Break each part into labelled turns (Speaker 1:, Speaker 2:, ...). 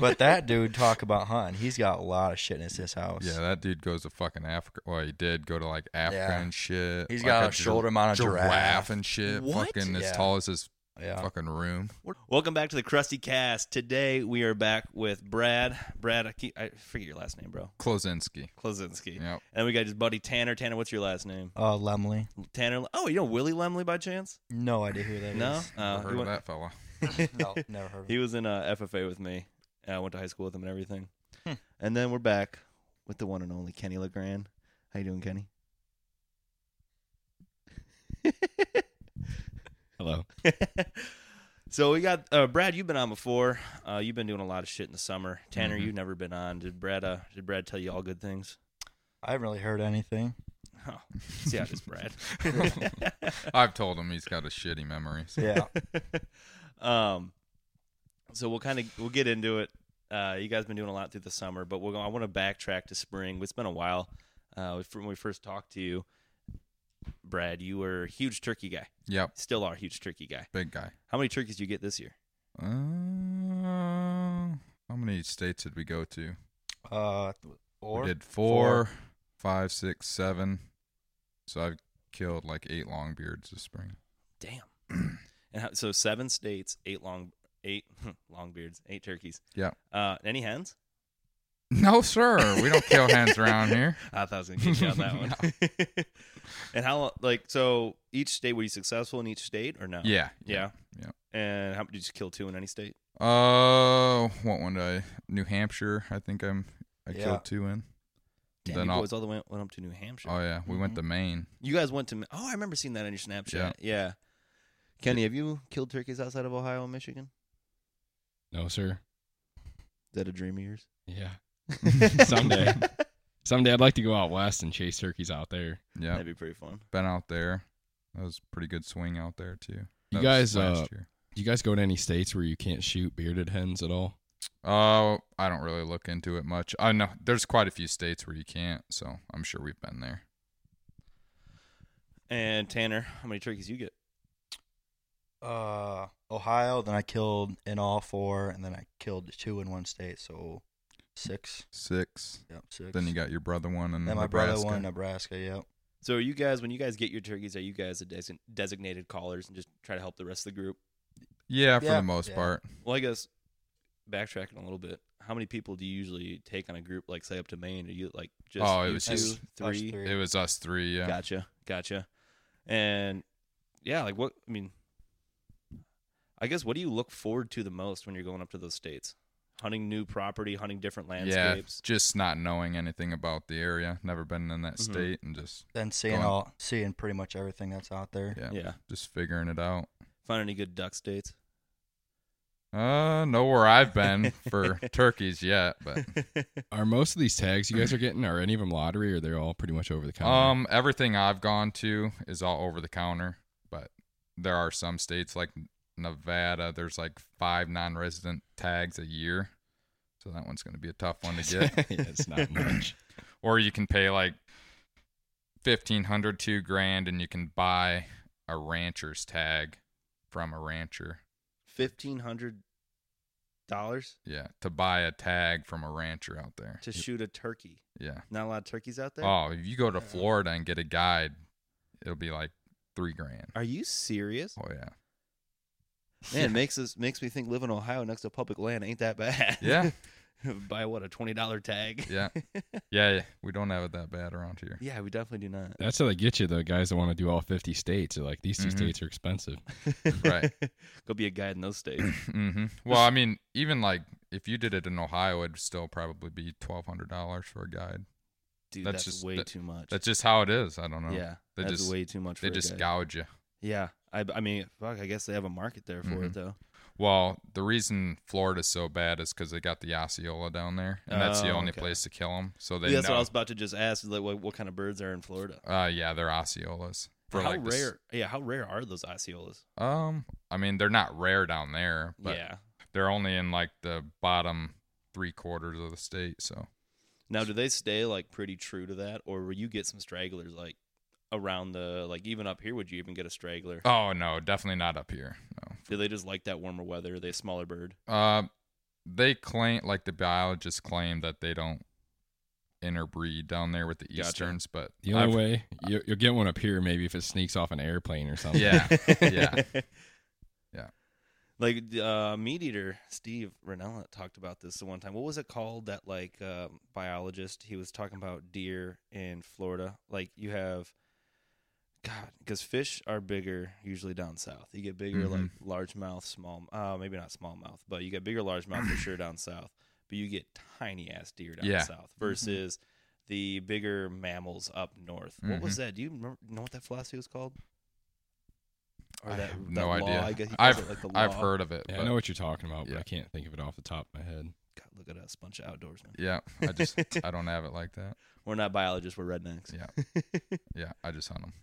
Speaker 1: but that dude talk about hunting. He's got a lot of shit in his house.
Speaker 2: Yeah, that dude goes to fucking Africa. Well, he did go to like Africa
Speaker 1: Yeah.
Speaker 2: and shit.
Speaker 1: He's
Speaker 2: like
Speaker 1: got a
Speaker 2: gi-
Speaker 1: shoulder amount of giraffe.
Speaker 2: and shit.
Speaker 3: What?
Speaker 2: Fucking as
Speaker 1: Yeah.
Speaker 2: tall as his
Speaker 1: Yeah.
Speaker 2: fucking room.
Speaker 3: Welcome back to the Krusty Cast. Today we are back with Brad. Brad, I, keep, I forget your last name, bro.
Speaker 2: Klozinski.
Speaker 3: Klozinski.
Speaker 2: Yep.
Speaker 3: And we got his buddy Tanner. Tanner, what's your last name?
Speaker 1: Uh, Lemley.
Speaker 3: Tanner. Oh, you know Willie Lemley by chance?
Speaker 1: No idea who that is.
Speaker 3: No.
Speaker 2: Never
Speaker 3: Uh, he,
Speaker 2: heard of
Speaker 3: went-
Speaker 2: that fella.
Speaker 1: no, never heard of
Speaker 3: he
Speaker 1: it.
Speaker 3: was in uh, FFA with me. And I went to high school with him and everything.
Speaker 1: Hmm.
Speaker 3: And then we're back with the one and only Kenny Legrand. How you doing, Kenny?
Speaker 4: Hello.
Speaker 3: so we got uh, Brad. You've been on before. Uh, you've been doing a lot of shit in the summer. Tanner,
Speaker 2: Mhm.
Speaker 3: you've never been on. Did Brad? Uh, did Brad tell you all good things?
Speaker 1: I haven't really heard anything.
Speaker 3: Oh, see how it is, Brad.
Speaker 2: I've told him he's got a shitty memory. so-
Speaker 1: Yeah.
Speaker 3: um, so we'll kind of we'll get into it. Uh, you guys been doing a lot through the summer, but we're going, I want to backtrack to spring. It's been a while. Uh, from when we first talked to you, Brad, you were a huge turkey guy.
Speaker 2: Yep.
Speaker 3: Still are a huge turkey guy.
Speaker 2: Big guy.
Speaker 3: How many turkeys do you get this year?
Speaker 2: Uh, how many states did we go to?
Speaker 1: Uh,
Speaker 2: We
Speaker 1: or
Speaker 2: did four, five, six, seven. So I've killed like eight long beards this spring.
Speaker 3: Damn. and how, so seven states, eight long, eight long beards, eight turkeys.
Speaker 2: Yeah.
Speaker 3: Uh, any hens?
Speaker 2: No, sir. We don't kill hens around here.
Speaker 3: I thought I was gonna get you on that one. and how long? Like, so each state were you successful in each state or no?
Speaker 2: Yeah.
Speaker 3: Oh. Yeah.
Speaker 2: Yeah.
Speaker 3: And how did you just kill two in any state?
Speaker 2: Oh, what one did I? New Hampshire. I think I'm. I
Speaker 1: Yeah.
Speaker 2: killed two in.
Speaker 3: Damn,
Speaker 2: Then
Speaker 3: you
Speaker 2: I'll-
Speaker 3: boys all the way went up to New Hampshire.
Speaker 2: Oh yeah, we
Speaker 1: Mm-hmm.
Speaker 2: went to Maine.
Speaker 3: you guys went to oh, I remember seeing that on your Snapchat. Yeah.
Speaker 2: Yeah.
Speaker 3: Kenny, have you killed turkeys outside of Ohio and Michigan?
Speaker 4: No, sir.
Speaker 3: Is that a dream of yours?
Speaker 4: Yeah. Someday. Someday I'd like to go out west and chase turkeys out there.
Speaker 2: Yeah,
Speaker 3: That'd be pretty fun.
Speaker 2: been out there. That was a pretty good swing out there too. That
Speaker 4: You
Speaker 2: was
Speaker 4: guys,
Speaker 2: last
Speaker 4: uh,
Speaker 2: year.
Speaker 4: Do you guys go to any states where you can't shoot bearded hens at all?
Speaker 2: Oh, I don't really look into it much. I know there's quite a few states where you can't, so I'm sure we've been there.
Speaker 3: And Tanner, how many turkeys you get?
Speaker 1: uh, Ohio. Then I killed in all four, and then I killed two in one state, so six.
Speaker 2: Six.
Speaker 1: Yep, six.
Speaker 2: Then you got your brother one in
Speaker 1: Then my
Speaker 2: Nebraska.
Speaker 1: brother uh, won in Nebraska. Yep.
Speaker 3: So are you guys, when you guys get your turkeys, are you guys a design designated callers and just try to help the rest of the group?
Speaker 2: Yeah, for
Speaker 1: Yeah.
Speaker 2: the most
Speaker 1: Yeah.
Speaker 2: part.
Speaker 3: Well, I guess backtracking a little bit, how many people do you usually take on a group, like say up to Maine? Are you like just
Speaker 2: Oh, it
Speaker 3: you
Speaker 2: was
Speaker 3: two,
Speaker 2: just-
Speaker 1: Us
Speaker 3: three?
Speaker 2: It was us three. Yeah.
Speaker 3: Gotcha, gotcha. And yeah, like what I mean, I guess what do you look forward to the most when you're going up to those states? Hunting new property, hunting different
Speaker 2: Yeah,
Speaker 3: landscapes.
Speaker 2: just not knowing anything about the area, never been in that
Speaker 4: Mm-hmm.
Speaker 3: Mhm.
Speaker 2: state, and just
Speaker 1: Then seeing
Speaker 2: Go on.
Speaker 1: all, seeing pretty much everything that's out there.
Speaker 2: yeah,
Speaker 3: yeah.
Speaker 2: just figuring it out.
Speaker 3: Find any good duck states?
Speaker 2: Uh, know where I've been for turkeys yet, but
Speaker 4: Are most of these tags you guys are getting, are any of them lottery or they're all pretty much over the counter?
Speaker 2: um, everything I've gone to is all over the counter. But there are some states like Nevada. There's like five non-resident tags a year, so that one's going to be a tough one to
Speaker 4: yeah,
Speaker 2: get.
Speaker 4: it's not much.
Speaker 2: or you can pay like fifteen hundred, two grand, and you can buy a rancher's tag from a rancher.
Speaker 3: Fifteen hundred dollars
Speaker 2: Yeah, to buy a tag from a rancher out there.
Speaker 3: to shoot a turkey.
Speaker 2: Yeah.
Speaker 3: Not a lot of turkeys out there.
Speaker 2: Oh, if you go to
Speaker 1: Yeah.
Speaker 2: Florida and get a guide, it'll be like three grand.
Speaker 3: Are you serious?
Speaker 2: Oh yeah.
Speaker 3: Man, makes us makes me think living in Ohio next to public land ain't that bad.
Speaker 2: Yeah.
Speaker 3: Buy what a twenty dollar tag.
Speaker 2: Yeah. Yeah, yeah. We don't have it that bad around here.
Speaker 3: Yeah, we definitely do not.
Speaker 4: That's how they get you, the guys that want to do all 50 states. They're like, these 2
Speaker 2: Mhm.
Speaker 4: states are expensive.
Speaker 2: Right.
Speaker 3: Go be a guide in those states.
Speaker 2: hmm Well, I mean, even like if you did it in Ohio, it'd still probably be twelve hundred dollars for a guide.
Speaker 3: Dude,
Speaker 2: That's
Speaker 3: that's,
Speaker 2: just-
Speaker 3: way
Speaker 2: that-
Speaker 3: too much.
Speaker 2: That's just how it is. I don't know.
Speaker 3: yeah,
Speaker 2: they
Speaker 3: that's
Speaker 2: just-
Speaker 3: way too much. For
Speaker 2: They
Speaker 3: a
Speaker 2: just
Speaker 3: guy.
Speaker 2: gouge you.
Speaker 3: Yeah, I, I mean, fuck. I guess they have a market there for
Speaker 2: Mm-hmm.
Speaker 3: it though.
Speaker 2: Well, the reason Florida's so bad is because they got the Osceola down there, and that's the
Speaker 3: Oh,
Speaker 2: only
Speaker 3: okay.
Speaker 2: place to kill them. So they
Speaker 3: Yeah, that's
Speaker 2: know.
Speaker 3: what I was about to just ask. Like, what, what kind of birds are in Florida?
Speaker 2: uh, yeah, they're Osceolas. For
Speaker 3: how
Speaker 2: like the s-
Speaker 3: rare? yeah, how rare are those Osceolas?
Speaker 2: um, I mean, they're not rare down there, but
Speaker 3: yeah.
Speaker 2: they're only in like the bottom three quarters of the state. So
Speaker 3: Now, do they stay like pretty true to that, or will you get some stragglers like around the like even up here? Would you even get a straggler?
Speaker 2: Oh no, Oh, definitely not up here.
Speaker 3: Do they just like that warmer weather? Are they a smaller bird?
Speaker 2: No. Uh, they claim like the biologists claim that they don't interbreed down there with the
Speaker 3: Gotcha.
Speaker 2: easterns, but
Speaker 4: The only
Speaker 2: I've-
Speaker 4: way you, you'll get one up here, maybe if it sneaks off an airplane or something.
Speaker 2: yeah, Yeah. Yeah.
Speaker 3: Like uh, meat eater Steve Renella talked about this the one time. What was it called? That like um biologist he was talking about deer in Florida. Like you have, God, because fish are bigger usually down south. You get bigger
Speaker 2: Mm-hmm.
Speaker 3: like largemouth, small, uh, maybe not smallmouth, but you get bigger largemouth for sure down south. But you get tiny ass deer down
Speaker 2: Yeah. Mm-hmm.
Speaker 3: south versus the bigger mammals up north.
Speaker 2: Mm-hmm.
Speaker 3: What was that? Do you remember, know what that philosophy was called?
Speaker 2: I
Speaker 3: that-
Speaker 2: have
Speaker 3: that
Speaker 2: no
Speaker 3: law,
Speaker 2: idea.
Speaker 3: I guess he calls
Speaker 2: I've
Speaker 3: it, like, the
Speaker 2: I've
Speaker 3: law.
Speaker 2: heard of it.
Speaker 4: Yeah,
Speaker 2: but,
Speaker 4: I know what you're talking about, but
Speaker 2: Yeah.
Speaker 4: I can't think of it off the top of my head.
Speaker 3: God, look at us, bunch of outdoorsmen.
Speaker 2: yeah, I just I don't have it like that.
Speaker 3: We're not biologists. We're rednecks.
Speaker 2: Yeah, yeah, I just hunt them.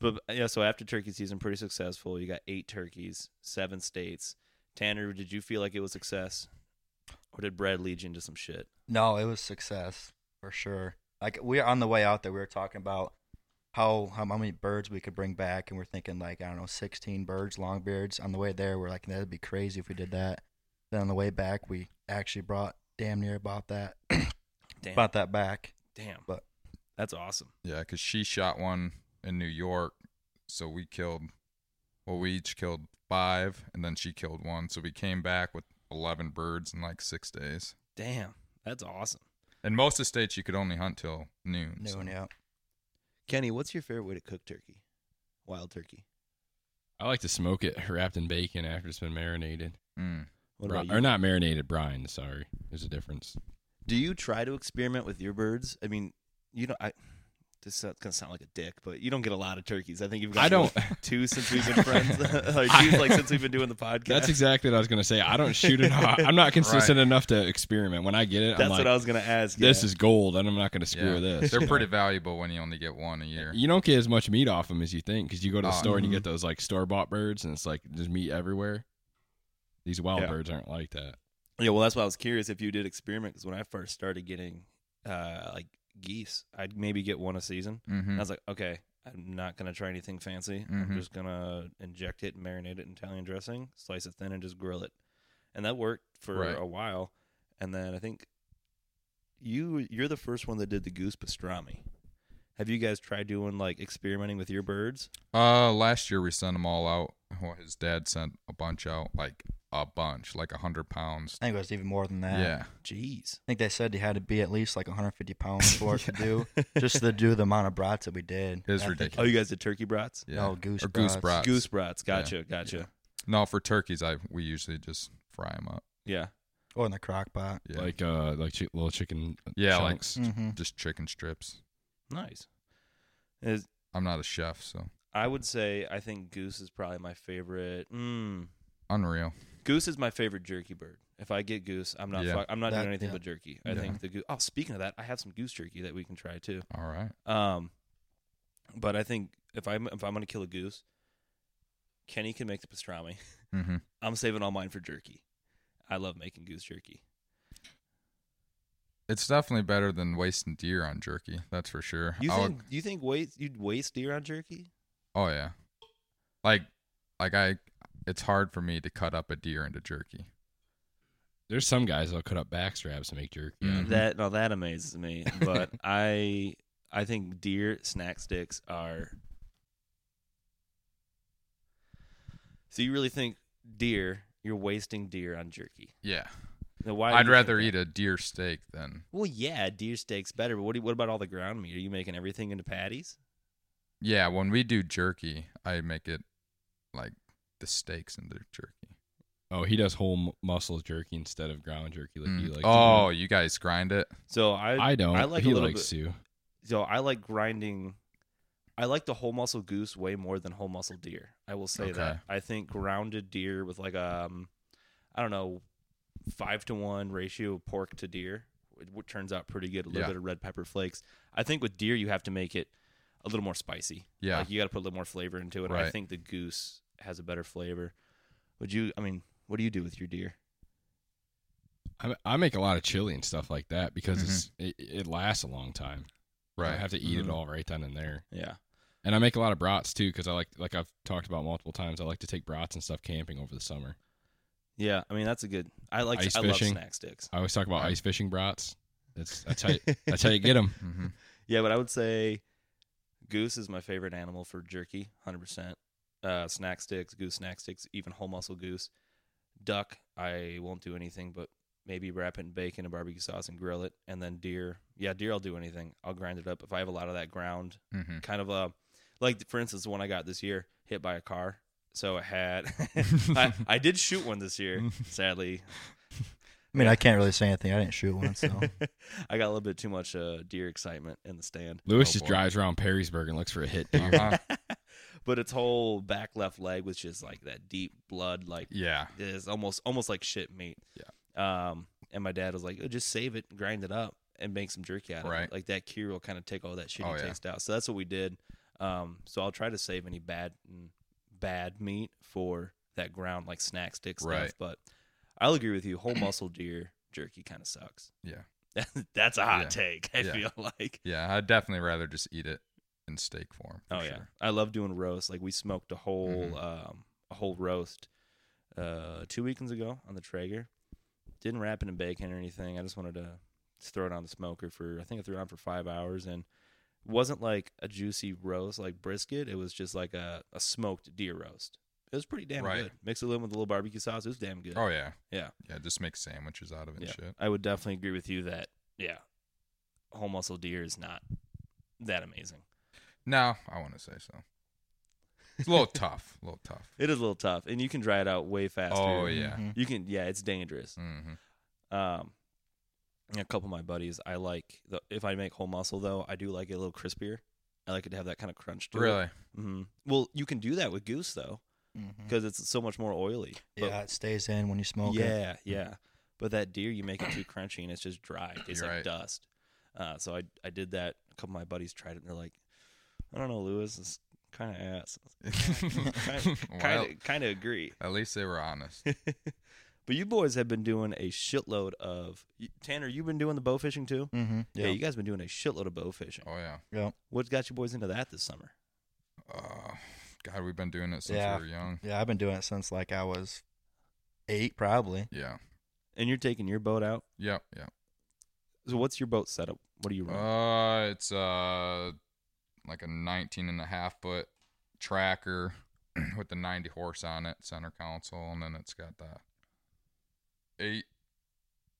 Speaker 3: But yeah, so after turkey season, pretty successful. You got eight turkeys, seven states. Tanner, did you feel like it was success, or did Brad lead you into some shit?
Speaker 1: No, it was success for sure. Like we on the way out there, we were talking about how how many birds we could bring back, and we're thinking like I don't know, sixteen birds, longbeards. On the way there, we're like that'd be crazy if we did that. Then on the way back, we actually brought damn near about that
Speaker 3: Damn,
Speaker 1: about that back.
Speaker 3: damn,
Speaker 1: but-
Speaker 3: that's awesome.
Speaker 2: Yeah, because she shot one in New York, so we killed. Well, we each killed five, and then she killed one. So we came back with eleven birds in like six days.
Speaker 3: Damn, that's awesome.
Speaker 2: And most of the states, you could only hunt till noon. so-
Speaker 1: Noon, yeah.
Speaker 3: Kenny, what's your favorite way to cook turkey? Wild turkey.
Speaker 4: I like to smoke it wrapped in bacon after it's been marinated.
Speaker 2: Mm.
Speaker 3: What
Speaker 4: Bri-
Speaker 3: about you?
Speaker 4: or not marinated, brine. Sorry. There's a difference.
Speaker 3: Do you try to experiment with your birds? I mean, you know, I this is gonna sound like a dick, but you don't get a lot of turkeys. I think you've got
Speaker 4: I don't.
Speaker 3: two since we've been friends, or two like since we've been doing the podcast.
Speaker 4: That's exactly what I was going to say. I don't shoot enough. I'm not consistent enough to experiment. When I get it,
Speaker 3: That's
Speaker 4: I'm like,
Speaker 3: what I was gonna ask.
Speaker 4: this
Speaker 3: yeah.
Speaker 4: is gold, and I'm not going to screw
Speaker 2: Yeah.
Speaker 4: with this.
Speaker 2: They're pretty valuable when you only get one a year.
Speaker 4: You don't get as much meat off them as you think because you go to the
Speaker 2: Oh,
Speaker 4: store and
Speaker 1: mhm.
Speaker 4: you get
Speaker 3: mm-hmm.
Speaker 4: those like store bought birds, and it's like there's meat everywhere. These wild
Speaker 3: Yeah.
Speaker 4: birds aren't like that.
Speaker 3: yeah. Well, that's why I was curious if you did experiment because when I first started getting uh like geese, I'd maybe get one a season. And
Speaker 2: Mm-hmm.
Speaker 3: I was like, okay, I'm not gonna try anything fancy. I'm
Speaker 2: Mhm.
Speaker 3: just gonna inject it, marinate it in Italian dressing, slice it thin, and just grill it. And that worked for
Speaker 2: Right.
Speaker 3: a while. And then I think you you're the first one that did the goose pastrami. Have you guys tried doing like experimenting with your birds?
Speaker 2: Uh, last year we sent them all out. Well, his dad sent a bunch out, like a bunch, like a hundred pounds.
Speaker 1: I think it was even more than that.
Speaker 2: Yeah,
Speaker 3: Jeez.
Speaker 1: I think they said you had to be at least like 150 pounds for it to do just to do the amount of brats that we did.
Speaker 2: It was
Speaker 1: I think-
Speaker 3: Oh,
Speaker 2: ridiculous. Oh,
Speaker 3: you guys did turkey brats?
Speaker 2: yeah.
Speaker 1: No, goose
Speaker 2: or goose
Speaker 1: brats.
Speaker 2: brats.
Speaker 3: Goose brats. Gotcha. Gotcha.
Speaker 2: No, for turkeys, I we usually just fry them up.
Speaker 3: Yeah.
Speaker 1: Or in the crock pot.
Speaker 2: Yeah,
Speaker 4: Like uh, like chi- little chicken.
Speaker 2: yeah, like
Speaker 4: chunks.
Speaker 3: Mm.
Speaker 2: s-
Speaker 1: Mm-hmm.
Speaker 2: just chicken strips.
Speaker 3: Nice. Is-
Speaker 2: I'm not a chef, so
Speaker 3: I would say I think goose is probably my favorite. Mm.
Speaker 2: unreal.
Speaker 3: Goose is my favorite jerky bird. If I get goose, I'm not
Speaker 2: Yeah.
Speaker 3: fuck, I'm not
Speaker 1: That-
Speaker 3: doing anything
Speaker 1: yeah.
Speaker 3: but jerky. I
Speaker 2: Yeah.
Speaker 3: think the goose. Oh, speaking of that, I have some goose jerky that we can try too.
Speaker 2: All right.
Speaker 3: Um, but I think if I'm if I'm gonna kill a goose, Kenny can make the pastrami.
Speaker 2: Mm-hmm.
Speaker 3: I'm saving all mine for jerky. I love making goose jerky.
Speaker 2: It's definitely better than wasting deer on jerky. That's for sure.
Speaker 3: You
Speaker 2: I would-
Speaker 3: think you think waste you'd waste deer on jerky?
Speaker 2: oh yeah, like like I, it's hard for me to cut up a deer into jerky.
Speaker 4: There's some guys that'll cut up back straps to make jerky. out of
Speaker 2: Mhm.
Speaker 3: That no, that amazes me. But I I think deer snack sticks are. So you really think deer? You're wasting deer on jerky.
Speaker 2: Yeah,
Speaker 3: Now why? do
Speaker 2: I'd
Speaker 3: you
Speaker 2: rather
Speaker 3: think
Speaker 2: eat
Speaker 3: that?
Speaker 2: a deer steak than
Speaker 3: Well, yeah, deer steaks better. But what? Do you, what about all the ground meat? Are you making everything into patties?
Speaker 2: yeah. When we do jerky, I make it like the steaks into jerky.
Speaker 4: it. Oh, he does whole m- muscle jerky instead of ground jerky like he
Speaker 2: Mm.
Speaker 4: likes. to
Speaker 2: oh, you guys grind it?
Speaker 3: So
Speaker 4: do.
Speaker 3: I,
Speaker 4: I don't.
Speaker 3: I like a
Speaker 4: he
Speaker 3: little
Speaker 4: likes to.
Speaker 3: so I like grinding. I like the whole muscle goose way more than whole muscle deer. I will say that.
Speaker 2: Okay.
Speaker 3: I think grounded deer with like um, I don't know, five to one ratio of pork to deer it, w- turns out pretty good. A little
Speaker 2: Yeah.
Speaker 3: bit of red pepper flakes. I think with deer you have to make it a little more spicy.
Speaker 2: Yeah.
Speaker 3: like you got to put a little more flavor into it. I
Speaker 2: Right.
Speaker 3: think the goose has a better flavor. Would you? I mean, what do you do with your deer?
Speaker 4: I, I make a lot of chili and stuff like that because it's it, it lasts a long time. I
Speaker 2: Mm-hmm. right. Mm-hmm.
Speaker 4: don't have to eat
Speaker 3: Mhm.
Speaker 4: it all right then and there.
Speaker 3: Yeah,
Speaker 4: And I make a lot of brats too because I like like I've talked about multiple times. I like to take brats and stuff camping over the summer.
Speaker 3: Yeah, I mean that's a good. I like.
Speaker 4: Ice
Speaker 3: I love
Speaker 4: fishing.
Speaker 3: snack sticks.
Speaker 4: I always talk about ice fishing brats. That's that's how you, that's how you get them.
Speaker 2: hmm
Speaker 3: Yeah, but I would say goose is my favorite animal for jerky, hundred percent. Uh, snack sticks, goose snack sticks, even whole muscle goose. Duck, I won't do anything but maybe wrap it in bacon and barbecue sauce and grill it. And then deer, yeah, deer, I'll do anything. I'll grind it up if I have a lot of that ground
Speaker 2: hmm
Speaker 3: kind of a like for instance the one I got this year hit by a car. So it had I, I did shoot one this year, sadly.
Speaker 1: I mean, I can't really say anything. I didn't shoot one, so
Speaker 3: I got a little bit too much uh, deer excitement in the stand.
Speaker 4: Lewis
Speaker 2: Oh,
Speaker 4: just
Speaker 2: boy.
Speaker 4: drives around Perrysburg and looks for a hit deer.
Speaker 2: Uh-huh.
Speaker 3: but its whole back left leg was just like that deep blood, like
Speaker 2: Yeah.
Speaker 3: it's almost almost like shit meat. Yeah. Um, and my dad was like, oh, "Just save it, grind it up, and make some jerky out of
Speaker 2: Right.
Speaker 3: it. Like that cure will kind of take all that shitty
Speaker 2: Oh, yeah.
Speaker 3: taste out." So that's what we did. Um, so I'll try to save any bad mm, bad meat for that ground like snack stick stuff.
Speaker 2: Right.
Speaker 3: But I'll agree with you. Whole muscle deer jerky kind of sucks.
Speaker 2: Yeah.
Speaker 3: that's a hot
Speaker 2: Yeah.
Speaker 3: take. I
Speaker 2: Yeah.
Speaker 3: feel like.
Speaker 2: Yeah. I'd definitely rather just eat it in steak form. for
Speaker 3: Oh yeah,
Speaker 2: sure.
Speaker 3: I love doing roast. Like we smoked a whole
Speaker 2: Mm-hmm.
Speaker 3: um, a whole roast uh, two weekends ago on the Traeger. Didn't wrap it in bacon or anything. I just wanted to just throw it on the smoker for I think I threw it on for five hours and it wasn't like a juicy roast like brisket. It was just like a, a smoked deer roast. It was pretty damn
Speaker 2: Right.
Speaker 3: good. Mixed it in with a little barbecue sauce. It was damn good.
Speaker 2: Oh yeah.
Speaker 3: Yeah.
Speaker 2: Yeah. Just make sandwiches out of it. and
Speaker 3: Yeah.
Speaker 2: Shit.
Speaker 3: I would definitely agree with you that yeah, whole muscle deer is not that amazing.
Speaker 2: No, I want to say so. It's a little tough. A little tough.
Speaker 3: It is a little tough, and you can dry it out way faster.
Speaker 2: Oh yeah.
Speaker 1: Mhm.
Speaker 3: You can, yeah, it's dangerous.
Speaker 2: hmm
Speaker 3: Um, a couple of my buddies, I like the if I make whole muscle though, I do like it a little crispier. I like it to have that kind of crunch to it.
Speaker 2: Really.
Speaker 3: hmm Well, you can do that with goose though,
Speaker 2: Mm.
Speaker 1: Mhm.
Speaker 3: because it's so much more oily. But-
Speaker 1: yeah, it stays in when you smoke it.
Speaker 2: Mm.
Speaker 3: yeah, yeah. But that deer, you make it too crunchy and it's just dry. It tastes
Speaker 2: You're
Speaker 3: like
Speaker 2: right.
Speaker 3: dust. Uh, so I I did that. A couple of my buddies tried it and they're like, I don't know, Lewis, it's kind of ass. Kind
Speaker 2: well,
Speaker 3: of kind of agree.
Speaker 2: at least they were honest.
Speaker 3: But you boys have been doing a shitload of Tanner. You've been doing the bow fishing too.
Speaker 1: Mm-hmm. Yeah.
Speaker 3: Yeah, you guys been doing a shitload of bow fishing.
Speaker 2: Oh yeah.
Speaker 3: What's got you boys into that this summer?
Speaker 2: Oh, God, we've been doing it since
Speaker 1: Yeah.
Speaker 2: we were young.
Speaker 1: yeah, I've been doing it since like I was eight, probably.
Speaker 2: Yeah.
Speaker 3: And you're taking your boat out.
Speaker 2: Yep. Yep.
Speaker 3: So what's your boat setup? What do you run?
Speaker 2: Uh, it's uh like a 19 and a half foot tracker with the 90 horse on it, center console, and then it's got the eight.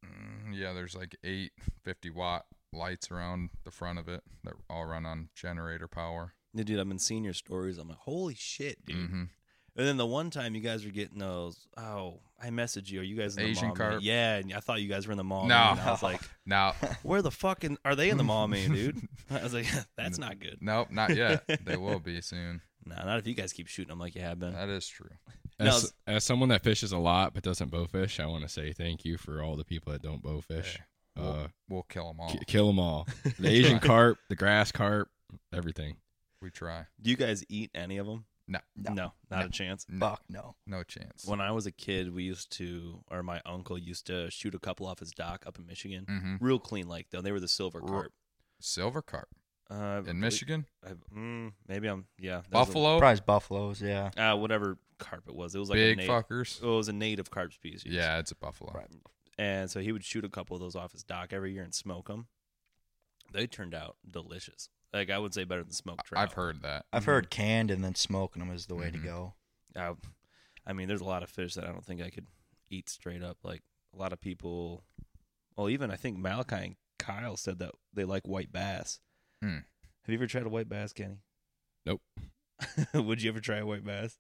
Speaker 2: mm, Yeah, there's like eight 50 watt lights around the front of it that all run on generator power.
Speaker 3: Yeah, dude, I've been seeing your stories. I'm like, holy shit, dude.
Speaker 2: hmm
Speaker 3: And then the one time you guys were getting those, oh, I messaged you. Are you guys in the
Speaker 2: Asian
Speaker 3: mall?
Speaker 2: carp.
Speaker 3: Man? Yeah, and I thought you guys were in the mall.
Speaker 2: No.
Speaker 3: man. And I was like,
Speaker 2: Now,
Speaker 3: where the fuck in, are they in the mall, man, dude? I was like, that's not good.
Speaker 2: nope, not yet. they will be soon.
Speaker 3: No, not if you guys keep shooting them like you have been.
Speaker 2: That is true.
Speaker 3: No,
Speaker 4: As, as someone that fishes a lot but doesn't bow fish, I want to say thank you for all the people that don't bow fish.
Speaker 2: Yeah.
Speaker 4: Uh,
Speaker 2: We'll kill them all.
Speaker 4: ki- kill them all. The Asian carp, the grass carp, everything.
Speaker 2: We try.
Speaker 3: do you guys eat any of them?
Speaker 2: No.
Speaker 3: No,
Speaker 1: No.
Speaker 3: not
Speaker 2: No.
Speaker 3: a chance.
Speaker 2: No,
Speaker 1: Fuck no.
Speaker 2: no chance.
Speaker 3: When I was a kid, we used to, or my uncle used to shoot a couple off his dock up in Michigan.
Speaker 2: hmm
Speaker 3: Real clean like though. They were the silver
Speaker 2: R-
Speaker 3: carp.
Speaker 2: Silver carp
Speaker 3: Uh,
Speaker 2: in Michigan,
Speaker 3: I, mm, maybe I'm yeah. that was a-
Speaker 2: Buffalo,
Speaker 1: Probably buffaloes. Yeah.
Speaker 3: uh, whatever carp it was. It was like
Speaker 2: big
Speaker 3: a native, Oh,
Speaker 2: fuckers.
Speaker 3: it was a native carp species.
Speaker 2: Yeah, it's a buffalo.
Speaker 1: Right.
Speaker 3: And so he would shoot a couple of those off his dock every year and smoke them. They turned out delicious. Like I would say better than smoked trout.
Speaker 2: I've heard that.
Speaker 1: I've
Speaker 3: Mhm.
Speaker 1: heard canned and then smoking them is the way
Speaker 2: Mhm.
Speaker 1: to go.
Speaker 3: I, I mean, there's a lot of fish that I don't think I could eat straight up. Like a lot of people, well, even I think Malachi and Kyle said that they like white bass.
Speaker 2: Hmm.
Speaker 3: Have you ever tried a white bass, Kenny?
Speaker 4: Nope.
Speaker 3: Would you ever try a white bass?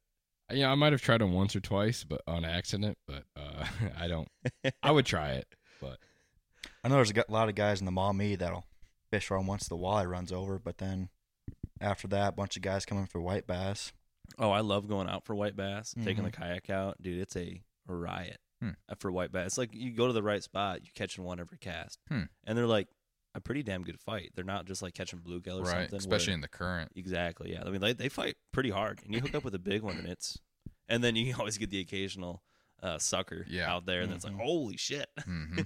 Speaker 4: Yeah, I might have tried them once or twice, but on accident. But uh, I don't. I would try it.
Speaker 1: I know there's a gu- lot of guys in the Maumee that'll fish for 'em once the walleye runs over, but then after that, a bunch of guys coming for white bass.
Speaker 3: Oh, I love going out for white bass, taking the kayak out, dude. It's a riot
Speaker 2: Hmm.
Speaker 3: uh, for white bass. It's like you go to the right spot, you're catching one every cast,
Speaker 2: Hmm.
Speaker 3: and they're like a pretty damn good fight. They're not just like catching bluegill or
Speaker 2: Right,
Speaker 3: something,
Speaker 2: especially
Speaker 3: where-
Speaker 2: in the current.
Speaker 3: Exactly. Yeah. I mean, they they fight pretty hard, and you hook up with a big one, and it's, and then you always get the occasional uh, sucker
Speaker 2: Yeah.
Speaker 3: out there, and it's like,
Speaker 1: Mhm.
Speaker 3: holy shit.
Speaker 2: hmm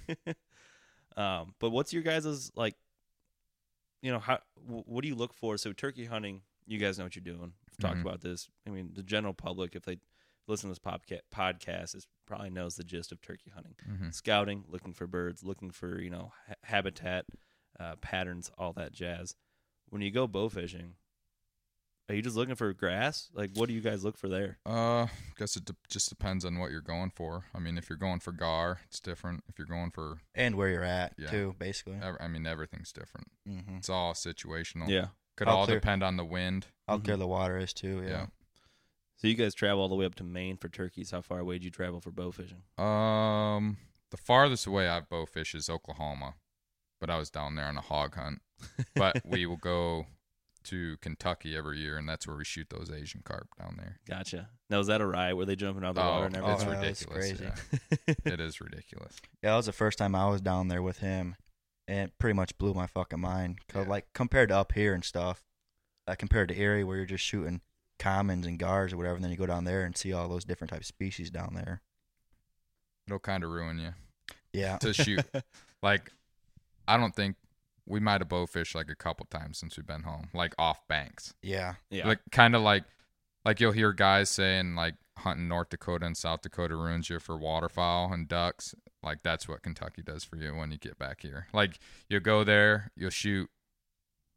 Speaker 3: um, but what's your guys's like? You know, how wh- what do you look for? So turkey hunting, you guys know what you're doing. We've talked
Speaker 2: Mhm.
Speaker 3: about this. I mean, the general public, if they listen to this podca- podcast is probably knows the gist of turkey hunting.
Speaker 2: hmm
Speaker 3: Scouting, looking for birds, looking for you know ha- habitat uh, patterns, all that jazz. When you go bow fishing, are you just looking for grass? Like, what do you guys look for there?
Speaker 2: Uh, guess it de- just depends on what you're going for. I mean, if you're going for gar, it's different. If you're going for,
Speaker 1: and where you're at
Speaker 2: Yeah.
Speaker 1: too, basically.
Speaker 2: ev- I mean, everything's different.
Speaker 1: Mm-hmm.
Speaker 2: It's all situational.
Speaker 3: Mm. Yeah.
Speaker 2: Could
Speaker 1: How
Speaker 2: all
Speaker 1: clear-
Speaker 2: depend on the wind.
Speaker 1: How
Speaker 3: Mhm.
Speaker 1: clear the water is too. Yeah.
Speaker 2: Yeah.
Speaker 3: So you guys travel all the way up to Maine for turkeys. How far away did you travel for bow fishing?
Speaker 2: Um, the farthest away I've bow fished is Oklahoma, but I was down there on a hog hunt. But we will go to Kentucky every year, and that's where we shoot those Asian carp down there.
Speaker 3: Gotcha. Now is that a ride? Were they jumping out of the water and
Speaker 2: oh, it's
Speaker 1: Oh,
Speaker 3: everything?
Speaker 1: that's
Speaker 2: ridiculous.
Speaker 1: crazy.
Speaker 2: Yeah, it is ridiculous.
Speaker 1: Yeah, that was the first time I was down there with him, and it pretty much blew my fucking mind. 'Cause,
Speaker 2: Yeah.
Speaker 1: Like compared to up here and stuff, like compared to Erie where you're just shooting commons and gars or whatever, and then you go down there and see all those different types of species down there.
Speaker 2: It'll kind of ruin you
Speaker 1: Yeah,
Speaker 2: to shoot. like, I don't think we might have bow fished like a couple times since we've been home, like off banks.
Speaker 1: yeah,
Speaker 3: yeah.
Speaker 2: Like kind of like like you'll hear guys saying like hunting North Dakota and South Dakota ruins you for waterfowl and ducks. Like that's what Kentucky does for you when you get back here. Like you'll go there, you'll shoot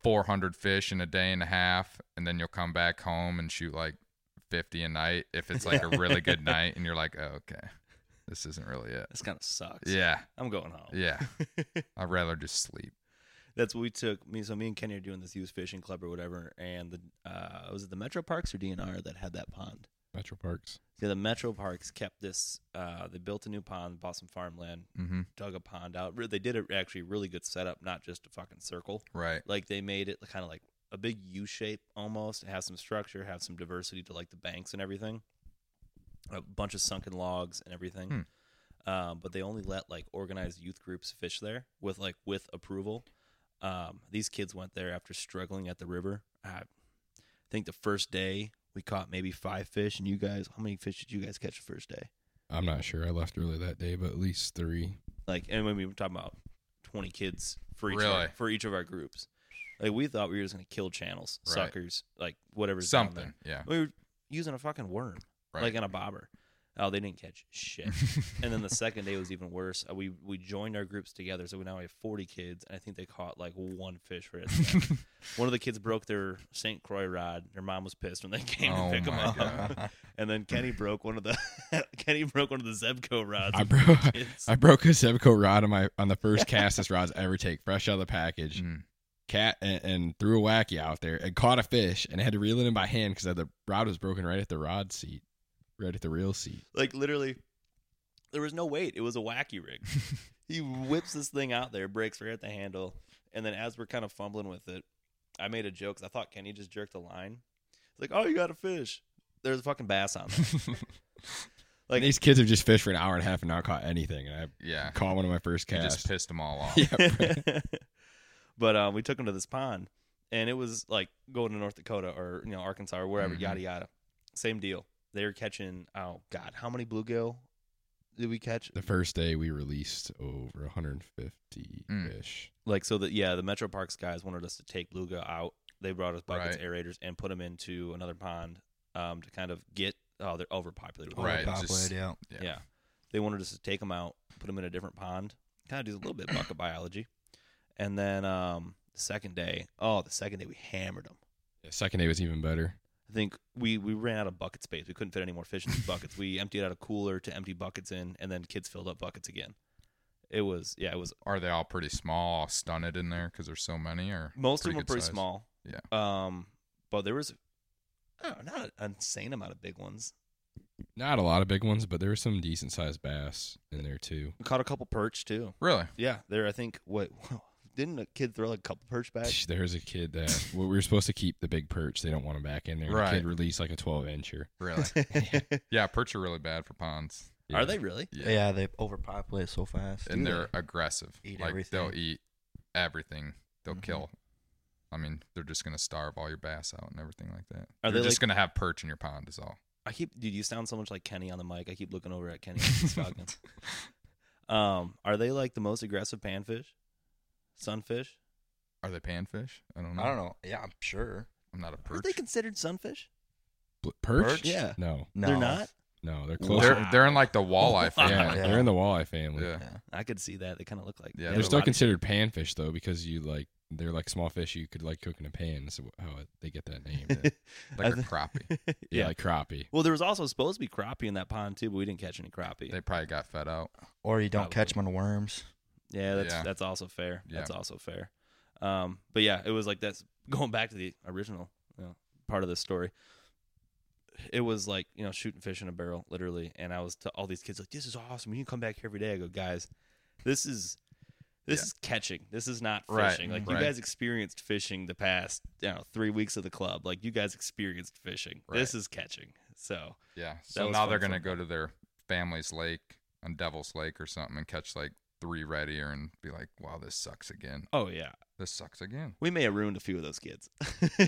Speaker 2: 400 fish in a day and a half, and then you'll come back home and shoot like 50 a night if it's like a really good night, and you're like, oh, okay, this isn't really it.
Speaker 3: this kind of sucks.
Speaker 2: Yeah,
Speaker 3: I'm going home.
Speaker 2: yeah. I'd rather just sleep.
Speaker 3: That's what we took. Me, so me and Kenny are doing this youth fishing club or whatever, and the uh, was it the Metro Parks or DNR that had that pond?
Speaker 4: Metro Parks.
Speaker 3: Yeah, the Metro Parks kept this. Uh, they built a new pond, bought some farmland,
Speaker 2: Mm-hmm.
Speaker 3: dug a pond out. Re- They did a actually really good setup, not just a fucking circle.
Speaker 2: Right.
Speaker 3: Like they made it kind of like a big U shape almost. It has some structure, have some diversity to like the banks and everything. A bunch of sunken logs and everything. Um, but they only let like organized youth groups fish there with like with approval. Um, these kids went there after struggling at the river. I think the first day we caught maybe five fish, and you guys, how many fish did you guys catch the first day?
Speaker 4: I'm not sure. I left early that day, but at least three.
Speaker 3: like and when we were talking about 20 kids for each of
Speaker 2: Really?
Speaker 3: our, for each of our groups like we thought we were just going to kill channels
Speaker 2: Right.
Speaker 3: suckers like whatever's down
Speaker 2: Something. Yeah.
Speaker 3: there. we were using a fucking worm
Speaker 2: Right.
Speaker 3: like on a bobber oh they didn't catch shit and then the second day was even worse Uh, we we joined our groups together so we now have 40 kids and i think they caught like one fish for it one of the kids broke their st croix rod their mom was pissed when they came
Speaker 2: Oh
Speaker 3: to pick them
Speaker 2: my
Speaker 3: up
Speaker 2: God.
Speaker 3: and then kenny broke one of the kenny broke one of the zebco rods
Speaker 4: I broke.
Speaker 3: Kids.
Speaker 4: I broke a Zebco rod on my on the first cast this rod's ever take, fresh out of the package.
Speaker 2: Mm.
Speaker 4: Cat and, and threw a wacky out there and caught a fish and had to reel it in by hand because the rod was broken right at the rod seat, right at the reel seat.
Speaker 3: like literally there was no weight it was a wacky rig he whips this thing out there breaks right at the handle and then as we're kind of fumbling with it i made a joke 'cause i thought kenny just jerked a line it's like oh you got a fish there's a fucking bass on there
Speaker 4: Like
Speaker 3: Like-
Speaker 4: these kids have just fished for an hour and a half and not caught anything, and I
Speaker 2: Yeah.
Speaker 4: caught one of my first
Speaker 2: You just
Speaker 4: casts.
Speaker 2: pissed them all off.
Speaker 4: yeah,
Speaker 3: but um, we took him to this pond, and it was like going to North Dakota or you know Arkansas or wherever,
Speaker 2: Mhm.
Speaker 3: yada yada. Same deal. They were catching oh god, how many bluegill did we catch?
Speaker 4: the first day we released over 150
Speaker 2: Mm.
Speaker 4: fish.
Speaker 3: Like so that yeah, the Metro Parks guys wanted us to take bluegill out. They brought us buckets,
Speaker 2: Right.
Speaker 3: aerators, and put them into another pond um, to kind of get oh they're overpopulated. with
Speaker 2: Right,
Speaker 1: Overpopulated,
Speaker 2: just-
Speaker 1: yeah.
Speaker 3: Yeah. They wanted us to take them out, put them in a different pond, kind of do a little bit of bucket biology. And then um, the second day, oh, the second day we hammered them.
Speaker 4: The second day was even better.
Speaker 3: I think we, we ran out of bucket space. We couldn't fit any more fish in these buckets. we emptied out a cooler to empty buckets in, and then kids filled up buckets again. It was, yeah, it was.
Speaker 2: Are they all pretty small, all stunted in there because there's so many? Or
Speaker 3: Most
Speaker 2: Pretty
Speaker 3: of them were
Speaker 2: good
Speaker 3: pretty
Speaker 2: size.
Speaker 3: small.
Speaker 2: Yeah.
Speaker 3: Um, but there was, oh, not an insane amount of big ones.
Speaker 4: Not a lot of big ones, but there were some decent sized bass in there too.
Speaker 3: We caught a couple perch too.
Speaker 2: really?
Speaker 3: Yeah, there. I think what didn't a kid throw like a couple perch back?
Speaker 4: There was a kid that well, we were supposed to keep the big perch. They don't want them back in there.
Speaker 2: Right.
Speaker 4: The kid released like a 12 incher.
Speaker 2: Really? yeah, perch are really bad for ponds.
Speaker 3: Are they really?
Speaker 1: yeah, They overpopulate so fast.
Speaker 2: and
Speaker 1: Do
Speaker 2: they're aggressive.
Speaker 1: Eat
Speaker 2: like they'll
Speaker 1: everything.
Speaker 2: eat everything. They'll
Speaker 1: Mhm.
Speaker 2: kill. I mean, they're just gonna starve all your bass out and everything like that.
Speaker 3: Are
Speaker 2: Are they
Speaker 3: they
Speaker 2: just
Speaker 3: like-
Speaker 2: gonna have perch in your pond? Is all.
Speaker 3: I keep, dude, you sound so much like Kenny on the mic. I keep looking over at Kenny. as he's talking. um, are they like the most aggressive panfish, sunfish?
Speaker 2: Are they panfish? I don't
Speaker 1: they?
Speaker 2: know.
Speaker 1: I don't know. Yeah, I'm sure.
Speaker 2: I'm not a
Speaker 3: Are
Speaker 2: perch.
Speaker 3: they considered sunfish?
Speaker 4: Bl- Perch?
Speaker 1: Perch?
Speaker 3: Yeah.
Speaker 4: No.
Speaker 1: No,
Speaker 3: They're not.
Speaker 4: No, they're close.
Speaker 2: They're, they're in like the
Speaker 3: Wow.
Speaker 2: walleye
Speaker 4: yeah,
Speaker 2: family.
Speaker 1: Yeah.
Speaker 4: they're in the walleye family.
Speaker 2: Yeah.
Speaker 3: I could see that. They kind of look like.
Speaker 2: Yeah,
Speaker 3: they
Speaker 2: they're
Speaker 3: have
Speaker 4: They're
Speaker 3: a
Speaker 4: still
Speaker 3: lot of-
Speaker 4: considered panfish though, because you like they're like small fish you could like cook in a pan. That's how it, they get that name. yeah,
Speaker 2: Like
Speaker 3: I
Speaker 2: a
Speaker 3: thi-
Speaker 2: crappie.
Speaker 3: yeah.
Speaker 4: like crappie.
Speaker 3: Well, there was also supposed to be crappie in that pond too, but we didn't catch any crappie.
Speaker 2: They probably got fed out.
Speaker 1: Or you don't
Speaker 3: Probably.
Speaker 1: catch them on worms.
Speaker 3: yeah, that's
Speaker 2: Yeah.
Speaker 3: that's also fair.
Speaker 2: Yeah.
Speaker 3: That's also fair. Um, but yeah, it was like that's going back to the original you know, part of this story. It was like you know shooting fish in a barrel, literally. And I was to all these kids like, "This is awesome. You can come back here every day." I go, "Guys, this is." This
Speaker 2: Yeah.
Speaker 3: is catching. This is not
Speaker 2: Right,
Speaker 3: fishing. Like
Speaker 2: right.
Speaker 3: you guys experienced fishing the past, you know, three weeks of the club. Like you guys experienced fishing. This is catching. So
Speaker 2: Yeah. So
Speaker 3: was
Speaker 2: now
Speaker 3: fun
Speaker 2: they're gonna
Speaker 3: fun.
Speaker 2: go to their family's lake on Devil's Lake or something and catch like three red ear and be like, "Wow, this sucks again.
Speaker 3: Oh yeah,
Speaker 2: This sucks again."
Speaker 3: we may have ruined a few of those kids.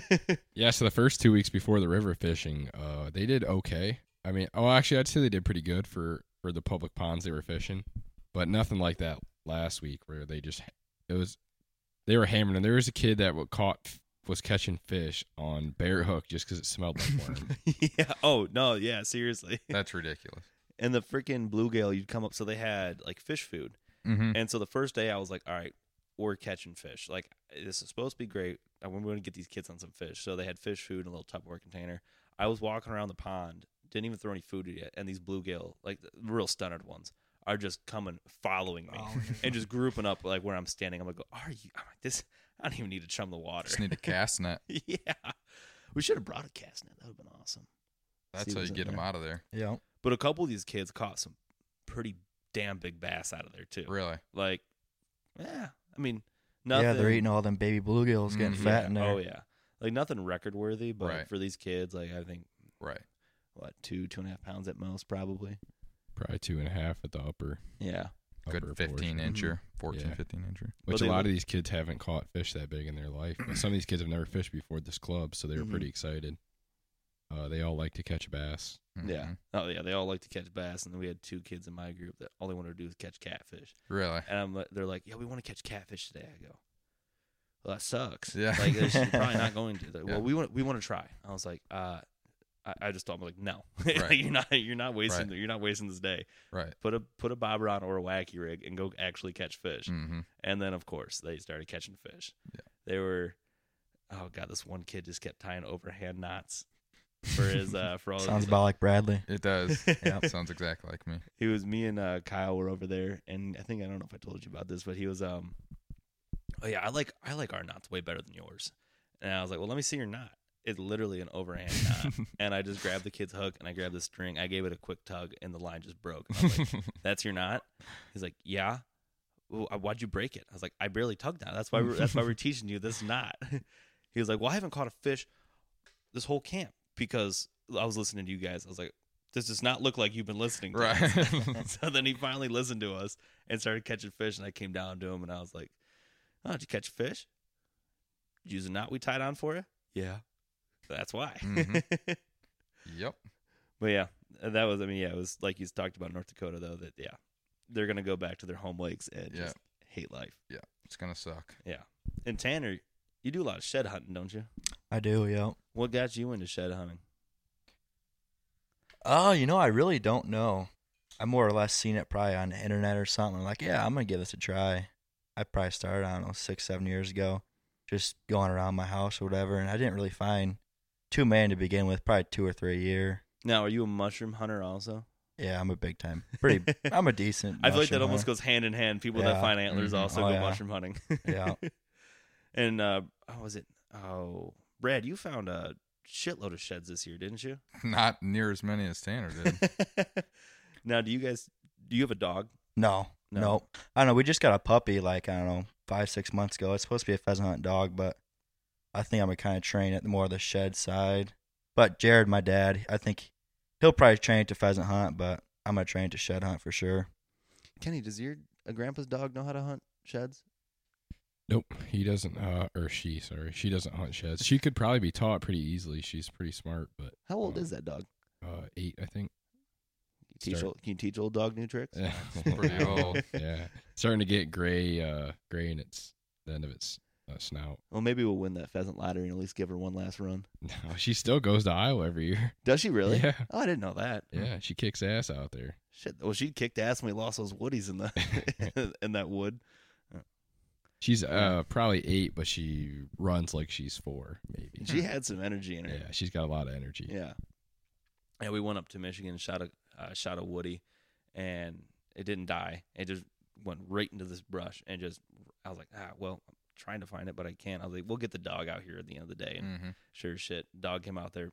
Speaker 4: Yeah, so the first two weeks before the river fishing, uh, they did okay. I mean, oh, actually, I'd say they did pretty good for for the public ponds they were fishing, but nothing like that last week where they just it was they were hammering. And there was a kid that wa- caught was catching fish on bare hook just because it smelled like worm.
Speaker 3: yeah. Oh no. Yeah. Seriously.
Speaker 2: That's ridiculous.
Speaker 3: And the freaking bluegill, you'd come up. So they had like fish food.
Speaker 2: Mm-hmm.
Speaker 3: And so the first day, I was like, all right, we're catching fish. Like this is supposed to be great. I want to get these kids on some fish. So they had fish food in a little Tupperware container. I was walking around the pond, didn't even throw any food yet, and these bluegill, like the real stunted ones, are just coming, following me, and just grouping up like where I'm standing. I'm like, are you? I'm like this. I don't even need to chum the water.
Speaker 2: Just need a cast net.
Speaker 3: yeah. We should have brought a cast net. That would have been awesome.
Speaker 2: That's
Speaker 3: See
Speaker 2: how
Speaker 3: what's
Speaker 2: you
Speaker 3: in
Speaker 2: get them
Speaker 3: there.
Speaker 2: out of there.
Speaker 1: Yeah.
Speaker 3: But a couple of these kids caught some pretty damn big bass out of there too.
Speaker 2: Really.
Speaker 3: Like, yeah, I mean, nothing.
Speaker 1: Yeah, they're eating all them baby bluegills, getting
Speaker 2: Mhm.
Speaker 1: fat in
Speaker 3: Yeah,
Speaker 1: there.
Speaker 3: Oh yeah, like nothing record worthy, but
Speaker 2: Right.
Speaker 3: for these kids, like I think
Speaker 2: Right.
Speaker 3: what two, two and a half pounds at most, probably.
Speaker 4: Probably two and a half at the upper.
Speaker 3: Yeah,
Speaker 2: Good
Speaker 4: upper
Speaker 2: 15
Speaker 4: portion.
Speaker 2: incher,
Speaker 3: Mm-hmm.
Speaker 2: 14,
Speaker 4: Yeah.
Speaker 2: 15 incher.
Speaker 4: Which
Speaker 3: But
Speaker 4: a
Speaker 3: they
Speaker 4: lot
Speaker 3: look-
Speaker 4: of these kids haven't caught fish that big in their life. But some of these kids have never fished before this club, so they were
Speaker 3: Mhm.
Speaker 4: pretty excited. Uh, they all like to catch bass.
Speaker 3: yeah.
Speaker 1: Mm-hmm.
Speaker 2: Mhm.
Speaker 3: Oh yeah, they all like to catch bass, and then we had two kids in my group that all they wanted to do was catch catfish.
Speaker 2: Really.
Speaker 3: And I'm, like- they're like, "Yeah, we want to catch catfish today." I go, "Well, that sucks."
Speaker 2: Yeah.
Speaker 3: like "This- you're probably not going to. They're like,
Speaker 2: Yeah.
Speaker 3: Well, we want we want to try. I was like, uh, I, I just thought I'm like, no,
Speaker 2: Right.
Speaker 3: you're not you're not wasting
Speaker 2: Right.
Speaker 3: the- you're not wasting this day.
Speaker 2: Right.
Speaker 3: Put a put a bobber on or a wacky rig and go actually catch fish.
Speaker 2: Mm-hmm.
Speaker 3: And then of course they started catching fish.
Speaker 2: Yeah.
Speaker 3: They were, oh god, this one kid just kept tying overhand knots for his uh for all
Speaker 1: Sounds
Speaker 3: his,
Speaker 1: about like Bradley.
Speaker 2: It does.
Speaker 1: Yeah.
Speaker 2: Sounds exactly like me.
Speaker 3: he was me and uh, Kyle were over there, and I think I don't know if I told you about this, but he was um, oh yeah, I like I like our knots way better than yours, and I was like, well, let me see your knot. It's literally an overhand knot, and I just grabbed the kid's hook and I grabbed the string. I gave it a quick tug, and the line just broke. And I was like, that's your knot. He's like, yeah. Well, uh, why'd you break it? I was like, I barely tugged on. it. That's why we're, that's why we're teaching you this knot. he was like, well, I haven't caught a fish this whole camp because I was listening to you guys. I was like, this does not look like you've been listening to
Speaker 2: Right.
Speaker 3: us. so then he finally listened to us and started catching fish. And I came down to him and I was like, "Oh, did you catch a fish? Did you use a knot we tied on for you? Yeah, that's why."
Speaker 2: Mhm. yep.
Speaker 3: but yeah, that was. I mean, yeah, it was like you talked about North Dakota though. That yeah, they're gonna go back to their home lakes and
Speaker 2: Yeah.
Speaker 3: just hate life.
Speaker 2: It's gonna suck.
Speaker 3: And Tanner, you do a lot of shed hunting, don't you?
Speaker 1: I do, yeah.
Speaker 3: What got you into shed hunting?
Speaker 1: Oh, you know, I really don't know. I more or less seen it probably on the internet or something. Like, yeah, I'm gonna give this a try. I probably started, I don't know, six, seven years ago, just going around my house or whatever, and I didn't really find too many to begin with, probably two or three a year.
Speaker 3: Now, are you a mushroom hunter also?
Speaker 1: Yeah, I'm a big time, pretty, I'm a decent.
Speaker 3: I feel like that
Speaker 1: mushroom
Speaker 3: almost
Speaker 1: hunter.
Speaker 3: goes hand in hand. People that
Speaker 1: Yeah.
Speaker 3: find antlers
Speaker 4: Mm-hmm.
Speaker 2: Mhm.
Speaker 3: also
Speaker 1: Oh,
Speaker 3: go
Speaker 1: yeah.
Speaker 3: mushroom hunting.
Speaker 1: Yeah.
Speaker 3: and uh, how was it? Oh, Brad, you found a shitload of sheds this year, didn't you?
Speaker 2: Not near as many as Tanner did.
Speaker 3: now, do you guys? Do you have a dog?
Speaker 1: No,
Speaker 3: No.
Speaker 1: no, I don't know. We just got a puppy, like I don't know, five, six months ago. It's supposed to be a pheasant hunt dog, but I think I'm gonna kind of train it more the shed side. But Jared, my dad, I think he'll probably train it to pheasant hunt, but I'm gonna train it to shed hunt for sure.
Speaker 3: Kenny, does your a grandpa's dog know how to hunt sheds?
Speaker 4: Nope, he doesn't. Uh, or she, sorry, she doesn't hunt sheds. She could probably be taught pretty easily. She's pretty smart, but
Speaker 3: How old
Speaker 4: Oh.
Speaker 3: is that dog?
Speaker 4: uh, eight, I think.
Speaker 3: You teach
Speaker 4: Start-
Speaker 3: old, can you teach old dog new tricks?
Speaker 4: Yeah,
Speaker 2: pretty old.
Speaker 4: Yeah, starting to get gray, uh, gray in its the end of its uh, uh, snout.
Speaker 3: Well, maybe we'll win that pheasant lottery and at least give her one last run.
Speaker 4: No, she still goes to Iowa every year.
Speaker 3: Does she really?
Speaker 4: Yeah.
Speaker 3: Oh, I didn't know that.
Speaker 2: Hmm.
Speaker 4: Yeah, she kicks ass out there.
Speaker 3: Shit. Well, she kicked ass when we lost those woodies in the in that wood.
Speaker 4: She's uh probably eight, but she runs like she's four, maybe.
Speaker 3: And
Speaker 2: Hmm.
Speaker 3: she had some energy in her.
Speaker 4: yeah, she's got a lot of energy.
Speaker 3: Yeah. And we went up to Michigan and shot a uh, shot a woody, and it didn't die. It just went right into this brush and just. I was like, ah, well, I'm trying to find it, but I can't. I was like, we'll get the dog out here at the end of the day. And
Speaker 2: hmm
Speaker 3: sure as shit, dog came out there,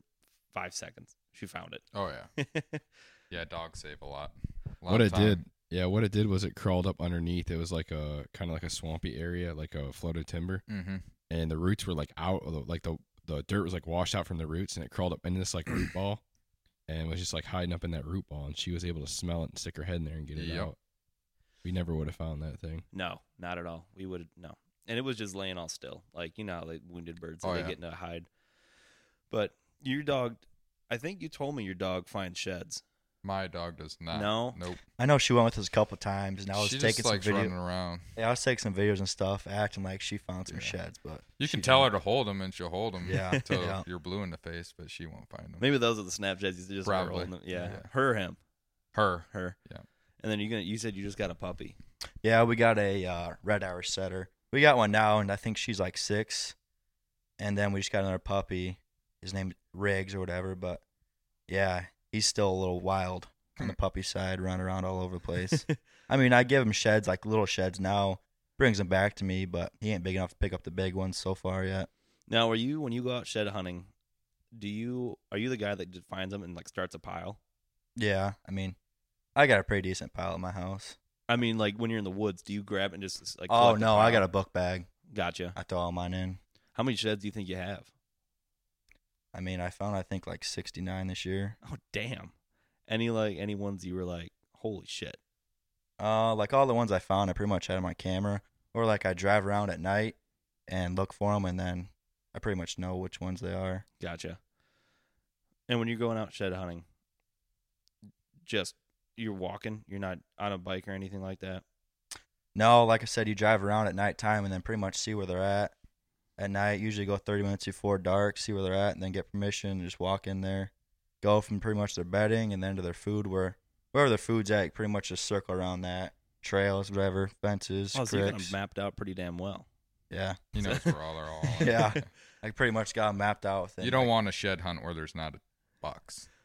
Speaker 3: five seconds. She found
Speaker 2: Oh yeah,
Speaker 3: it.
Speaker 2: yeah. Dogs save a lot. A lot
Speaker 4: What
Speaker 2: of
Speaker 4: it
Speaker 2: time.
Speaker 4: did, yeah, what it did was it crawled up underneath. It was like a kind of like a swampy area, like a floated timber,
Speaker 2: Mhm.
Speaker 4: and the roots were like out, of the- like the the dirt was like washed out from the roots, and it crawled up into this like root ball, and was just like hiding up in that root ball. And she was able to smell it and stick her head in there and get it
Speaker 2: Yep.
Speaker 4: out. We never would have found that thing.
Speaker 3: No, not at all. We would no, and it was just laying all still, like you know, how, like wounded birds,
Speaker 2: Oh,
Speaker 3: they
Speaker 2: yeah.
Speaker 3: get into a hide. But your dog, I think you told me your dog finds sheds.
Speaker 2: My dog does not.
Speaker 3: No?
Speaker 2: Nope.
Speaker 1: I know she went with us a couple times, and I was
Speaker 2: she
Speaker 1: taking
Speaker 2: just
Speaker 1: some
Speaker 2: likes running
Speaker 1: video.
Speaker 2: around.
Speaker 1: Yeah, I was taking some videos and stuff, acting like she found some sheds, but
Speaker 2: You
Speaker 1: she
Speaker 2: can tell her
Speaker 1: didn't.
Speaker 2: to hold them, and she'll hold them.
Speaker 1: Yeah,
Speaker 2: Until
Speaker 1: yeah.
Speaker 2: you're blue in the face, but she won't find them.
Speaker 3: Maybe those are the Snapchats. You just
Speaker 2: Probably.
Speaker 3: rolled them. Yeah.
Speaker 2: Yeah.
Speaker 3: her, him,
Speaker 2: Her.
Speaker 3: her.
Speaker 2: Yeah.
Speaker 3: And then you gonna you said you just got a puppy.
Speaker 1: Yeah, we got a uh, red Irish setter. We got one now, and I think she's like six. And then we just got another puppy. His name Riggs or whatever, but yeah, he's still a little wild on the puppy side, running around all over the place. I mean, I give him sheds, like little sheds now, brings them back to me, but he ain't big enough to pick up the big ones so far yet.
Speaker 3: Now, are you when you go out shed hunting? Do you are you the guy that just finds them and like starts a pile?
Speaker 1: Yeah, I mean, I got a pretty decent pile at my house.
Speaker 3: I mean, like when you're in the woods, do you grab and just like?
Speaker 1: oh,
Speaker 3: collect the
Speaker 1: no, I
Speaker 3: pile?
Speaker 1: got a book bag.
Speaker 3: Gotcha.
Speaker 1: I throw all mine in.
Speaker 3: How many sheds do you think you have?
Speaker 1: I mean, I found, I think, like 69 this year.
Speaker 3: Oh damn! Any like any ones you were like, holy shit!
Speaker 1: Uh, like all the ones I found, I pretty much had on my camera, or like I drive around at night and look for them, and then I pretty much know which ones they are.
Speaker 3: Gotcha. And when you're going out shed hunting, just you're walking. You're not on a bike or anything like that.
Speaker 1: No, like I said, you drive around at nighttime and then pretty much see where they're at. At night, usually go 30 minutes before dark, see where they're at, and then get permission and just walk in there. Go from pretty much their bedding and then to their food, where wherever their food's at, you pretty much just circle around that trails, whatever, fences,
Speaker 3: Oh, so you got 'em
Speaker 1: creeks.
Speaker 3: mapped out pretty damn well.
Speaker 1: Yeah,
Speaker 2: He knows where all are all. at.
Speaker 1: Yeah. I pretty much got 'em mapped out. Within,
Speaker 2: You don't
Speaker 1: like,
Speaker 2: want a shed hunt where there's not a box.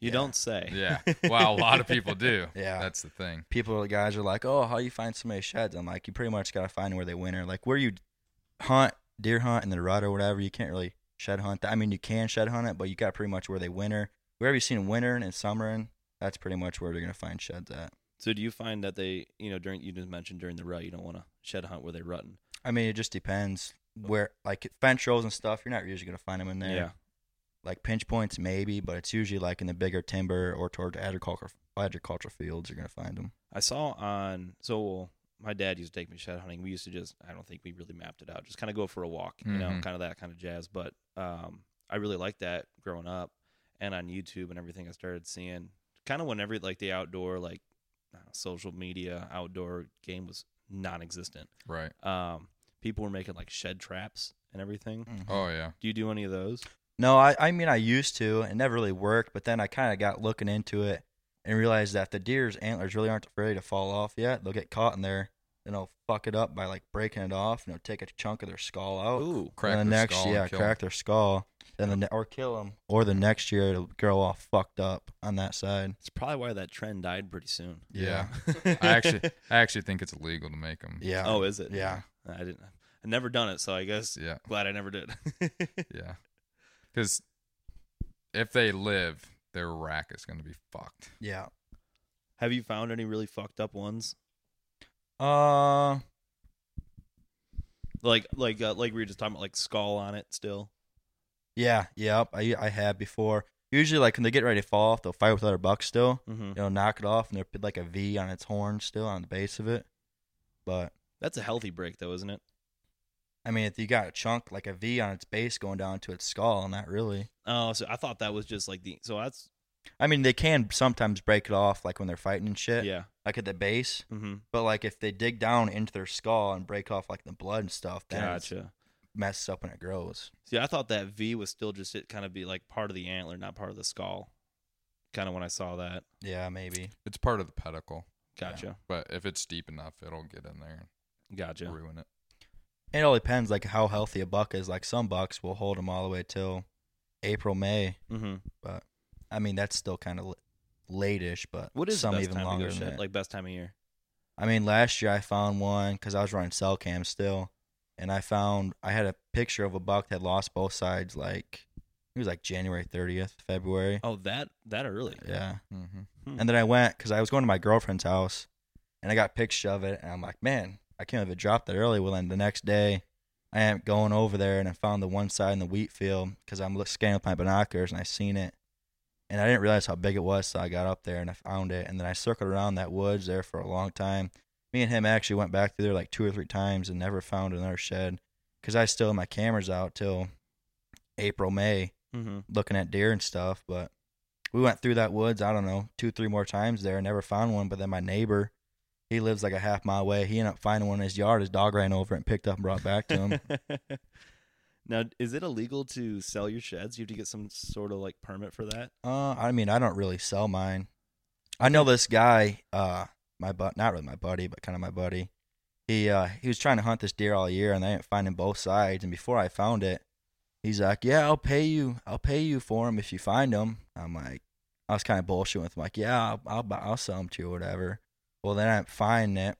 Speaker 3: You
Speaker 1: Yeah.
Speaker 3: don't say.
Speaker 2: Yeah. Well, a lot of people do.
Speaker 1: Yeah.
Speaker 2: That's the thing.
Speaker 1: people guys are like, "Oh, how you find so many sheds?" I'm like, "You pretty much gotta find where they winter. Like where you hunt, deer hunt in the rut or whatever. You can't really shed hunt. That. I mean, you can shed hunt it, but you got pretty much where they winter. Wherever you seen them wintering and summering, that's pretty much where they're gonna find sheds at.
Speaker 3: So do you find that they, you know, during you just mentioned during the rut, you don't want to shed hunt where they're rutting.
Speaker 1: I mean, it just depends where like fence rows and stuff. You're not usually gonna find them in there.
Speaker 3: Yeah.
Speaker 1: Like pinch points maybe, but it's usually like in the bigger timber or toward agriculture agricultural fields. You're gonna find them.
Speaker 3: I saw on so my dad used to take me shed hunting. We used to just I don't think we really mapped it out. Just kind of go for a walk, you know,
Speaker 2: Mhm.
Speaker 3: kind of that kind of jazz. But um, I really liked that growing up, and on YouTube and everything, I started seeing kind of whenever like the outdoor like I don't know, social media outdoor game was non-existent.
Speaker 2: Right.
Speaker 3: Um, people were making like shed traps and everything.
Speaker 1: Mm.
Speaker 2: Oh yeah.
Speaker 3: Do you do any of those?
Speaker 1: No, I, I mean I used to. It never really worked, but then I kind of got looking into it and realized that the deer's antlers really aren't ready to fall off yet. They'll get caught in there and they'll fuck it up by like breaking it off and they'll take a chunk of their skull out.
Speaker 3: Ooh,
Speaker 2: Crack
Speaker 1: and the
Speaker 2: their
Speaker 1: next,
Speaker 2: skull and
Speaker 1: yeah,
Speaker 2: kill 'em.
Speaker 1: crack their skull, and the ne- or kill them, or the next year it'll grow all fucked up on that side.
Speaker 3: it's probably why that trend died pretty soon.
Speaker 2: Yeah. I actually, I actually think it's illegal to make them.
Speaker 1: yeah,
Speaker 3: Oh, is it?
Speaker 1: yeah.
Speaker 3: I didn't. I never done it, so I guess
Speaker 2: Yeah.
Speaker 3: glad I never did.
Speaker 2: Yeah. Because if they live, their rack is going to be fucked.
Speaker 1: yeah.
Speaker 3: Have you found any really fucked up ones?
Speaker 1: Uh,
Speaker 3: Like like uh, like we were just talking about like skull on it still.
Speaker 1: yeah, yep. I I had before. Usually, like when they get ready to fall off, they'll fight with other bucks still.
Speaker 3: Mm-hmm.
Speaker 1: you know, knock it off, and they'll put like a V on its horn still on the base of it. But
Speaker 3: That's a healthy break though, isn't it?
Speaker 1: I mean, if you got a chunk like a V on its base going down to its skull, not really.
Speaker 3: Oh, so I thought that was just like the so that's
Speaker 1: I mean, they can sometimes break it off, like when they're fighting and shit,
Speaker 3: yeah.
Speaker 1: like at the base.
Speaker 3: Mm-hmm.
Speaker 1: But like if they dig down into their skull and break off like the blood and stuff, then it's-
Speaker 3: Gotcha.
Speaker 1: messes up when it grows.
Speaker 3: See, I thought that V was still just it kind of be like part of the antler, not part of the skull. Kind of when I saw that.
Speaker 1: Yeah, maybe.
Speaker 2: It's part of the pedicle,
Speaker 3: Gotcha.
Speaker 2: but if it's deep enough, it'll get in there and
Speaker 3: Gotcha.
Speaker 2: ruin it.
Speaker 1: It all depends like how healthy a buck is. Like some bucks will hold them all the way till April, May.
Speaker 3: Mm-hmm.
Speaker 1: I mean, that's still kind of late-ish, but
Speaker 3: What is
Speaker 1: some
Speaker 3: the best
Speaker 1: even
Speaker 3: time
Speaker 1: longer
Speaker 3: to go
Speaker 1: than
Speaker 3: shed?
Speaker 1: that.
Speaker 3: Like best time of year.
Speaker 1: I mean, last year I found one because I was running cell cam still, and I found I had a picture of a buck that lost both sides. Like it was like January thirtieth, February.
Speaker 3: Oh, that that early.
Speaker 1: Yeah,
Speaker 2: Mm-hmm.
Speaker 3: Hmm.
Speaker 1: and then I went because I was going to my girlfriend's house, and I got pictures of it, and I'm like, man, I can't believe it dropped that early. Well, then the next day, I am going over there and I found the one side in the wheat field because I'm look- scanning with my binoculars and I seen it, and I didn't realize how big it was, so I got up there and I found it, and then I circled around that woods there for a long time. Me and him actually went back through there like two or three times and never found another shed because I still had my cameras out till April, May
Speaker 3: Mm-hmm.
Speaker 1: looking at deer and stuff, but we went through that woods, I don't know, two, three more times there, never found one. But then my neighbor, he lives like a half mile away. He ended up finding one in his yard. His dog ran over it and picked up and brought back to him.
Speaker 3: now, is it illegal to sell your sheds? You have to get some sort of like permit for that.
Speaker 1: uh, I mean, I don't really sell mine. I know this guy, uh, my but not really my buddy, but kind of my buddy. He uh, he was trying to hunt this deer all year, and I didn't find him both sides. And before I found it, he's like, "Yeah, I'll pay you. I'll pay you for him if you find him." I'm like, I was kind of bullshitting with him, like, "Yeah, I'll I'll, buy, I'll sell him to you, or whatever." Well, then I find it,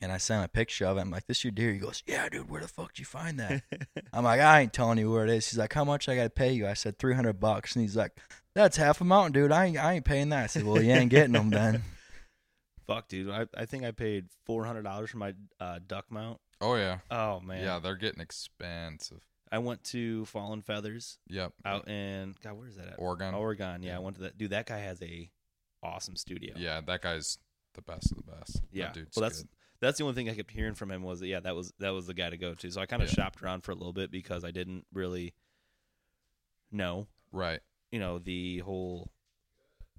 Speaker 1: and I sent him a picture of it. I'm like, "This your deer?" He goes, "Yeah, dude. Where the fuck did you find that?" I'm like, I ain't telling you where it is. He's like, how much I got to pay you? I said, 300 bucks. And he's like, that's half a mountain, dude. I ain't, I ain't paying that. I said, well, you ain't getting them then.
Speaker 3: Fuck, dude. I, I think I paid four hundred dollars for my uh, duck mount.
Speaker 2: Oh yeah,
Speaker 3: Oh man.
Speaker 2: yeah, they're getting expensive.
Speaker 3: I went to Fallen Feathers
Speaker 2: Yep,
Speaker 3: out in God. Where is that at?
Speaker 2: Oregon.
Speaker 3: Oregon. Yeah, I
Speaker 2: Yeah.
Speaker 3: went to that. Dude, that guy has a awesome studio.
Speaker 2: Yeah, that guy's the best of the best. That
Speaker 3: Yeah.
Speaker 2: dude's
Speaker 3: well, that's
Speaker 2: good.
Speaker 3: that's the only thing I kept hearing from him was that yeah, that was that was the guy to go to. So I kind of
Speaker 2: Yeah.
Speaker 3: shopped around for a little bit because I didn't really know,
Speaker 2: right.
Speaker 3: you know, the whole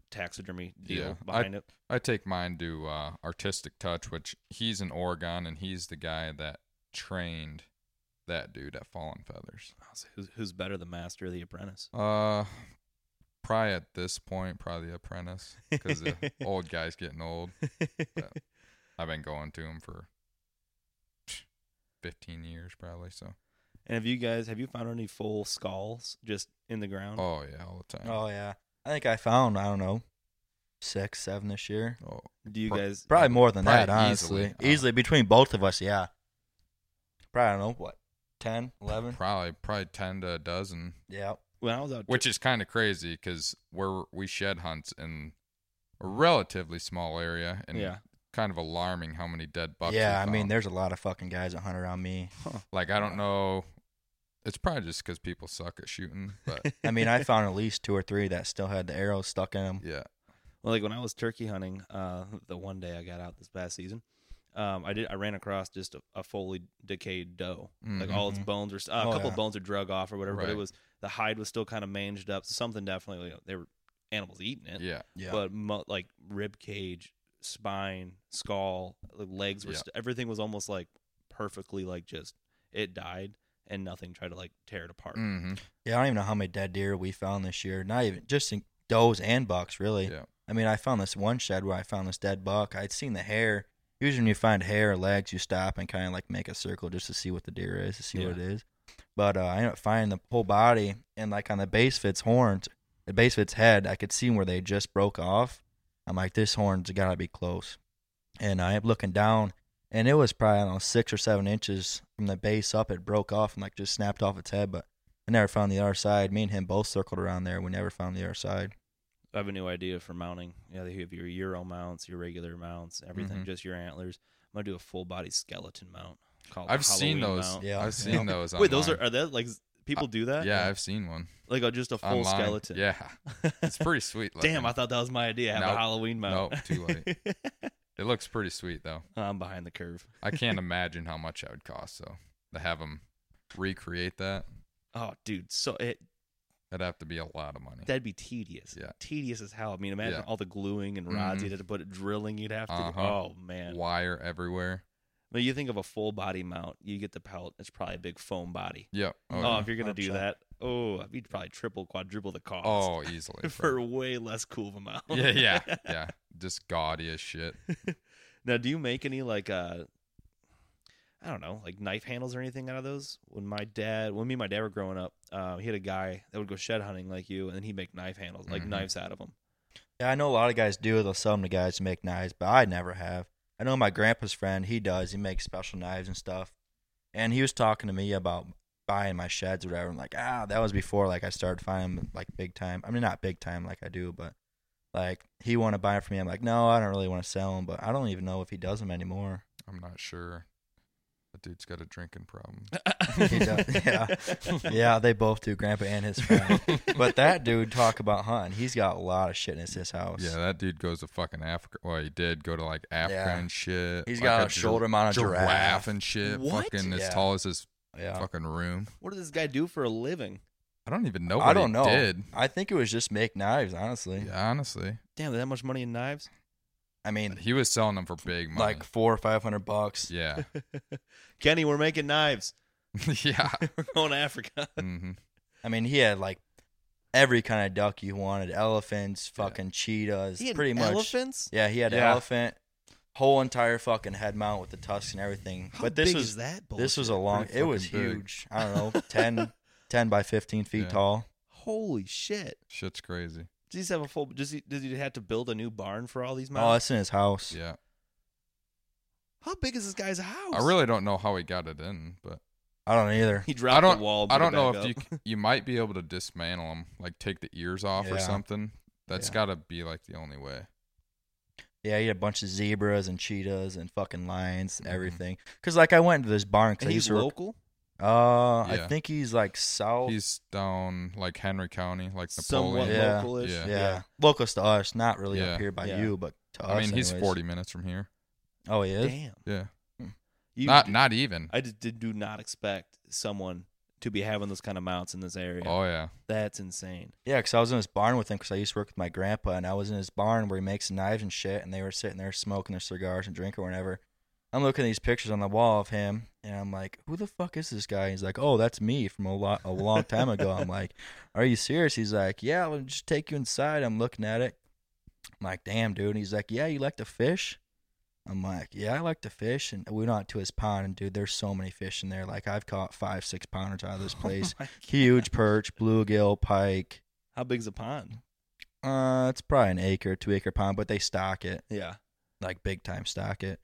Speaker 3: taxidermy deal
Speaker 2: Yeah.
Speaker 3: behind it.
Speaker 2: I take mine to uh, Artistic Touch, which he's in Oregon, and he's the guy that trained that dude at Fallen Feathers.
Speaker 3: I was like, Who's, who's better, the master or the apprentice?
Speaker 2: Uh, probably at this point, probably the apprentice, because the old guy's getting old. I've been going to him for fifteen years, probably. So,
Speaker 3: and have you guys have you found any full skulls just in the ground?
Speaker 2: oh yeah, all the time.
Speaker 1: Oh, yeah. I think I found, I don't know, six, seven this year.
Speaker 2: Oh,
Speaker 3: Do you
Speaker 2: pro-
Speaker 3: guys?
Speaker 1: Probably more than
Speaker 2: Probably
Speaker 1: that, honestly.
Speaker 2: easily.
Speaker 1: Easily. Oh. between both of us, yeah. Probably, I don't know, what, 10, 11?
Speaker 2: probably probably ten to a dozen
Speaker 1: Yeah.
Speaker 3: When I was out,
Speaker 2: which is kind of crazy because we're we shed hunts in a relatively small area and
Speaker 3: yeah,
Speaker 2: kind of alarming how many dead bucks.
Speaker 1: yeah, I
Speaker 2: we
Speaker 1: mean,
Speaker 2: found.
Speaker 1: there's a lot of fucking guys that hunt around me.
Speaker 2: like I don't know. It's probably just because people suck at shooting, but
Speaker 1: I mean, I found at least two or three that still had the arrows stuck in them.
Speaker 2: yeah,
Speaker 3: Well, like when I was turkey hunting, uh, the one day I got out this past season, um, I did I ran across just a, a fully decayed doe, like
Speaker 2: mm-hmm.
Speaker 3: all its
Speaker 1: Mhm.
Speaker 3: bones were s- uh, a
Speaker 1: Oh,
Speaker 3: couple
Speaker 1: yeah.
Speaker 3: bones are drug off or whatever, but it
Speaker 2: Right.
Speaker 3: was the hide was still kind of manged up, so something definitely you know, they were animals eating it,
Speaker 2: yeah,
Speaker 1: Yeah.
Speaker 3: but mo- like rib cage, spine, skull, the legs were
Speaker 2: Yeah.
Speaker 3: st- everything was almost like perfectly like just it died and nothing tried to like tear it apart.
Speaker 2: hmm
Speaker 1: Yeah, I don't even know how many dead deer we found this year. Not even just in does and bucks, really.
Speaker 2: Yeah.
Speaker 1: I mean, I found this one shed where I found this dead buck. I'd seen the hair. Usually, when you find hair or legs, you stop and kind of like make a circle just to see what the deer is, to see what it is. But uh, I ended up finding the whole body and like on the base of its horns, the base of its head, I could see where they just broke off. I'm like, this horn's gotta be close. And I am looking down, and it was probably I don't know six or seven inches from the base up. It broke off and like just snapped off its head, but I never found the other side. Me and him both circled around there. We never found the other side.
Speaker 3: I have a new idea for mounting. Yeah, they have your Euro mounts, your regular mounts, everything,
Speaker 2: Mhm.
Speaker 3: just your antlers. I'm gonna do a full body skeleton mount. Called
Speaker 2: I've seen
Speaker 3: Halloween
Speaker 2: those.
Speaker 3: mount.
Speaker 1: Yeah.
Speaker 2: I've seen those.
Speaker 3: Wait, those are
Speaker 2: online.
Speaker 3: are that like s- people do that?
Speaker 2: yeah, I've seen one
Speaker 3: like a, just a full
Speaker 2: online.
Speaker 3: skeleton.
Speaker 2: Yeah, it's pretty sweet.
Speaker 3: Damn, I
Speaker 2: looking.
Speaker 3: thought that was my idea. Have a
Speaker 2: Nope.
Speaker 3: Halloween mount.
Speaker 2: Nope, too late. it looks pretty sweet though.
Speaker 3: I'm behind the curve.
Speaker 2: I can't imagine how much that would cost. So to have them recreate that,
Speaker 3: Oh, dude, so it
Speaker 2: that'd have to be a lot of money.
Speaker 3: that'd be tedious.
Speaker 2: Yeah.
Speaker 3: Tedious as hell. I mean, imagine
Speaker 2: Yeah.
Speaker 3: all the gluing and rods
Speaker 2: Mhm.
Speaker 3: you'd have to put, drilling you'd have to. do.
Speaker 2: Uh-huh.
Speaker 3: Oh man,
Speaker 2: Wire everywhere.
Speaker 3: When you think of a full body mount, you get the pelt. It's probably a big foam body.
Speaker 2: Yep.
Speaker 3: Oh,
Speaker 2: Oh,
Speaker 3: if you're gonna do
Speaker 1: 100%.
Speaker 3: that, oh, you'd probably triple, quadruple the cost
Speaker 2: oh easily.
Speaker 3: for
Speaker 2: bro.
Speaker 3: way less cool of amount.
Speaker 2: yeah, yeah, yeah. Just gaudy as shit.
Speaker 3: now, do you make any like uh, I don't know, like knife handles or anything out of those? When my dad, when me and my dad were growing up, uh, he had a guy that would go shed hunting like you, and then he'd make knife handles, like
Speaker 2: Mhm.
Speaker 3: knives out of them.
Speaker 1: Yeah, I know a lot of guys do. They'll sell them to guys to make knives, but I never have. I know my grandpa's friend, he does. He makes special knives and stuff. And he was talking to me about buying my sheds or whatever. I'm like, ah, that was before like I started finding them, like big time. I mean, not big time like I do, but like he wanted to buy them for me. I'm like, no, I don't really want to sell them, but I don't even know if he does them anymore.
Speaker 2: I'm not sure. That dude's got a drinking problem.
Speaker 1: He does- yeah. Yeah, they both do, grandpa and his friend. but that dude talk about hunting. He's got a lot of shit in his house.
Speaker 2: Yeah, that dude goes to fucking Africa. Well, he did go to like Africa
Speaker 1: Yeah.
Speaker 2: and shit.
Speaker 1: He's
Speaker 2: like
Speaker 1: got a,
Speaker 2: gi-
Speaker 1: shoulder mount of
Speaker 2: giraffe,
Speaker 1: giraffe.
Speaker 2: and shit.
Speaker 3: What?
Speaker 2: Fucking
Speaker 1: Yeah.
Speaker 2: as tall as his
Speaker 1: yeah.
Speaker 2: fucking room.
Speaker 3: What does this guy do for a living?
Speaker 2: I don't even know. What
Speaker 1: I don't
Speaker 2: he
Speaker 1: know.
Speaker 2: Did
Speaker 1: I think it was just make knives, honestly.
Speaker 2: yeah, honestly,
Speaker 3: Damn, that much money in knives?
Speaker 1: I mean,
Speaker 2: he was selling them for big money.
Speaker 1: like four or five hundred bucks.
Speaker 2: yeah,
Speaker 3: Kenny, we're making knives.
Speaker 2: yeah.
Speaker 3: we're going to Africa.
Speaker 2: hmm
Speaker 1: I mean, he had like every kind of duck you wanted: elephants,
Speaker 2: Yeah.
Speaker 1: fucking cheetahs,
Speaker 3: He had
Speaker 1: pretty much.
Speaker 3: elephants.
Speaker 1: Yeah, he had an
Speaker 2: Yeah.
Speaker 1: elephant, whole entire fucking head mount with the tusks and everything.
Speaker 3: How
Speaker 1: but this
Speaker 3: big
Speaker 1: was
Speaker 3: is that? Bullshit?
Speaker 1: this was a long.
Speaker 2: Pretty
Speaker 1: It was
Speaker 2: fucking big.
Speaker 1: huge. I don't know, 10, 10 by fifteen feet
Speaker 2: Yeah.
Speaker 1: tall.
Speaker 3: holy shit.
Speaker 2: Shit's crazy.
Speaker 3: Does he have a full? Does he? Does he have to build a new barn for all these
Speaker 1: Oh,
Speaker 3: mounts?
Speaker 1: that's in his house.
Speaker 2: Yeah,
Speaker 3: How big is this guy's house?
Speaker 2: I really don't know how he got it in, but
Speaker 1: I don't either.
Speaker 3: He dropped
Speaker 2: I don't.
Speaker 3: the wall. and
Speaker 2: I
Speaker 3: put it
Speaker 2: don't know
Speaker 3: back
Speaker 2: if you
Speaker 3: up.
Speaker 2: c- you might be able to dismantle them, like take the ears off or
Speaker 1: Yeah.
Speaker 2: something. That's
Speaker 1: Yeah.
Speaker 2: got to be like the only way.
Speaker 1: Yeah, he had a bunch of zebras and cheetahs and fucking lions and
Speaker 2: Mhm.
Speaker 1: everything. Because like I went to this barn
Speaker 3: And
Speaker 1: because I used
Speaker 3: he's
Speaker 1: to work-
Speaker 3: local.
Speaker 1: Uh, I
Speaker 2: Yeah.
Speaker 1: think he's like south.
Speaker 2: He's down like Henry County, like
Speaker 3: Somewhat
Speaker 2: Napoleon.
Speaker 1: Yeah.
Speaker 2: Yeah.
Speaker 3: localish.
Speaker 1: yeah. locals to us, not really
Speaker 2: Yeah.
Speaker 1: up here by
Speaker 3: Yeah.
Speaker 1: you, but to us.
Speaker 2: I mean, he's
Speaker 1: anyways.
Speaker 2: 40 minutes from here.
Speaker 1: Oh, he is.
Speaker 3: Damn.
Speaker 2: Yeah,
Speaker 3: You
Speaker 2: not
Speaker 3: d-
Speaker 2: not even.
Speaker 3: I just did, do not expect someone to be having those kind of mounts in this area.
Speaker 2: Oh yeah,
Speaker 3: That's insane.
Speaker 1: Yeah, because I was in his barn with him because I used to work with my grandpa, and I was in his barn where he makes knives and shit, and they were sitting there smoking their cigars and drinking or whatever. I'm looking at these pictures on the wall of him, and I'm like, "Who the fuck is this guy?" He's like, "Oh, that's me from a lot a long time ago." I'm like, "Are you serious?" He's like, "Yeah, I'll just take you inside." I'm looking at it. I'm like, "Damn, dude." And he's like, "Yeah, you like to fish?" I'm like, "Yeah, I like to fish." And we went out to his pond, and dude, there's so many fish in there. Like I've caught five, six pounders out of this place.
Speaker 3: Oh my God.
Speaker 1: Huge perch, bluegill, pike.
Speaker 3: How big's a pond?
Speaker 1: Uh, it's probably an acre, two acre pond, but they stock it
Speaker 3: Yeah,
Speaker 1: like big time stock it.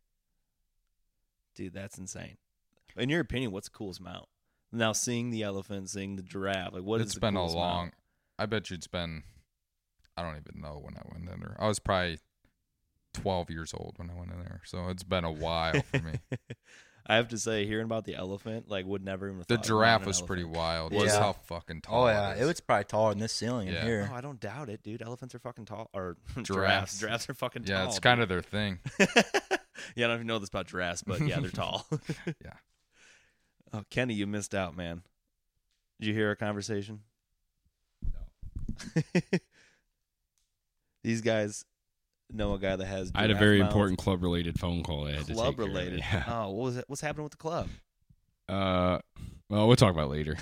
Speaker 3: dude, that's insane. In your opinion, what's the coolest mount? Now, seeing the elephant, seeing the giraffe, like what is
Speaker 2: it's
Speaker 3: the
Speaker 2: been a
Speaker 3: coolest mount?
Speaker 2: long. I bet you it's been. I don't even know when I went in there. I was probably 12 years old when I went in there, so it's been a while for me.
Speaker 3: I have to say, hearing about the elephant, like, would never even. have
Speaker 2: The
Speaker 3: thought about
Speaker 2: giraffe
Speaker 3: an
Speaker 2: was pretty
Speaker 3: elephant.
Speaker 2: wild. Was
Speaker 1: Yeah.
Speaker 2: how fucking tall.
Speaker 1: Oh yeah,
Speaker 2: it
Speaker 1: it
Speaker 2: is.
Speaker 1: was probably taller than this ceiling in
Speaker 2: Yeah.
Speaker 1: here.
Speaker 3: Oh, I don't doubt it, dude. Elephants are fucking tall, or giraffes.
Speaker 2: Giraffes.
Speaker 3: Giraffes are fucking tall.
Speaker 2: Yeah, it's kind of their thing.
Speaker 3: yeah, I don't even know this about giraffes, but yeah, they're tall.
Speaker 2: Yeah.
Speaker 3: Oh, Kenny, you missed out, man. Did you hear our conversation? No. These guys know a guy that has.
Speaker 4: I had a
Speaker 3: giraffe
Speaker 4: very
Speaker 3: mouth.
Speaker 4: important club related phone call. I had to take
Speaker 3: club
Speaker 4: care of.
Speaker 3: related.
Speaker 4: Yeah.
Speaker 3: Oh, what was it? What's happening with the club?
Speaker 1: Oh.
Speaker 4: Uh, well, we'll talk about it later.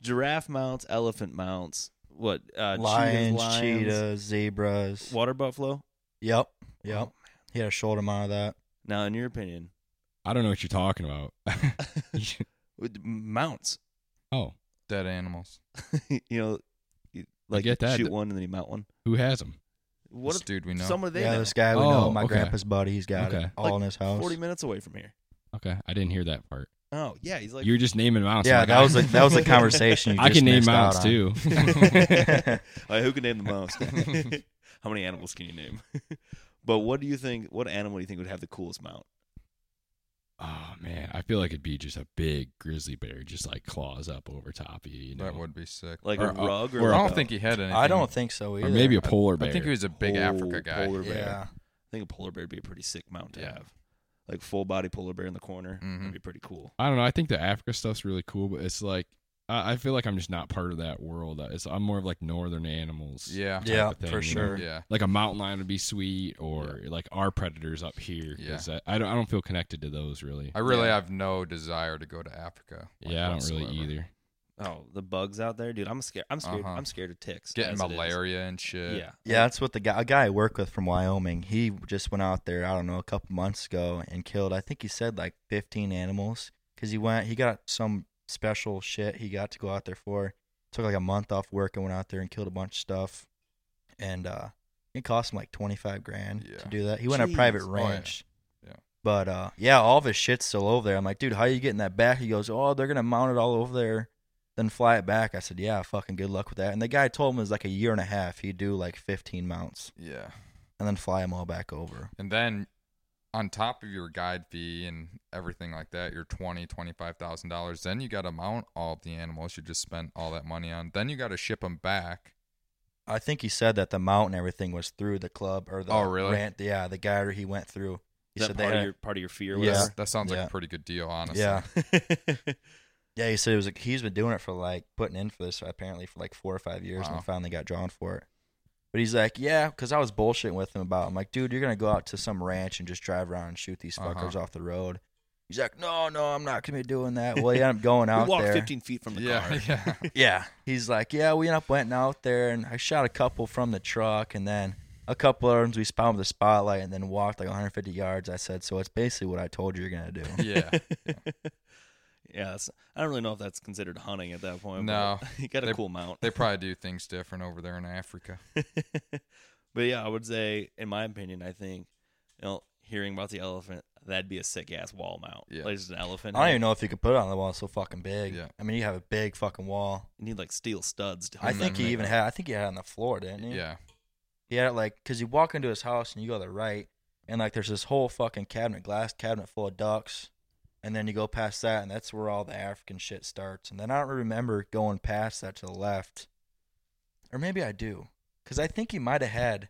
Speaker 3: Giraffe mounts, elephant mounts. What? Uh,
Speaker 1: lions,
Speaker 3: cheetahs, lions,
Speaker 1: cheetahs, zebras.
Speaker 3: water buffalo.
Speaker 1: Yep, yep.
Speaker 3: Oh,
Speaker 1: He had a shoulder mount of that.
Speaker 3: Now, in your opinion,
Speaker 4: I don't know what you're talking about.
Speaker 3: with mounts.
Speaker 4: oh,
Speaker 2: Dead animals.
Speaker 3: you know, you, like
Speaker 4: get that.
Speaker 3: shoot one and then you mount one.
Speaker 4: who has them?
Speaker 3: What?
Speaker 2: this
Speaker 3: if-
Speaker 2: dude we know.
Speaker 3: Some of they
Speaker 1: yeah,
Speaker 3: know.
Speaker 1: this guy we
Speaker 4: Oh,
Speaker 1: know, my
Speaker 4: okay.
Speaker 1: grandpa's buddy, he's got
Speaker 4: Okay.
Speaker 1: it all
Speaker 3: Like
Speaker 1: in his house.
Speaker 3: Forty minutes away from here.
Speaker 4: Okay, I didn't hear that part.
Speaker 3: Oh yeah, he's like
Speaker 4: you were just naming mounts.
Speaker 1: yeah,
Speaker 4: Like,
Speaker 1: that
Speaker 4: I-
Speaker 1: was a, that was a conversation. You
Speaker 4: I
Speaker 1: just
Speaker 4: can name
Speaker 1: missed out
Speaker 4: mounts
Speaker 1: on.
Speaker 4: too.
Speaker 3: All right, who can name the most? How many animals can you name? but what do you think? What animal do you think would have the coolest mount?
Speaker 4: oh man, I feel like it'd be just a big grizzly bear, just like claws up over top of you. You know,
Speaker 2: That would be sick.
Speaker 3: Like
Speaker 4: Or
Speaker 3: a
Speaker 4: a-
Speaker 3: rug? Or,
Speaker 4: or
Speaker 2: uh, I
Speaker 3: like
Speaker 4: a-
Speaker 2: don't
Speaker 3: a-
Speaker 2: think he had anything.
Speaker 1: I don't think so either.
Speaker 4: or maybe a polar bear.
Speaker 2: I think he was a big
Speaker 3: Whole
Speaker 2: Africa guy.
Speaker 3: polar bear.
Speaker 1: Yeah,
Speaker 3: I think a polar bear would be a pretty sick mount to
Speaker 2: Yeah.
Speaker 3: have. Like full body polar bear in the corner,
Speaker 2: Mhm.
Speaker 3: that'd be pretty cool.
Speaker 4: I don't know. I think the Africa stuff's really cool, but it's like I, I feel like I'm just not part of that world. Uh, It's I'm more of like northern animals.
Speaker 2: Yeah.
Speaker 4: type
Speaker 1: Yeah,
Speaker 4: of thing,
Speaker 1: for
Speaker 4: you know?
Speaker 1: sure.
Speaker 2: Yeah.
Speaker 4: Like a mountain lion would be sweet, or like our predators up here. 'cause I, I don't I don't feel connected to those really.
Speaker 2: I really
Speaker 3: Yeah.
Speaker 2: have no desire to go to Africa. like,
Speaker 4: yeah, I don't really
Speaker 2: whatsoever.
Speaker 4: either.
Speaker 3: Oh, the bugs out there, dude. I'm scared. I'm scared.
Speaker 2: Uh-huh.
Speaker 3: I'm scared of ticks.
Speaker 2: Getting
Speaker 3: as it is.
Speaker 2: malaria and shit.
Speaker 3: Yeah.
Speaker 1: Yeah, that's what the guy, a guy I work with from Wyoming, he just went out there, I don't know, a couple months ago and killed, I think he said like 15 animals because he went, he got some special shit he got to go out there for. Took like a month off work and went out there and killed a bunch of stuff. And uh, it cost him like 25 grand
Speaker 2: Yeah.
Speaker 1: to do that. He went on a private
Speaker 3: Jeez.
Speaker 2: Oh, yeah.
Speaker 1: ranch.
Speaker 2: Yeah.
Speaker 1: But uh, yeah, all of his shit's still over there. I'm like, dude, how you getting that back? He goes, oh, they're going to mount it all over there then fly it back. I said, yeah, fucking good luck with that. And the guy told him it was like a year and a half. He'd do like 15 mounts
Speaker 2: Yeah.
Speaker 1: and then fly them all back over.
Speaker 2: And then on top of your guide fee and everything like that, your twenty, twenty-five thousand dollars. Then you got to mount all of the animals you just spent all that money on. Then you got to ship them back.
Speaker 1: I think he said that the mount and everything was through the club or the
Speaker 2: Oh, really?
Speaker 1: rant- yeah, the guy he went through. He
Speaker 3: Is that
Speaker 1: said they
Speaker 3: part of
Speaker 1: had,
Speaker 3: your part of your fear?
Speaker 1: Yeah.
Speaker 2: That's- that sounds like
Speaker 1: Yeah.
Speaker 2: a pretty good deal, honestly.
Speaker 1: yeah,
Speaker 3: Yeah.
Speaker 1: yeah. He said it was like, he's been doing it for like putting in for this apparently for like four or five years
Speaker 2: Wow.
Speaker 1: and finally got drawn for it. But he's like, yeah, because I was bullshitting with him about. it. I'm like, dude, you're gonna go out to some ranch and just drive around and shoot these
Speaker 2: Uh-huh.
Speaker 1: fuckers off the road. He's like, no, no, I'm not gonna be doing that. Well, he ended up going out
Speaker 3: we walked
Speaker 1: there.
Speaker 3: 15 feet from the
Speaker 2: Yeah.
Speaker 3: car.
Speaker 2: Yeah.
Speaker 1: Yeah. He's like, yeah, we end up went out there and I shot a couple from the truck and then a couple of times we spotted the spotlight and then walked like 150 yards. I said, so it's basically what I told you you're going to do.
Speaker 2: yeah.
Speaker 3: Yeah, that's, I don't really know if that's considered hunting at that point.
Speaker 2: No.
Speaker 3: but you got a
Speaker 2: They-
Speaker 3: cool mount.
Speaker 2: They probably do things different over there in Africa.
Speaker 3: but yeah, I would say, in my opinion, I think you know, hearing about the elephant, that'd be a sick ass wall mount.
Speaker 2: Yeah.
Speaker 3: Like just an elephant.
Speaker 1: I don't even know if you could put it on the wall. It's so fucking big.
Speaker 2: Yeah.
Speaker 1: I mean, you have a big fucking wall.
Speaker 3: You need like steel studs. To
Speaker 1: I
Speaker 3: hold
Speaker 1: think
Speaker 3: that
Speaker 1: he
Speaker 3: thing
Speaker 1: even
Speaker 3: up.
Speaker 1: had, I think he had it on the floor, didn't he?
Speaker 2: Yeah.
Speaker 1: He had it like, because you walk into his house and you go to the right and like there's this whole fucking cabinet, glass cabinet full of ducks. And then you go past that and that's where all the African shit starts. And then I don't remember going past that to the left. Or maybe I do. Because I think he might have had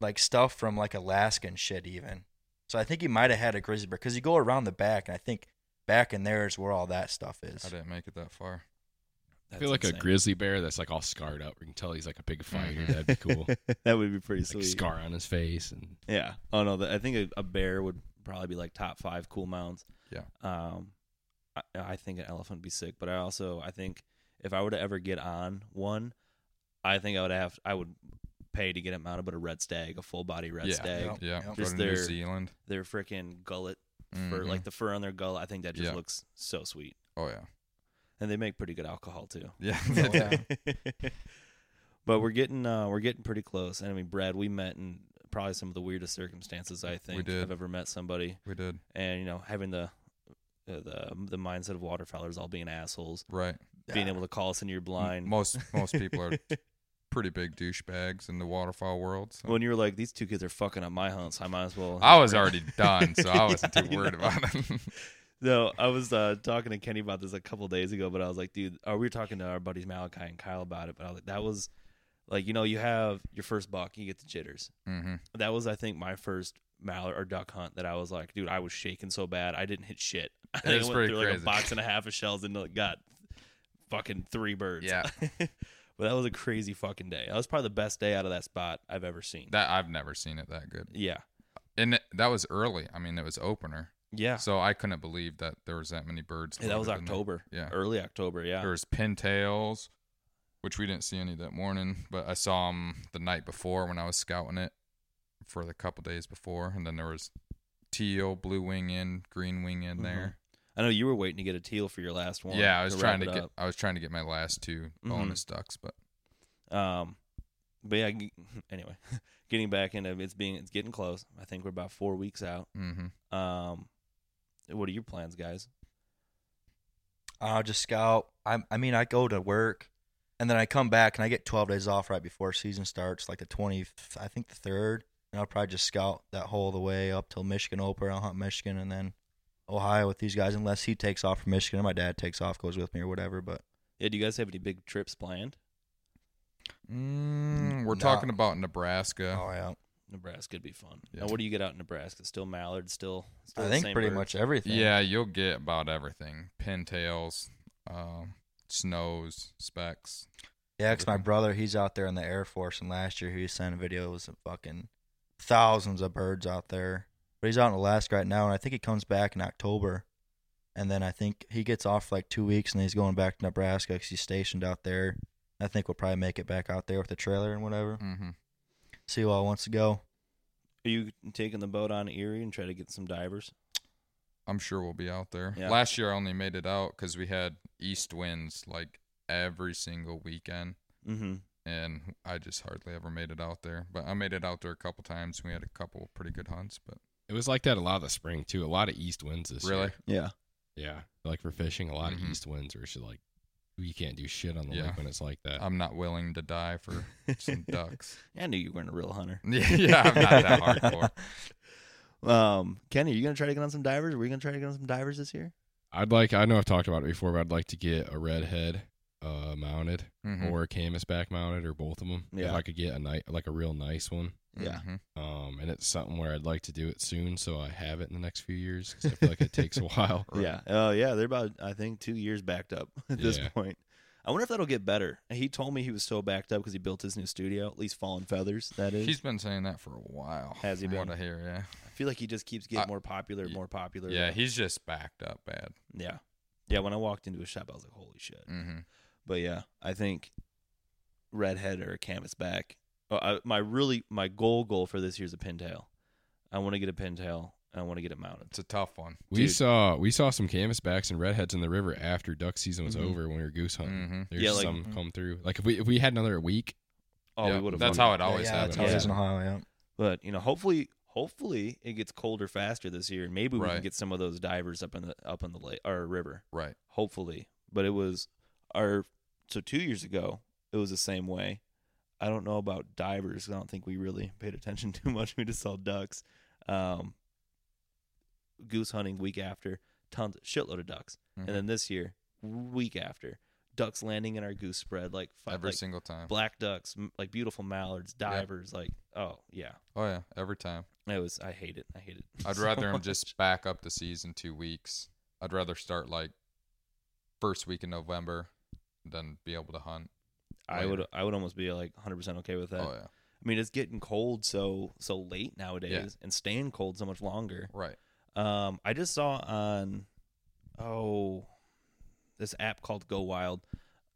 Speaker 1: like stuff from like Alaska and shit even. So I think he might have had a grizzly bear. Because you go around the back and I think back in there is where all that stuff
Speaker 2: I
Speaker 1: is.
Speaker 2: didn't make it that far.
Speaker 4: I
Speaker 3: That's
Speaker 4: feel like a
Speaker 3: insane.
Speaker 4: grizzly bear that's like all scarred up. You can tell he's like a big fighter.
Speaker 2: Mhm.
Speaker 4: That'd be cool.
Speaker 3: that would be pretty
Speaker 4: like
Speaker 3: sweet.
Speaker 4: scar on his face and
Speaker 3: Yeah. Oh no, the, I think a, a bear would probably be like top five cool mounts.
Speaker 2: Yeah.
Speaker 3: Um, I, I think an elephant would be sick, but I also I think if I were to ever get on one, I think I would have I would pay to get it mounted, but a red stag, a full body red
Speaker 2: Yeah.
Speaker 3: stag,
Speaker 1: Yep.
Speaker 2: Yeah. Go
Speaker 3: Just
Speaker 2: to New
Speaker 3: their-
Speaker 2: Zealand.
Speaker 3: their freaking gullet fur,
Speaker 2: Mhm.
Speaker 3: like the fur on their gullet. I think that just
Speaker 2: Yeah.
Speaker 3: looks so sweet,
Speaker 2: oh yeah.
Speaker 3: and they make pretty good alcohol too.
Speaker 2: Yeah.
Speaker 1: Oh, yeah.
Speaker 3: but we're getting uh, we're getting pretty close. And I mean, Brad, we met in probably some of the weirdest circumstances I think
Speaker 2: did.
Speaker 3: I've ever met somebody.
Speaker 2: we did.
Speaker 3: And you know, having the uh, the um, the mindset of waterfowlers all being assholes,
Speaker 2: Right.
Speaker 3: being
Speaker 1: Yeah.
Speaker 3: able to call us in your blind.
Speaker 2: Most most people are pretty big douchebags in the waterfall world. So.
Speaker 3: when you were like, these two kids are fucking up my hunts, I might as well.
Speaker 2: I was already done, so I wasn't
Speaker 3: Yeah,
Speaker 2: too
Speaker 3: I
Speaker 2: worried
Speaker 3: know.
Speaker 2: about it.
Speaker 3: No, I was uh, talking to Kenny about this a couple days ago, but I was like, dude, or we were talking to our buddies Malachi and Kyle about it, but I was like, that was like, you know, you have your first buck, you get the jitters.
Speaker 2: hmm
Speaker 3: that was I think my first mallard or duck hunt that I was like, dude, I was shaking so bad I didn't hit shit. I think I
Speaker 2: is
Speaker 3: went
Speaker 2: pretty
Speaker 3: through like a
Speaker 2: crazy.
Speaker 3: box and a half of shells and like, got fucking three birds.
Speaker 2: Yeah.
Speaker 3: but that was a crazy fucking day. That was probably the best day out of that spot I've ever seen.
Speaker 2: That I've never seen it that good,
Speaker 3: yeah.
Speaker 2: and it, that was early. I mean, it was opener,
Speaker 3: Yeah.
Speaker 2: so I couldn't believe that there was that many birds.
Speaker 3: Yeah, that was
Speaker 2: loaded in there.
Speaker 3: October.
Speaker 2: Yeah.
Speaker 3: Early October, yeah.
Speaker 2: There was pintails, which we didn't see any that morning, but I saw them the night before when I was scouting it for the couple days before, and then there was teal, blue wing in, green wing in
Speaker 3: Mhm.
Speaker 2: there.
Speaker 3: I know you were waiting to get a teal for your last one.
Speaker 2: Yeah, I was trying to
Speaker 3: Mm-hmm. wrap it
Speaker 2: get I was trying to get my last 2 bonus ducks, but
Speaker 3: up. um but yeah, g- anyway, getting back into it's being it's getting close. I think we're about 4 weeks out.
Speaker 2: hmm
Speaker 3: Um what are your plans, guys?
Speaker 1: I'll just scout. I I mean, I go to work, and then I come back and I get 12 days off right before season starts, like the 20, I think the third, and I'll probably just scout that whole the way up till Michigan open. I'll hunt Michigan and then Ohio with these guys, unless he takes off from Michigan and my dad takes off, goes with me or whatever. But
Speaker 3: Yeah, do you guys have any big trips planned?
Speaker 2: Mm, we're
Speaker 1: Nah.
Speaker 2: talking about Nebraska.
Speaker 1: oh yeah,
Speaker 3: Nebraska would be fun.
Speaker 2: Yeah.
Speaker 3: Now, what do you get out in Nebraska? Still mallard, still. still
Speaker 1: I
Speaker 3: the
Speaker 1: think
Speaker 3: same
Speaker 1: pretty
Speaker 3: birds?
Speaker 1: much everything.
Speaker 2: Yeah, you'll get about everything. Pintails, um, snows, specs.
Speaker 1: Yeah, 'cause my brother, he's out there in the Air Force, and last year he was sending videos of fucking thousands of birds out there. But he's out in Alaska right now, and I think he comes back in October. And then I think he gets off for like two weeks, and he's going back to Nebraska because he's stationed out there. I think we'll probably make it back out there with the trailer and whatever.
Speaker 2: Mm-hmm.
Speaker 1: See who all wants to go.
Speaker 3: Are you taking the boat on Erie and try to get some divers?
Speaker 2: I'm sure we'll be out there.
Speaker 3: Yeah.
Speaker 2: Last year I only made it out because we had east winds like every single weekend,
Speaker 3: Mm-hmm.
Speaker 2: and I just hardly ever made it out there. But I made it out there a couple times. And we had a couple pretty good hunts, but
Speaker 4: It was like that a lot of the spring too. A lot of east winds this
Speaker 2: really,
Speaker 4: year.
Speaker 3: Yeah.
Speaker 4: Yeah, like for fishing, a lot
Speaker 2: Mhm.
Speaker 3: Mm-hmm.
Speaker 4: of east winds where she like you can't do shit on the
Speaker 2: Yeah.
Speaker 4: lake when it's like that.
Speaker 3: Um,
Speaker 2: I'm not willing to die for some ducks.
Speaker 3: I knew you weren't a real hunter.
Speaker 2: yeah, yeah, I'm not that hardcore.
Speaker 3: Um, Kenny, are you gonna try to get on some divers? Are we gonna try to get on some divers this year?
Speaker 4: I'd like. I know I've talked about it before, but I'd like to get a redhead uh, mounted
Speaker 2: Mhm,
Speaker 4: or a canvasback mounted or both of them. If
Speaker 3: Mm-hmm. Yeah.
Speaker 4: I could get a night like a real nice one.
Speaker 3: Yeah.
Speaker 2: mhm.
Speaker 4: Um, and it's something where I'd like to do it soon, so I have it in the next few years. 'cause I feel like it takes a while.
Speaker 2: Right.
Speaker 3: Yeah. Oh, yeah. They're about, I think, two years backed up at this
Speaker 4: Yeah.
Speaker 3: point. I wonder if that'll get better. He told me he was so backed up because he built his new studio, at least Fallen Feathers. That is.
Speaker 2: He's been saying that for a while.
Speaker 3: Has he
Speaker 2: from
Speaker 3: been?
Speaker 2: What I hear, yeah.
Speaker 3: I feel like he just keeps getting
Speaker 2: I-
Speaker 3: more popular,
Speaker 2: y-
Speaker 3: more popular.
Speaker 2: Yeah, he's just backed up bad.
Speaker 3: yeah. Yeah. When I walked into his shop, I was like, holy shit.
Speaker 2: hmm
Speaker 3: But yeah, I think redhead or a canvasback. Oh, I, my really my goal goal for this year's a pintail. I want to get a pintail and I want to get it mounted.
Speaker 2: It's a tough one.
Speaker 4: We
Speaker 3: Dude.
Speaker 4: saw we saw some canvasbacks and redheads in the river after duck season was
Speaker 3: Mhm.
Speaker 4: over when we were goose hunting.
Speaker 2: Mhm.
Speaker 4: There's
Speaker 3: Yeah, like- mm-hmm.
Speaker 4: some come through. Like if we if we had another week,
Speaker 3: Oh,
Speaker 2: Yeah,
Speaker 3: we would have.
Speaker 2: That's
Speaker 3: won.
Speaker 2: how it always
Speaker 1: yeah,
Speaker 2: happens.
Speaker 1: that's how it is in
Speaker 3: Yeah.
Speaker 1: Ohio. Yeah.
Speaker 3: But you know, hopefully, hopefully it gets colder faster this year, and maybe we can
Speaker 2: Right.
Speaker 3: get some of those divers up in the up in the lake or river.
Speaker 2: Right.
Speaker 3: Hopefully, but it was our so two years ago it was the same way. I don't know about divers. I don't think we really paid attention too much. We just saw ducks. Um, goose hunting week after tons shitload of ducks,
Speaker 2: Mhm.
Speaker 3: and then this year week after ducks landing in our goose spread like five,
Speaker 2: Every
Speaker 3: like
Speaker 2: single time.
Speaker 3: black ducks, m- like beautiful mallards, divers, like oh yeah.
Speaker 2: Oh yeah, every time.
Speaker 3: It was. I hate it. I hate it.
Speaker 2: I'd
Speaker 3: so
Speaker 2: rather him
Speaker 3: much.
Speaker 2: just back up the season two weeks. I'd rather start like first week in November than be able to hunt.
Speaker 3: I would.
Speaker 2: later.
Speaker 3: I would almost be like 100 percent okay with that.
Speaker 2: oh yeah.
Speaker 3: I mean, it's getting cold so so late nowadays, and staying cold so much longer.
Speaker 2: Right.
Speaker 3: Um, I just saw on, oh, this app called Go Wild.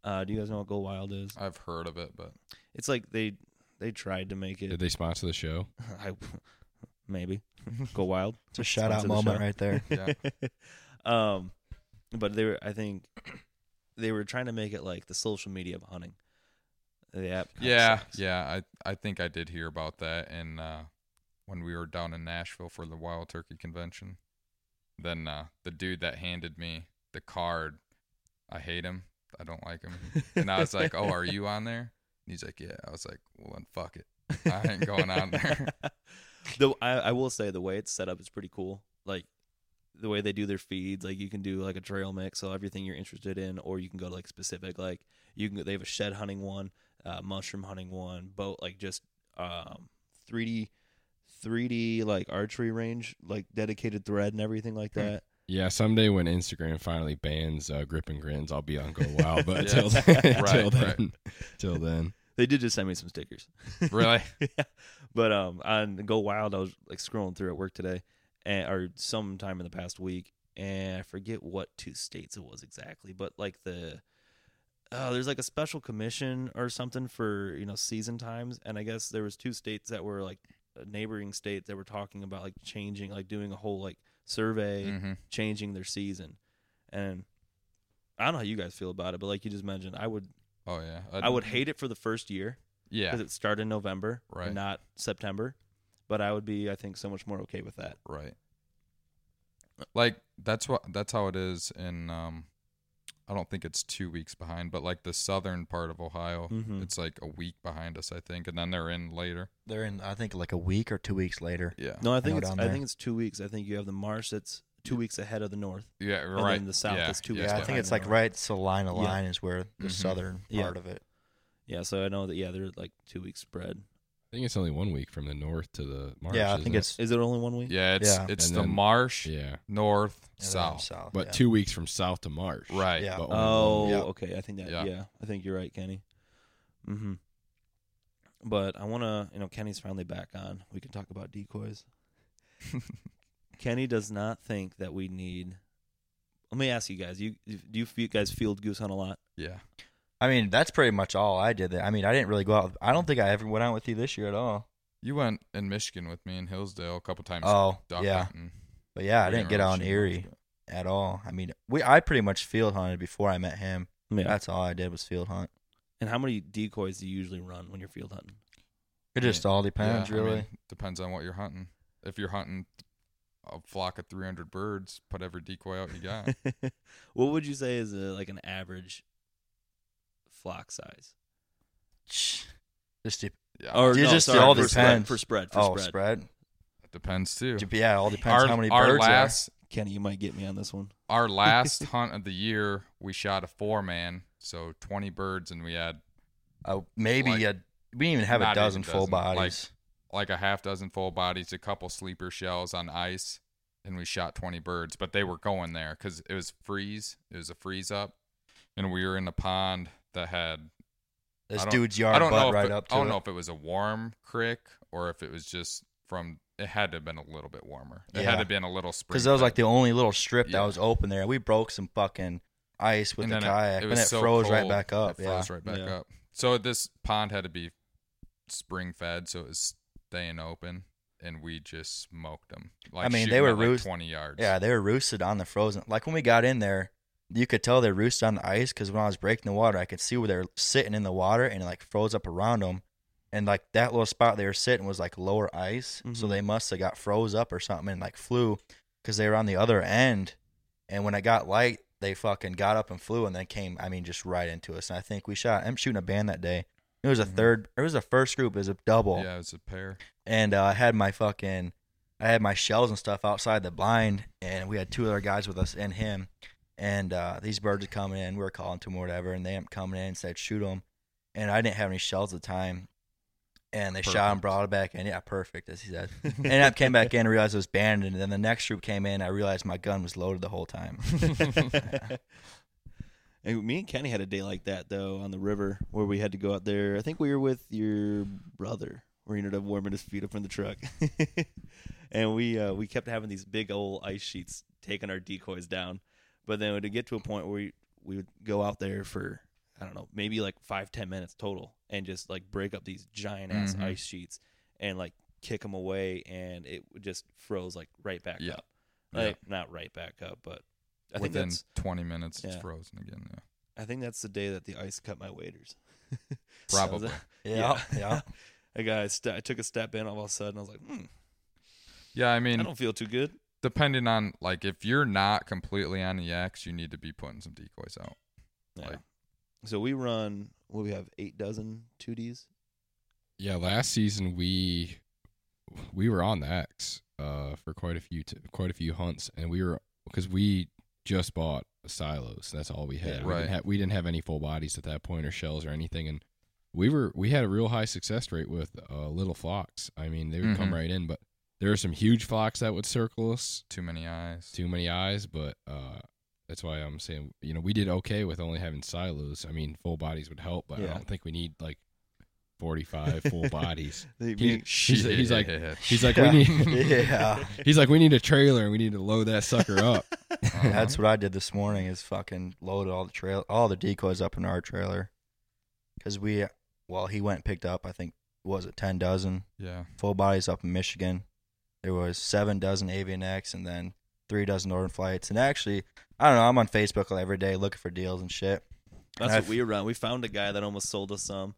Speaker 3: Uh, do you guys know what Go Wild is?
Speaker 2: I've heard of it, but
Speaker 3: It's like they they tried to make
Speaker 4: did
Speaker 3: it.
Speaker 4: they sponsor the show?
Speaker 3: I, maybe Go Wild.
Speaker 1: It's a shout out
Speaker 3: Sponsor the show.
Speaker 1: moment right there.
Speaker 2: Yeah.
Speaker 3: um, but they were, I think, they were trying to make it like the social media of hunting. The app. kinda
Speaker 2: yeah,
Speaker 3: sucks.
Speaker 2: yeah. I I think I did hear about that and uh when we were down in Nashville for the Wild Turkey convention. Then uh the dude that handed me the card, I hate him. I don't like him. And I was like, "Oh, are you on there?" And he's like, "Yeah." I was like, "Well, then fuck it." I ain't going on there.
Speaker 3: Though I, I will say the way it's set up is pretty cool. Like the way they do their feeds, like you can do like a trail mix, so everything you're interested in, or you can go to like specific. Like you can, they have a shed hunting one, uh, mushroom hunting one, boat like just um 3D, 3D like archery range, like dedicated thread and everything like
Speaker 2: Hmm.
Speaker 3: that.
Speaker 4: Yeah, someday when Instagram finally bans uh, grip and grins, I'll be on Go Wild. But
Speaker 2: Yeah.
Speaker 4: till,
Speaker 3: Right,
Speaker 4: till then,
Speaker 2: right.
Speaker 4: till then,
Speaker 3: They did just send me some stickers.
Speaker 2: Really?
Speaker 3: yeah. But um, on Go Wild, I was like scrolling through at work today, and or sometime in the past week, and I forget what two states it was exactly, but like the oh, there's like a special commission or something for you know season times, and I guess there was two states that were like neighboring states that were talking about like changing, like doing a whole like survey,
Speaker 2: hmm
Speaker 3: changing their season, and. I don't know how you guys feel about it, but like you just mentioned, I would
Speaker 2: Oh yeah.
Speaker 3: I would hate it for the first year
Speaker 2: Yeah.
Speaker 3: because it started in November, and
Speaker 2: Right.
Speaker 3: not September. But I would be, I think, so much more okay with that.
Speaker 2: Right. Like that's what that's how it is in um I don't think it's 2 weeks behind, but like the southern part of Ohio,
Speaker 1: Mm-hmm.
Speaker 3: Mhm.
Speaker 2: it's like a week behind us I think and then they're in later.
Speaker 1: They're in, I think, like a week or two weeks later.
Speaker 2: Yeah.
Speaker 3: No, I
Speaker 1: know
Speaker 3: think it's,
Speaker 1: down
Speaker 3: I
Speaker 1: there.
Speaker 3: think it's two weeks. I think you have the Marsh that's two weeks ahead of the North.
Speaker 2: Yeah,
Speaker 3: then
Speaker 2: right.
Speaker 3: the south
Speaker 2: yeah,
Speaker 3: is two
Speaker 2: yeah,
Speaker 3: weeks
Speaker 1: Yeah, I Mm-hmm.
Speaker 2: yeah.
Speaker 1: think it's
Speaker 3: behind
Speaker 1: like
Speaker 3: the
Speaker 1: right. So line to
Speaker 3: Yeah.
Speaker 1: line is where the
Speaker 2: Mhm.
Speaker 1: southern
Speaker 3: Yeah.
Speaker 1: part of it.
Speaker 3: Yeah, so I know that. Yeah, they're like two weeks spread.
Speaker 4: I think it's only one week from the north to the marsh.
Speaker 1: yeah, I
Speaker 4: isn't
Speaker 1: think
Speaker 4: it?
Speaker 1: it's
Speaker 3: Is it only one week?
Speaker 2: Yeah, it's
Speaker 1: Yeah.
Speaker 2: it's
Speaker 4: And
Speaker 2: the
Speaker 4: then-
Speaker 2: marsh
Speaker 4: yeah,
Speaker 2: north
Speaker 1: yeah,
Speaker 2: south.
Speaker 1: south.
Speaker 4: but
Speaker 1: Oh, yeah.
Speaker 4: two weeks from south to marsh.
Speaker 2: Right.
Speaker 1: Yeah.
Speaker 4: But only one
Speaker 3: Oh,
Speaker 4: week.
Speaker 1: Yeah.
Speaker 3: okay. I think that. Yeah.
Speaker 2: Yeah.
Speaker 3: I think you're right, Kenny. Mm-hmm. But I want to, you know, Kenny's finally back on. We can talk about decoys. Kenny does not think that we need. Let me ask you guys. You do you fe- guys field goose hunt a lot?
Speaker 2: Yeah.
Speaker 1: I mean, that's pretty much all I did. There. I mean, I didn't really go out. I don't think I ever went out with you this year at all.
Speaker 2: You went in Michigan with me in Hillsdale a couple times.
Speaker 1: Oh,
Speaker 2: duck
Speaker 1: yeah,
Speaker 2: hunting.
Speaker 1: but yeah, I
Speaker 2: We
Speaker 1: didn't
Speaker 2: didn't
Speaker 1: get out in
Speaker 2: really shoot
Speaker 1: Erie at all. I mean, we I pretty much field hunted before I met him. That's all I did was field hunt.
Speaker 3: And how many decoys do you usually run when you're field hunting?
Speaker 1: It
Speaker 2: Yeah.
Speaker 1: just all depends,
Speaker 2: Yeah, I mean,
Speaker 1: really.
Speaker 2: depends on what you're hunting. If you're hunting a flock of 300 birds, put every decoy out you got.
Speaker 3: what would you say is a, like an average flock size?
Speaker 1: just de-
Speaker 2: Yeah.
Speaker 3: Or
Speaker 1: It
Speaker 3: no,
Speaker 1: just
Speaker 3: sorry,
Speaker 1: all
Speaker 3: for
Speaker 1: depends.
Speaker 3: Spread, for spread. For
Speaker 1: oh
Speaker 3: spread.
Speaker 1: spread.
Speaker 2: it depends too.
Speaker 1: Dep- Yeah, it all depends
Speaker 2: Our,
Speaker 1: how many
Speaker 2: our
Speaker 1: birds. there are.
Speaker 2: last
Speaker 3: Kenny, you might get me on this one.
Speaker 2: our last hunt of the year, we shot a four man, so 20 birds, and we had
Speaker 1: Uh, maybe
Speaker 2: Like,
Speaker 1: a, we didn't even have a
Speaker 2: not even
Speaker 1: dozen full
Speaker 2: dozen, like-
Speaker 1: bodies.
Speaker 2: like a half dozen full bodies, a couple sleeper shells on ice, and we shot 20 birds. But they were going there because it was freeze. It was a freeze up, and we were in a pond that had I
Speaker 1: this
Speaker 2: don't-
Speaker 1: dude's
Speaker 2: I
Speaker 1: yard
Speaker 2: don't know
Speaker 1: butt
Speaker 2: if
Speaker 1: right
Speaker 2: it,
Speaker 1: up to
Speaker 2: I don't
Speaker 1: it.
Speaker 2: know if it was a warm creek or if it was just from. It had to have been a little bit warmer. It had to
Speaker 1: Yeah.
Speaker 2: have been a little spring.
Speaker 1: Because that was like
Speaker 2: type.
Speaker 1: the only little strip that
Speaker 2: Yeah.
Speaker 1: was open there. We broke some fucking ice with
Speaker 2: And
Speaker 1: the
Speaker 2: then it-
Speaker 1: kayak,
Speaker 2: it
Speaker 1: and
Speaker 2: was
Speaker 1: it
Speaker 2: so
Speaker 1: froze right
Speaker 2: cold,
Speaker 1: back up.
Speaker 2: It
Speaker 1: Yeah.
Speaker 2: froze right back
Speaker 3: Yeah.
Speaker 2: up. So this pond had to be spring fed, so it was staying open, and we just smoked them. Like
Speaker 1: mean,
Speaker 2: shooting
Speaker 1: they were
Speaker 2: at, like
Speaker 1: roost-
Speaker 2: twenty yards.
Speaker 1: Yeah, they were roosted on the frozen. Like when we got in there, you could tell they roosted on the ice because when I was breaking the water, I could see where they were sitting in the water and it like froze up around them. And like that little spot they were sitting was like lower ice. So
Speaker 3: Mhm.
Speaker 1: they must have got froze up or something and like flew because they were on the other end. And when it got light, they fucking got up and flew and then came, I mean, just right into us. And I think we shot, I'm shooting a band that day. It was a
Speaker 2: Mhm.
Speaker 1: third, it was a first group, it was a double
Speaker 2: yeah, it was a pair.
Speaker 1: and uh, I had my fucking, I had my shells and stuff outside the blind, and we had two other guys with us and him, and uh, these birds are coming in. We were calling to them or whatever, and they am coming in and said shoot them, and I didn't have any shells at the time, and they shot and
Speaker 2: Perfect.
Speaker 1: brought it back, and yeah, perfect as he said. and I came back in and realized it was banned, and then the next group came in, I realized my gun was loaded the whole time.
Speaker 3: and me and Kenny had a day like that though on the river where we had to go out there. I think we were with your brother. where he ended up warming his feet up in the truck, and we uh, we kept having these big old ice sheets taking our decoys down. But then to get to a point where we we would go out there for I don't know maybe like five ten minutes total and just like break up these giant ass
Speaker 2: Mhm.
Speaker 3: ice sheets and like kick them away and it just froze like right back
Speaker 2: Yeah.
Speaker 3: up.
Speaker 2: Yeah.
Speaker 3: Like not right back up, but I think
Speaker 2: Within
Speaker 3: that's
Speaker 2: twenty minutes, it's
Speaker 3: yeah.
Speaker 2: frozen again. Yeah.
Speaker 3: I think that's the day that the ice cut my waders.
Speaker 2: Probably.
Speaker 1: yeah, yeah.
Speaker 3: I got I, st- I took a step in all of a sudden. I was like, hmm,
Speaker 2: Yeah, I
Speaker 3: I
Speaker 2: mean,
Speaker 3: don't feel too good.
Speaker 2: depending on like if you're not completely on the X, you need to be putting some decoys out.
Speaker 3: Yeah.
Speaker 2: Like-
Speaker 3: so we run. What we have eight dozen two Ds.
Speaker 4: Yeah, last season we we were on the X uh, for quite a few t- quite a few hunts, and we were because we just bought silos. That's all we had.
Speaker 2: Yeah.
Speaker 4: we,
Speaker 2: Right.
Speaker 4: didn't ha- we didn't have any full bodies at that point or shells or anything, and we were we had a real high success rate with uh, little flocks. I mean, they would come
Speaker 2: Mhm.
Speaker 4: right in, but there were some huge flocks that would circle us.
Speaker 2: Too many eyes.
Speaker 4: Too many eyes, but uh, that's why I'm saying you know we did okay with only having silos. I mean, full bodies would help, but
Speaker 3: Yeah.
Speaker 4: I don't think we need like 45 full bodies.
Speaker 3: They-
Speaker 4: He-
Speaker 3: me-
Speaker 4: he's, he's like
Speaker 2: Shit.
Speaker 4: he's like we need
Speaker 1: yeah.
Speaker 4: he's like we need a trailer and we need to load that sucker up.
Speaker 2: Uh-huh.
Speaker 1: That's what I did this morning. Is fucking loaded all the trail, all the decoys up in our trailer, because we, well, he went and picked up. I think what was it ten dozen
Speaker 2: yeah.
Speaker 1: full bodies up in Michigan. There was seven dozen avian X and then three dozen northern flights. And actually, I don't know. I'm on Facebook every day looking for deals and shit.
Speaker 3: That's
Speaker 1: I
Speaker 3: what we run. We found a guy that almost sold us some.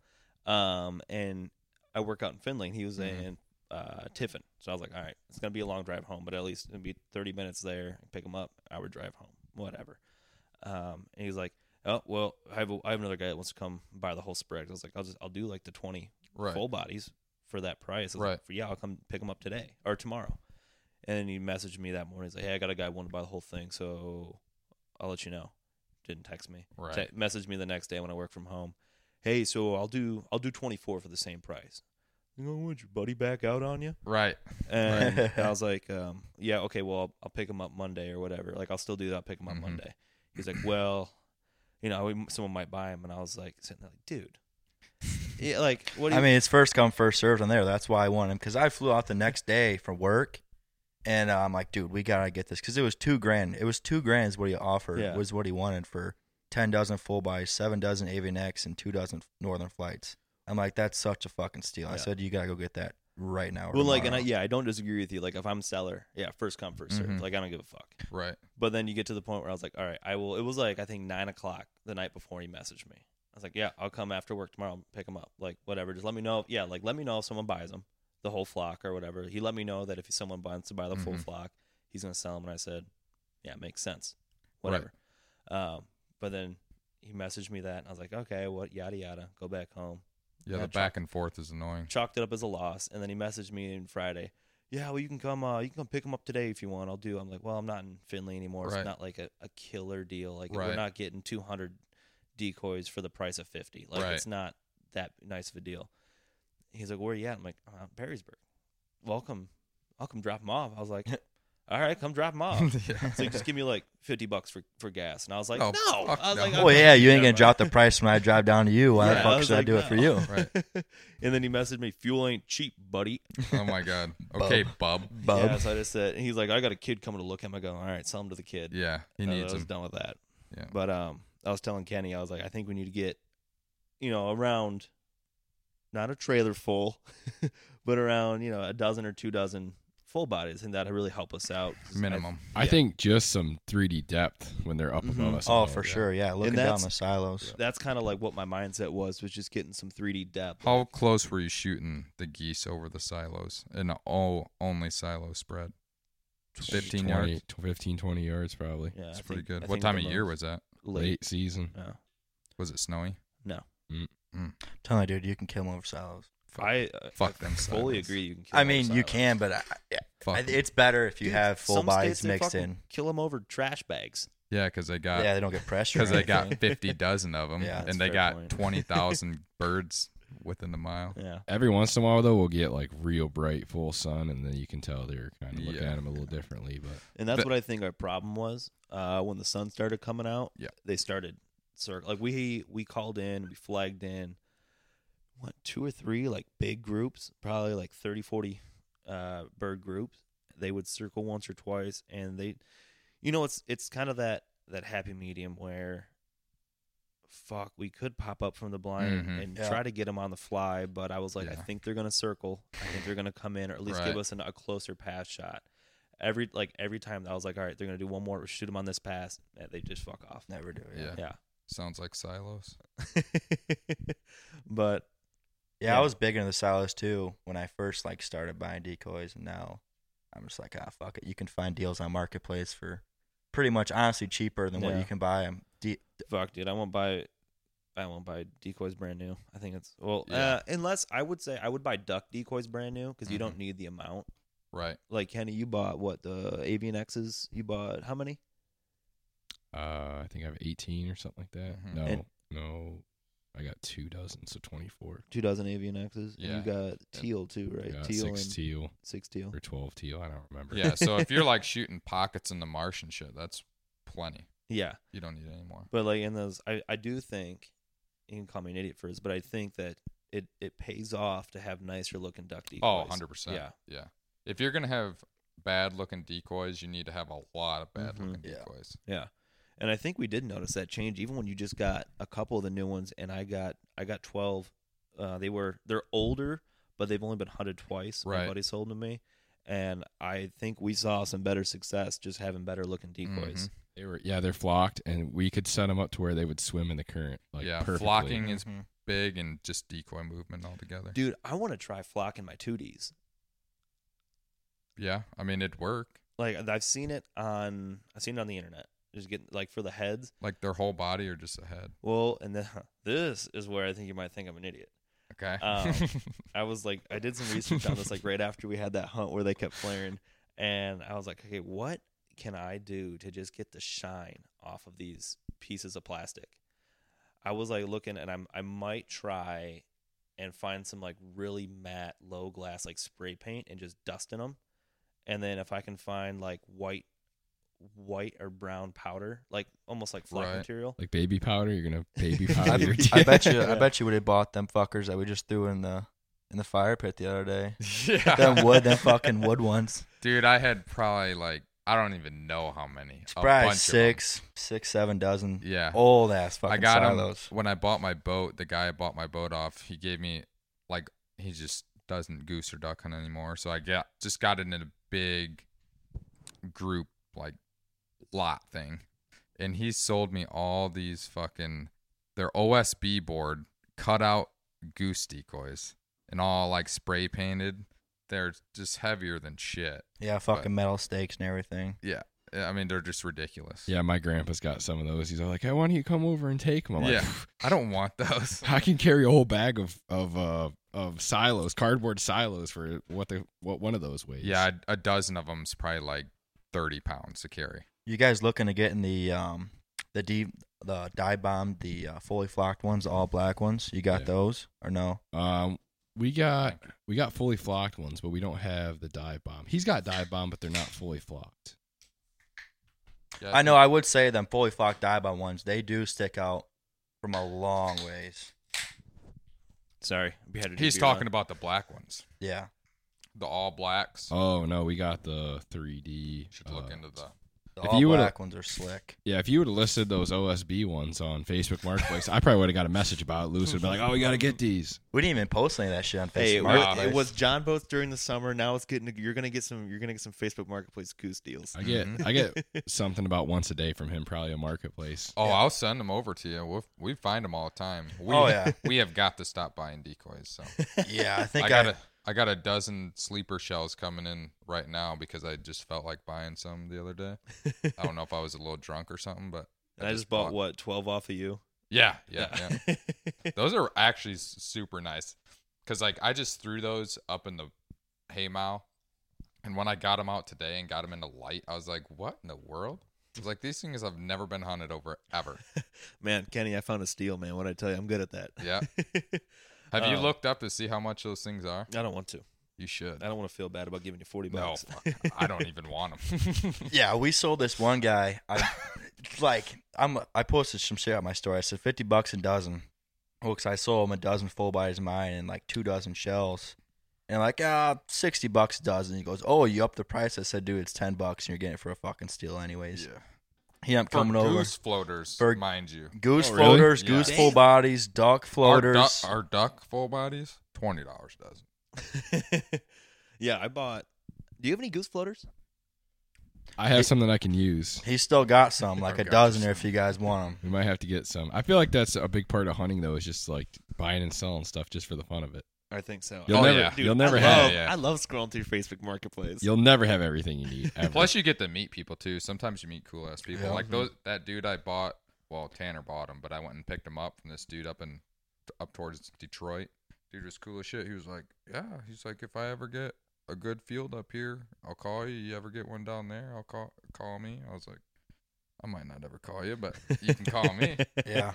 Speaker 3: Um, and I work out in Findlay, and he was
Speaker 2: Mhm.
Speaker 3: in uh, Tiffin. So I was like, all right, it's going to be a long drive home, but at least it'd be 30 minutes there. Pick him up, hour drive home, whatever. Um, and he's like, oh, well, I have, a, I have another guy that wants to come buy the whole spread. I was like, I'll just, I'll do like the 20
Speaker 2: Right.
Speaker 3: full bodies for that price. I was
Speaker 2: Right.
Speaker 3: Like, yeah, I'll come pick them up today or tomorrow. And then he messaged me that morning. He's like, hey, I got a guy wanting to buy the whole thing, so I'll let you know. Didn't text me.
Speaker 2: Right.
Speaker 3: Te- messaged me the next day when I work from home. Hey, so I'll do I'll do 24 for the same price. You know, would your buddy back out on you?
Speaker 2: Right.
Speaker 3: And, I was like, um, yeah, okay, well, I'll, I'll pick him up Monday or whatever. Like, I'll still do that. I'll pick him up
Speaker 1: Mm-hmm.
Speaker 2: Mhm.
Speaker 3: Monday. He's like, well, you know, we- someone might buy him. And I was like, sitting there like, dude, yeah, like, what do
Speaker 1: I
Speaker 3: you
Speaker 1: mean, it's first come, first served on there. That's why I won him because I flew out the next day from work, and uh, I'm like, dude, we gotta get this because it was two grand. It was two grand is what he offered.
Speaker 3: Yeah.
Speaker 1: Was what he wanted for ten dozen full buys, seven dozen AVNX, and two dozen Northern flights. I'm like, that's such a fucking steal. I
Speaker 3: Yeah.
Speaker 1: said, you gotta go get that right now. or
Speaker 3: Well, like, and I,
Speaker 1: tomorrow." Mm-hmm.
Speaker 3: yeah, I don't disagree with you. Like, if I'm seller, yeah, first come, 1st
Speaker 2: Mhm.
Speaker 3: served. Like, I don't give a fuck.
Speaker 2: Right.
Speaker 3: But then you get to the point where I was like, all right, I will. It was like, I think nine o'clock the night before he messaged me. I was like, yeah, I'll come after work tomorrow, and pick him up. Like, whatever. Just let me know. Yeah, like, let me know if someone buys them, the whole flock or whatever. He let me know that if someone wants to buy the full
Speaker 2: Mhm.
Speaker 3: flock, he's going to sell them. And I said, yeah, it makes sense. Whatever. Um, but then he messaged me that. And I was like, okay, what, yada, yada. Go back home
Speaker 2: Yeah,
Speaker 3: Yeah,
Speaker 2: the
Speaker 3: Chuck.
Speaker 2: back and forth is annoying.
Speaker 3: chalked it up as a loss. And then he messaged me on Friday. Yeah, well, you can come. Uh, you can come pick him up today if you want. I'll do. I'm like, well, I'm not in Finley anymore.
Speaker 2: Right.
Speaker 3: It's not like a, a killer deal. Like we're
Speaker 2: Right.
Speaker 3: not getting 200 decoys for the price of 50. Like
Speaker 2: Right.
Speaker 3: it's not that nice of a deal. He's like, where are you at? I'm like, I'm out in Perrysburg. Welcome. I'll come drop him off. I was like, all right, come drop him off.
Speaker 2: yeah.
Speaker 3: So he just give me Oh. like 50 bucks for, for gas. And I was like,
Speaker 2: Oh,
Speaker 3: no.
Speaker 2: fuck
Speaker 3: I was
Speaker 2: no.
Speaker 3: like, I'm
Speaker 1: Well,
Speaker 3: not
Speaker 1: yeah, you ain't
Speaker 3: doing
Speaker 1: gonna
Speaker 3: that,
Speaker 1: drop the price when I drive down to you. Why
Speaker 3: Yeah,
Speaker 1: the
Speaker 3: I
Speaker 1: fuck
Speaker 3: was
Speaker 1: should I
Speaker 3: like,
Speaker 1: do it for
Speaker 3: no.
Speaker 1: you?
Speaker 3: right. and then he messaged me, fuel ain't cheap, buddy.
Speaker 2: Oh my god. Okay, bub.
Speaker 1: Bub.
Speaker 3: Yeah, so I just said, and he's like, I got a kid coming to look at him. I go, all right, sell him to the kid.
Speaker 2: Yeah, he
Speaker 3: Uh,
Speaker 2: needs
Speaker 3: I was
Speaker 2: him.
Speaker 3: done with that.
Speaker 2: Yeah.
Speaker 3: But um, I was telling Kenny, I was like, I think we need to get, you know, around, not a trailer full, but around, you know, a dozen or two dozen full bodies, and that'll really help us out. 'Cause I-
Speaker 2: Minimum.
Speaker 4: I think just some 3D depth when they're up above
Speaker 3: Mhm.
Speaker 4: us.
Speaker 1: Oh,
Speaker 4: alone.
Speaker 1: for sure. Yeah, looking down
Speaker 3: that's-
Speaker 1: the silos.
Speaker 3: that's kind of like what my mindset was, was just getting some 3D depth.
Speaker 2: How close were you shooting the geese over the silos? An all only silo spread. 15
Speaker 4: 20,
Speaker 2: yards.
Speaker 4: 15, 20 yards probably.
Speaker 3: Yeah,
Speaker 2: It's
Speaker 3: I
Speaker 2: pretty
Speaker 3: think-
Speaker 2: good.
Speaker 3: I
Speaker 2: What
Speaker 3: think
Speaker 2: time
Speaker 3: the
Speaker 2: of year
Speaker 3: most-
Speaker 2: was that?
Speaker 3: late?
Speaker 4: Late season.
Speaker 3: Yeah.
Speaker 2: Was it snowy?
Speaker 1: Tell me, dude, you can kill 'em over silos.
Speaker 2: Fuck.
Speaker 3: I uh,
Speaker 2: Fuck
Speaker 3: I
Speaker 2: them
Speaker 3: fully
Speaker 2: silos.
Speaker 3: agree. You can. Kill
Speaker 1: I
Speaker 3: them
Speaker 1: mean,
Speaker 3: with
Speaker 1: you
Speaker 3: silos.
Speaker 1: can, but I,
Speaker 2: Fuck.
Speaker 1: I, it's better if you
Speaker 3: Dude,
Speaker 1: have full
Speaker 3: some states,
Speaker 1: bodies
Speaker 3: they
Speaker 1: mixed
Speaker 3: fucking
Speaker 1: in.
Speaker 3: Kill them over trash bags.
Speaker 2: yeah, because they got
Speaker 1: yeah, they don't get pressure.
Speaker 2: because
Speaker 1: Because
Speaker 2: Uh, they got fifty dozen of them,
Speaker 1: Yeah,
Speaker 3: that's
Speaker 2: and they
Speaker 3: fair
Speaker 2: got
Speaker 3: point.
Speaker 2: twenty thousand birds within the mile.
Speaker 3: Yeah.
Speaker 4: Every once in a while though, we'll get like real bright full sun, and then you can tell they're kind of looking
Speaker 2: Yeah.
Speaker 4: at them a little differently. But
Speaker 3: And that's
Speaker 2: But-
Speaker 3: what I think our problem was. Uh, when the sun started coming out,
Speaker 2: Yeah.
Speaker 3: they started circ like we we called in, we flagged in what two or three like big groups, probably like 30 40 uh bird groups. They would circle once or twice and they you know it's it's kind of that that happy medium where fuck, we could pop up from the blind
Speaker 2: Mhm.
Speaker 3: and
Speaker 1: Yeah.
Speaker 3: try to get them on the fly, but I was like I
Speaker 2: Yeah.
Speaker 3: think they're going to circle. I think they're going to come in or at least give
Speaker 2: Right.
Speaker 3: us an, a closer pass shot every like every time I was like, all right, they're gonna do one more, shoot them on this pass, and they just fuck off.
Speaker 1: Never do. Yeah.
Speaker 2: Yeah.
Speaker 1: Yeah.
Speaker 3: Yeah,
Speaker 2: Sounds like silos.
Speaker 3: but Yeah.
Speaker 1: I was big into the silos too when I first like started buying decoys, and now I'm just like, ah, fuck it. You can find deals on marketplace for pretty much honestly cheaper than what
Speaker 3: Yeah.
Speaker 1: you can buy uh, them. De-
Speaker 3: fuck, dude, I won't buy, I won't buy decoys brand new. I think it's well, uh,
Speaker 2: Yeah. Mm-hmm.
Speaker 3: unless I would say I would buy duck decoys brand new because you don't need the amount.
Speaker 2: Right.
Speaker 3: Like Kenny, you bought what the Avian X's? You bought how many?
Speaker 4: uh, I think I have 18 or something like that.
Speaker 1: Mm-hmm.
Speaker 2: Mhm.
Speaker 4: No,
Speaker 3: And-
Speaker 4: no, I got two dozen, so 24.
Speaker 3: Two dozen Avian X's.
Speaker 2: Yeah.
Speaker 3: And you got teal too, right?
Speaker 4: Got
Speaker 3: teal
Speaker 4: six
Speaker 3: and
Speaker 4: teal
Speaker 3: six teal.
Speaker 4: or 12 teal. I don't remember.
Speaker 2: Yeah. So if you're like shooting pockets in the marsh and shit, that's plenty.
Speaker 3: Yeah.
Speaker 2: You don't need any more.
Speaker 3: But like in those, I, I do think you can call me an idiot for this, but I think that it it pays off to have nicer looking duck decoys.
Speaker 2: Oh, 100 percent.
Speaker 3: Yeah.
Speaker 2: Yeah. If you're gonna have bad looking decoys, you need to have a lot of bad looking
Speaker 1: Yeah.
Speaker 2: decoys.
Speaker 3: yeah. And I think we did notice that change, even when you just got a couple of the new ones, and I got I got twelve. Uh, they were they're older, but they've only been hunted twice.
Speaker 2: Right.
Speaker 3: My buddy sold them to me, and I think we saw some better success just having better looking
Speaker 2: Mm-hmm.
Speaker 3: decoys.
Speaker 4: They were, yeah, they're flocked, and we could set them up to where they would swim in the current. Like,
Speaker 2: yeah.
Speaker 4: perfectly.
Speaker 2: Flocking is
Speaker 1: Mhm.
Speaker 2: big and just decoy movement altogether.
Speaker 3: Dude, I want to try flocking my two Ds.
Speaker 2: Yeah. I mean, it'd work.
Speaker 3: Like I've seen it on I've seen it on the internet. Just getting like for the heads.
Speaker 2: Like their whole body or just a head.
Speaker 3: Well, and then this is where I think you might think I'm an idiot.
Speaker 2: Okay.
Speaker 1: Oh.
Speaker 3: Um, I was like, I did some research on this like right after we had that hunt where they kept flaring, and I was like, okay, what can I do to just get the shine off of these pieces of plastic? I was like looking, and I'm I might try and find some like really matte low glass like spray paint and just dust in them. And then if I can find like white, white or brown powder, like almost like flock
Speaker 2: Right.
Speaker 3: material.
Speaker 4: Like baby powder, you're gonna baby powder.
Speaker 1: I,
Speaker 4: your
Speaker 3: Yeah.
Speaker 1: I bet you.
Speaker 3: Yeah.
Speaker 1: I bet you would have bought them fuckers that we just threw in the in the fire pit the other day.
Speaker 2: Yeah.
Speaker 1: Them wood, them fucking wood ones.
Speaker 2: Dude, I had probably like I don't even know how many.
Speaker 1: It's
Speaker 2: A
Speaker 1: probably
Speaker 2: bunch of 'em.
Speaker 1: six, six, seven dozen.
Speaker 2: Yeah.
Speaker 1: Old ass fucking
Speaker 2: I got 'em
Speaker 1: silos.
Speaker 2: when I bought my boat. The guy I bought my boat off, he gave me like he just doesn't goose or duck hunt anymore. So I got just got it in a big group like lot thing, and he sold me all these fucking their OSB board cut out goose decoys and all like spray painted. They're just heavier than shit.
Speaker 1: Yeah, fucking metal stakes and everything.
Speaker 2: I mean, they're just ridiculous.
Speaker 4: yeah, my grandpa's got some of those. He's all like, "Hey, why don't you come over and take them?" I'm like,
Speaker 2: Yeah. I don't want those.
Speaker 4: I can carry a whole bag of of uh of silos, cardboard silos for what the what one of those weighs.
Speaker 2: Yeah, a, a dozen of them's probably like thirty pounds to carry.
Speaker 1: You guys looking to get in the um the D the dye bomb the uh, fully flocked ones, the all black ones? You got
Speaker 4: Yeah.
Speaker 1: those or no?
Speaker 4: Um, we got we got fully flocked ones, but we don't have the dive bomb. He's got dive bomb, but they're not fully flocked.
Speaker 2: Uh, Yeah,
Speaker 1: I know. I would say them fully flocked dye bomb ones. They do stick out from a long ways.
Speaker 3: Sorry, we had to do
Speaker 2: He's
Speaker 3: beer
Speaker 2: talking
Speaker 3: run.
Speaker 2: about the black ones,
Speaker 1: Yeah,
Speaker 2: the all blacks.
Speaker 4: Oh no, we got the 3D.
Speaker 2: Should look
Speaker 4: uh,
Speaker 2: into the.
Speaker 1: the
Speaker 4: If
Speaker 1: all
Speaker 4: you would've-
Speaker 1: black ones are slick.
Speaker 4: Yeah, if you would have listed those OSB ones on Facebook Marketplace, I probably would have got a message about it. Lewis would have been like, "Oh, we got to get these."
Speaker 1: We didn't even post any of that shit on Facebook.
Speaker 3: Hey, it was,
Speaker 1: Marketplace.
Speaker 3: it was John boats during the summer. Now it's getting you're gonna get some you're gonna get some Facebook Marketplace goose deals.
Speaker 4: I get
Speaker 2: Mhm.
Speaker 4: I get something about once a day from him, probably a marketplace.
Speaker 2: Oh, I'll send them over to you. We'll, we find them all the time. We,
Speaker 1: Oh, yeah.
Speaker 2: we have got to stop buying decoys. So
Speaker 1: yeah, I
Speaker 2: I,
Speaker 1: think
Speaker 2: got
Speaker 1: I,
Speaker 2: a I got a dozen sleeper shells coming in right now because I just felt like buying some the other day. I don't know if I was a little drunk or something, but
Speaker 3: And I just bought what twelve off of you.
Speaker 2: Yeah, yeah, yeah. those are actually s- super nice because like i just threw those up in the hay mow and when i got them out today and got them into light i was like what in the world I was like these things have never been hunted over ever
Speaker 3: man, Kenny, I found a steal, man. What I tell you, I'm good at that.
Speaker 2: Yeah. have you
Speaker 1: Oh.
Speaker 3: Um,
Speaker 2: looked up to see how much those things are
Speaker 3: I don't want to.
Speaker 2: you should
Speaker 3: I don't want to feel bad about giving you forty
Speaker 2: no
Speaker 3: bucks.
Speaker 2: fuck, i don't even want them
Speaker 1: yeah, we sold this one guy. I like I'm I posted some shit on my story. I said fifty bucks a dozen. Well, 'cause I sold him a dozen full bodies of mine and like two dozen shells. And I'm like, ah, sixty bucks a dozen. He goes, Oh, you upped the price? I said, dude, it's ten bucks and you're getting it for a fucking steal anyways. He ended up
Speaker 2: For
Speaker 1: coming over.
Speaker 2: goose floaters
Speaker 1: For-
Speaker 2: mind you
Speaker 1: Goose
Speaker 4: Oh, really?
Speaker 1: floaters,
Speaker 2: Yeah.
Speaker 1: goose
Speaker 2: Damn.
Speaker 1: full bodies, duck
Speaker 2: Our du-
Speaker 1: floaters.
Speaker 2: our, duck full bodies $20 a dozen
Speaker 3: yeah, I bought. Do you have any goose floaters?
Speaker 4: I have
Speaker 1: It-
Speaker 4: something I can use.
Speaker 1: He's still got some, like
Speaker 2: Oh,
Speaker 1: a
Speaker 2: gotcha.
Speaker 1: dozen if you guys want
Speaker 4: We might have to get some. I feel like that's a big part of hunting, though, is just like buying and selling stuff just for the fun of it.
Speaker 3: I think so.
Speaker 4: You'll
Speaker 2: Oh,
Speaker 4: never,
Speaker 2: yeah.
Speaker 3: Dude,
Speaker 4: you'll never
Speaker 3: I
Speaker 4: have,
Speaker 3: Love,
Speaker 2: Yeah, yeah.
Speaker 3: I love scrolling through Facebook Marketplace.
Speaker 4: you'll never have everything you need. Ever.
Speaker 2: Plus, you get to meet people too. Sometimes you meet cool ass people.
Speaker 1: Yeah.
Speaker 3: Mm-hmm.
Speaker 2: Like those, that dude I bought. Well, Tanner bought him, but I went and picked him up from this dude up in up towards Detroit. Dude was cool as shit. He was like, "Yeah." He's like, "If I ever get a good field up here, I'll call you. You ever get one down there, I'll call call me." I was like, "I might not ever call you, but you can call me."
Speaker 1: them. Yeah.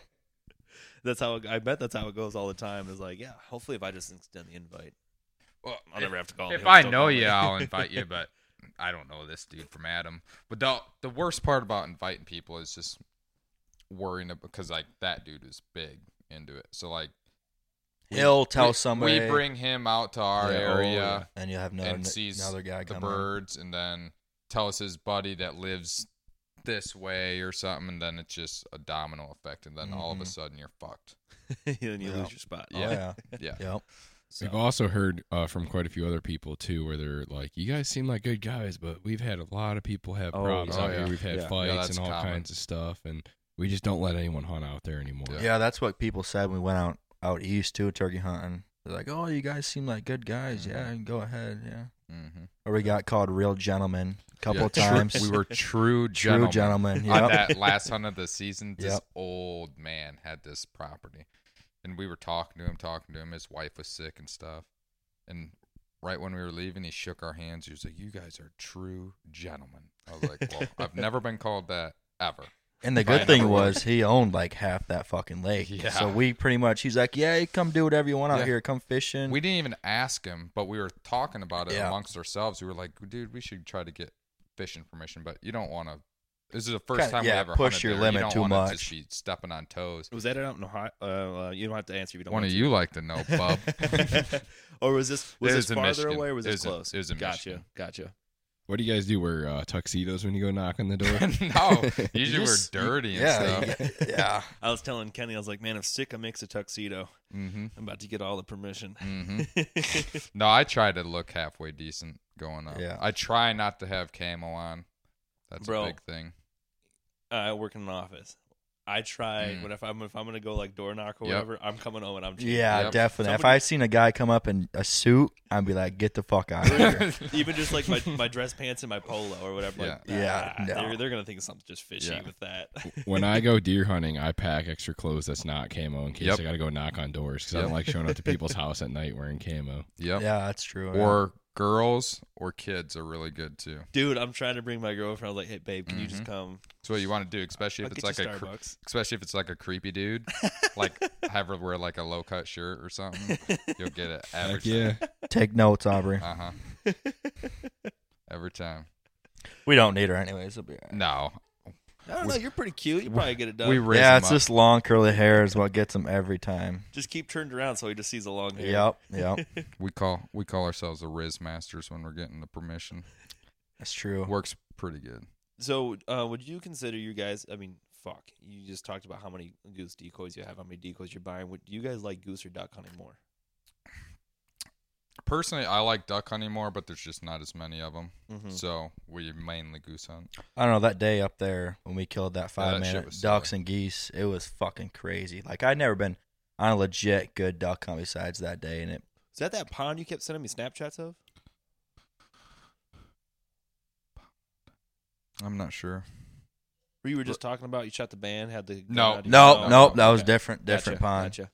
Speaker 3: that's how. It, I bet that's how it goes all the time. Is like, yeah. Hopefully, if I just extend the invite,
Speaker 2: Well,
Speaker 3: I'll never have to call. him.
Speaker 2: if
Speaker 3: He'll
Speaker 2: I
Speaker 3: still
Speaker 2: know
Speaker 3: call
Speaker 2: you,
Speaker 3: me.
Speaker 2: I'll invite you, but I don't know this dude from Adam. But the the worst part about inviting people is just worrying about because like that dude is big into it. So like we-
Speaker 1: He'll
Speaker 2: we-
Speaker 1: tell somebody
Speaker 2: we bring him out to our
Speaker 4: Yeah, oh,
Speaker 2: area,
Speaker 1: and you'll have another,
Speaker 2: and sees
Speaker 1: another guy
Speaker 2: the
Speaker 1: coming.
Speaker 2: birds, and then tell us his buddy that lives this way or something, and then it's just a domino effect, and then all of a
Speaker 1: Mhm.
Speaker 2: sudden you're fucked.
Speaker 3: and you lose
Speaker 1: Yeah.
Speaker 3: your spot.
Speaker 1: Oh, yeah.
Speaker 2: Yeah.
Speaker 1: Yep.
Speaker 3: So-
Speaker 4: We've also heard uh, from quite a few other people too, where they're like, "You guys seem like good guys, but we've had a lot of people have
Speaker 3: Oh,
Speaker 4: problems
Speaker 2: yeah.
Speaker 4: out
Speaker 2: Oh,
Speaker 4: here.
Speaker 2: yeah.
Speaker 4: We've had
Speaker 3: Yeah. Yeah,
Speaker 4: fights
Speaker 2: that's
Speaker 4: and all
Speaker 2: common.
Speaker 4: kinds of stuff, and we just don't let anyone hunt out there anymore."
Speaker 2: Yeah.
Speaker 1: Yeah, that's what people said when we went out out east too, turkey hunting. They're like, "Oh, you guys seem like good guys. Yeah, go ahead. Yeah."
Speaker 2: Mm-hmm.
Speaker 1: Or we got called real gentlemen a couple
Speaker 2: Yeah, true-
Speaker 1: times.
Speaker 2: we were true
Speaker 1: true
Speaker 2: gentlemen.
Speaker 1: gentlemen. Yep.
Speaker 2: on that last hunt of the season, this
Speaker 1: Yep.
Speaker 2: old man had this property, and we were talking to him, talking to him. His wife was sick and stuff, and right when we were leaving, he shook our hands. He was like, "You guys are true gentlemen." I was like, "Well, I've never been called that ever."
Speaker 1: And the
Speaker 2: Probably
Speaker 1: good thing
Speaker 2: never would.
Speaker 1: was he owned like half that fucking lake.
Speaker 2: Yeah.
Speaker 1: So we pretty much he's like, yeah, you come do whatever you want out
Speaker 2: Yeah.
Speaker 1: here. Come fishing.
Speaker 2: We didn't even ask him, but we were talking about it
Speaker 1: Yeah.
Speaker 2: amongst ourselves. We were like, dude, we should try to get fishing permission, but you don't want to. This is the 1st
Speaker 1: Kinda-
Speaker 2: time
Speaker 1: yeah,
Speaker 2: we ever
Speaker 1: push
Speaker 2: hunted
Speaker 1: your
Speaker 2: there.
Speaker 1: limit
Speaker 2: you don't
Speaker 1: too
Speaker 2: wanna
Speaker 1: much.
Speaker 2: Just be stepping on toes.
Speaker 3: Was that out in Ohio? Uh, uh, you don't have to answer if you don't
Speaker 2: One
Speaker 3: want
Speaker 2: of
Speaker 3: to.
Speaker 2: you like to know, bub.
Speaker 3: or was this was
Speaker 2: It
Speaker 3: this
Speaker 2: was in
Speaker 3: farther
Speaker 2: Michigan.
Speaker 3: away or was
Speaker 2: It
Speaker 3: this
Speaker 2: was in-
Speaker 3: close?
Speaker 2: it was in
Speaker 3: gotcha,
Speaker 2: Michigan.
Speaker 3: gotcha.
Speaker 4: What do you guys do? Wear uh, tuxedos when you go knock on the door?
Speaker 2: no, usually
Speaker 4: just-
Speaker 2: we're dirty and
Speaker 1: yeah,
Speaker 2: stuff.
Speaker 1: yeah, yeah.
Speaker 3: I was telling Kenny, I was like, man, if Sika makes a tuxedo,
Speaker 2: Mm-hmm.
Speaker 3: I'm about to get all the permission.
Speaker 2: Mm-hmm. No, I try to look halfway decent going up.
Speaker 1: Yeah.
Speaker 2: I try not to have camo on. That's
Speaker 3: Bro.
Speaker 2: a big thing.
Speaker 3: Uh, I work in an office. I try,
Speaker 2: Mm.
Speaker 3: but if I'm if I'm gonna go like door knock or
Speaker 2: Yep.
Speaker 3: whatever, I'm coming home and I'm changing.
Speaker 1: Yeah,
Speaker 2: Yep.
Speaker 1: definitely. if
Speaker 3: Somebody-
Speaker 1: I seen a guy come up in a suit, I'd be like, get the fuck out of here.
Speaker 3: even just like my, my dress pants and my polo or whatever. Like,
Speaker 1: Yeah.
Speaker 3: ah,
Speaker 1: Yeah, no.
Speaker 3: they're, they're gonna think something's just fishy
Speaker 2: Yeah.
Speaker 3: with that.
Speaker 4: when I go deer hunting, I pack extra clothes that's not camo in case
Speaker 2: Yep.
Speaker 4: I got to go knock on doors because I
Speaker 2: Yep.
Speaker 4: don't like showing up to people's house at night wearing camo.
Speaker 2: Yep.
Speaker 1: Yeah, that's true. yeah.
Speaker 2: Or girls or kids are really good too.
Speaker 3: Dude, I'm trying to bring my girlfriend. I was like, hey babe, can you just come?
Speaker 2: That's what you want to do, especially
Speaker 3: I'll
Speaker 2: Mm-hmm. if it's
Speaker 3: get
Speaker 2: like
Speaker 3: you
Speaker 2: a cre-
Speaker 3: Starbucks.
Speaker 2: especially if it's like a creepy dude. like have her wear like a low cut shirt or something. You'll get it every
Speaker 4: Heck yeah.
Speaker 1: take notes, Aubrey.
Speaker 2: Uh huh. every time.
Speaker 1: We don't need her anyways. It'll be all right.
Speaker 2: No.
Speaker 3: I don't know. You're pretty cute. You probably get it done.
Speaker 2: We raise
Speaker 1: Yeah,
Speaker 2: 'em
Speaker 1: it's
Speaker 2: up.
Speaker 1: this long curly hair is what gets him every time.
Speaker 3: just keep turned around so he just sees a long hair.
Speaker 1: Yep, yep.
Speaker 2: we call we call ourselves the Riz Masters when we're getting the permission.
Speaker 1: That's true.
Speaker 2: Works pretty good.
Speaker 3: So, uh, would you consider you guys? I mean, fuck. You just talked about how many goose decoys you have, how many decoys you're buying. Would do you guys like goose or duck hunting more?
Speaker 2: Personally, I like duck hunting more, but there's just not as many of them.
Speaker 3: Mm-hmm.
Speaker 2: So we mainly goose hunt.
Speaker 1: I don't know that day up there when we killed that five
Speaker 2: that shit
Speaker 1: man
Speaker 2: was
Speaker 1: ducks and geese. It was fucking crazy. Like I'd never been on a legit good duck hunt besides that day, and it
Speaker 3: Is that that pond you kept sending me Snapchats of?
Speaker 2: I'm not sure.
Speaker 3: Where you were just talking about you shot the band, had the gun
Speaker 2: No,
Speaker 3: out of your
Speaker 1: no,
Speaker 3: mouth?
Speaker 2: no,
Speaker 1: nope, that was
Speaker 3: Okay.
Speaker 1: different, different
Speaker 3: Gotcha,
Speaker 1: pond.
Speaker 3: gotcha.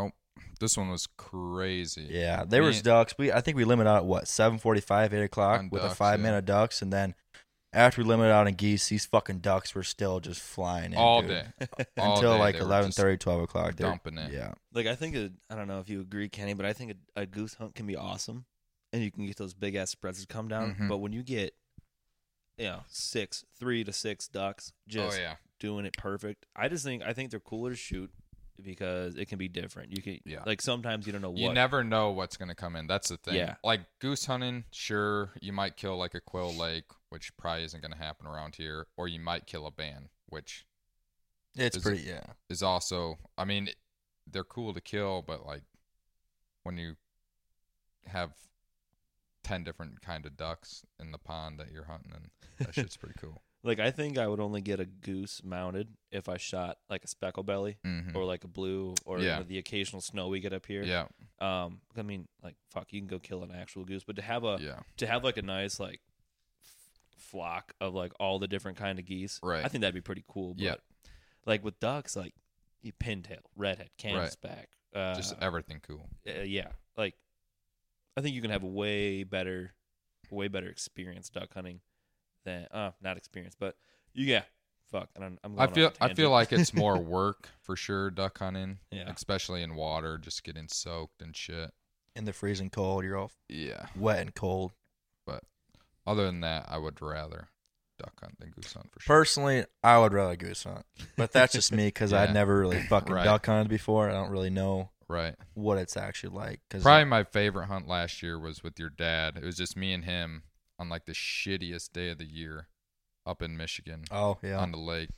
Speaker 2: Nope. This one was crazy.
Speaker 1: Yeah, there
Speaker 2: Me
Speaker 1: was
Speaker 2: and-
Speaker 1: ducks. We I think we limited out at what seven forty five, eight o'clock
Speaker 2: On
Speaker 1: with a
Speaker 2: ducks,
Speaker 1: five
Speaker 2: yeah.
Speaker 1: man of ducks, and then after we limited out on geese, these fucking ducks were still just flying in,
Speaker 2: All
Speaker 1: dude.
Speaker 2: day. Oh, All
Speaker 1: until
Speaker 2: day
Speaker 1: like
Speaker 2: they were
Speaker 1: 11,
Speaker 2: just
Speaker 1: 12 o'clock. They're-
Speaker 2: Dumping it.
Speaker 1: Yeah,
Speaker 3: Like I think a, I don't know if you agree, Kenny, but I think a, a goose hunt can be awesome, and you can get those big ass spreads to come down.
Speaker 2: Mhm.
Speaker 3: But when you get, you know, six, three to six ducks, just
Speaker 2: oh yeah.
Speaker 3: doing it perfect. I just think I think they're cooler to shoot because it can be different. You can
Speaker 2: Yeah.
Speaker 3: like sometimes you don't know what
Speaker 2: You never know what's gonna come in. That's the thing.
Speaker 3: Yeah.
Speaker 2: Like goose hunting, sure, you might kill like a quail lake, which probably isn't gonna happen around here, or you might kill a ban, which
Speaker 1: it's
Speaker 2: Is
Speaker 1: pretty. Yeah,
Speaker 2: is also I mean, they're cool to kill, but like when you have ten different kind of ducks in the pond that you're hunting in, that shit's pretty cool.
Speaker 3: like I think I would only get a goose mounted if I shot like a speckle belly
Speaker 2: Mm-hmm.
Speaker 3: or like a blue or
Speaker 2: Yeah.
Speaker 3: the occasional snow we get up here.
Speaker 2: Yeah,
Speaker 3: Um I mean like fuck you can go kill an actual goose, but to have a
Speaker 2: yeah.
Speaker 3: to have like a nice like f- flock of like all the different kind of geese.
Speaker 2: Right.
Speaker 3: I think that'd be pretty cool. But
Speaker 2: Yeah.
Speaker 3: like with ducks, like you pintail, redhead, canvasback, uh,
Speaker 2: Just everything cool.
Speaker 3: uh, yeah, like I think you can have a way better, way better experience duck hunting than uh not experience, but yeah, fuck. And I'm, I'm
Speaker 2: I
Speaker 3: going
Speaker 2: feel
Speaker 3: off a
Speaker 2: I feel
Speaker 3: tangent.
Speaker 2: like it's more work for sure duck hunting,
Speaker 3: Yeah.
Speaker 2: especially in water, just getting soaked and shit.
Speaker 1: in the freezing cold, you're all
Speaker 2: Yeah.
Speaker 1: wet and cold.
Speaker 2: Other than that, I would rather duck hunt than goose hunt for sure.
Speaker 1: Personally, I would rather goose hunt, but that's just me because
Speaker 2: Yeah.
Speaker 1: I'd never really fucking
Speaker 2: Right.
Speaker 1: duck hunted before. I don't really know
Speaker 2: right.
Speaker 1: what it's actually like. Cause
Speaker 2: Probably my favorite hunt last year was with your dad. It was just me and him on like the shittiest day of the year up in Michigan
Speaker 1: oh yeah,
Speaker 2: on the lake.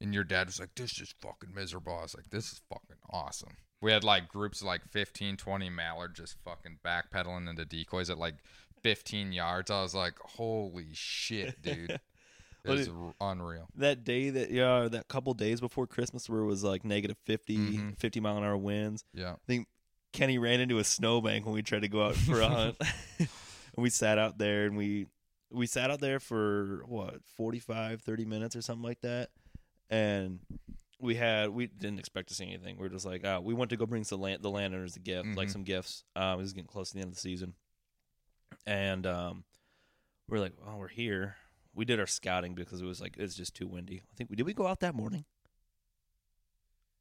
Speaker 2: And your dad was like, "This is fucking miserable." I was like, "This is fucking awesome." We had like groups of like 15, 20 mallard just fucking backpedaling into decoys at like 15 yards. I was like, "Holy shit, dude!" It
Speaker 3: Well,
Speaker 2: was
Speaker 3: it-
Speaker 2: r- unreal.
Speaker 3: that day that yeah, that couple days before Christmas where it was like negative 50,
Speaker 2: Mhm.
Speaker 3: 50 mile an hour winds.
Speaker 2: Yeah,
Speaker 3: I think Kenny ran into a snowbank when we tried to go out for a hunt. and we sat out there and we we sat out there for what, 45, 30 minutes or something like that. And we had we didn't expect to see anything. We were just like, uh, we went to go bring some lan- the landowners a gift, like
Speaker 2: Mhm.
Speaker 3: some gifts. Um, it was getting close to the end of the season. And um, we're like, oh, we're here. we did our scouting because it was like it's just too windy. I think we did we go out that morning.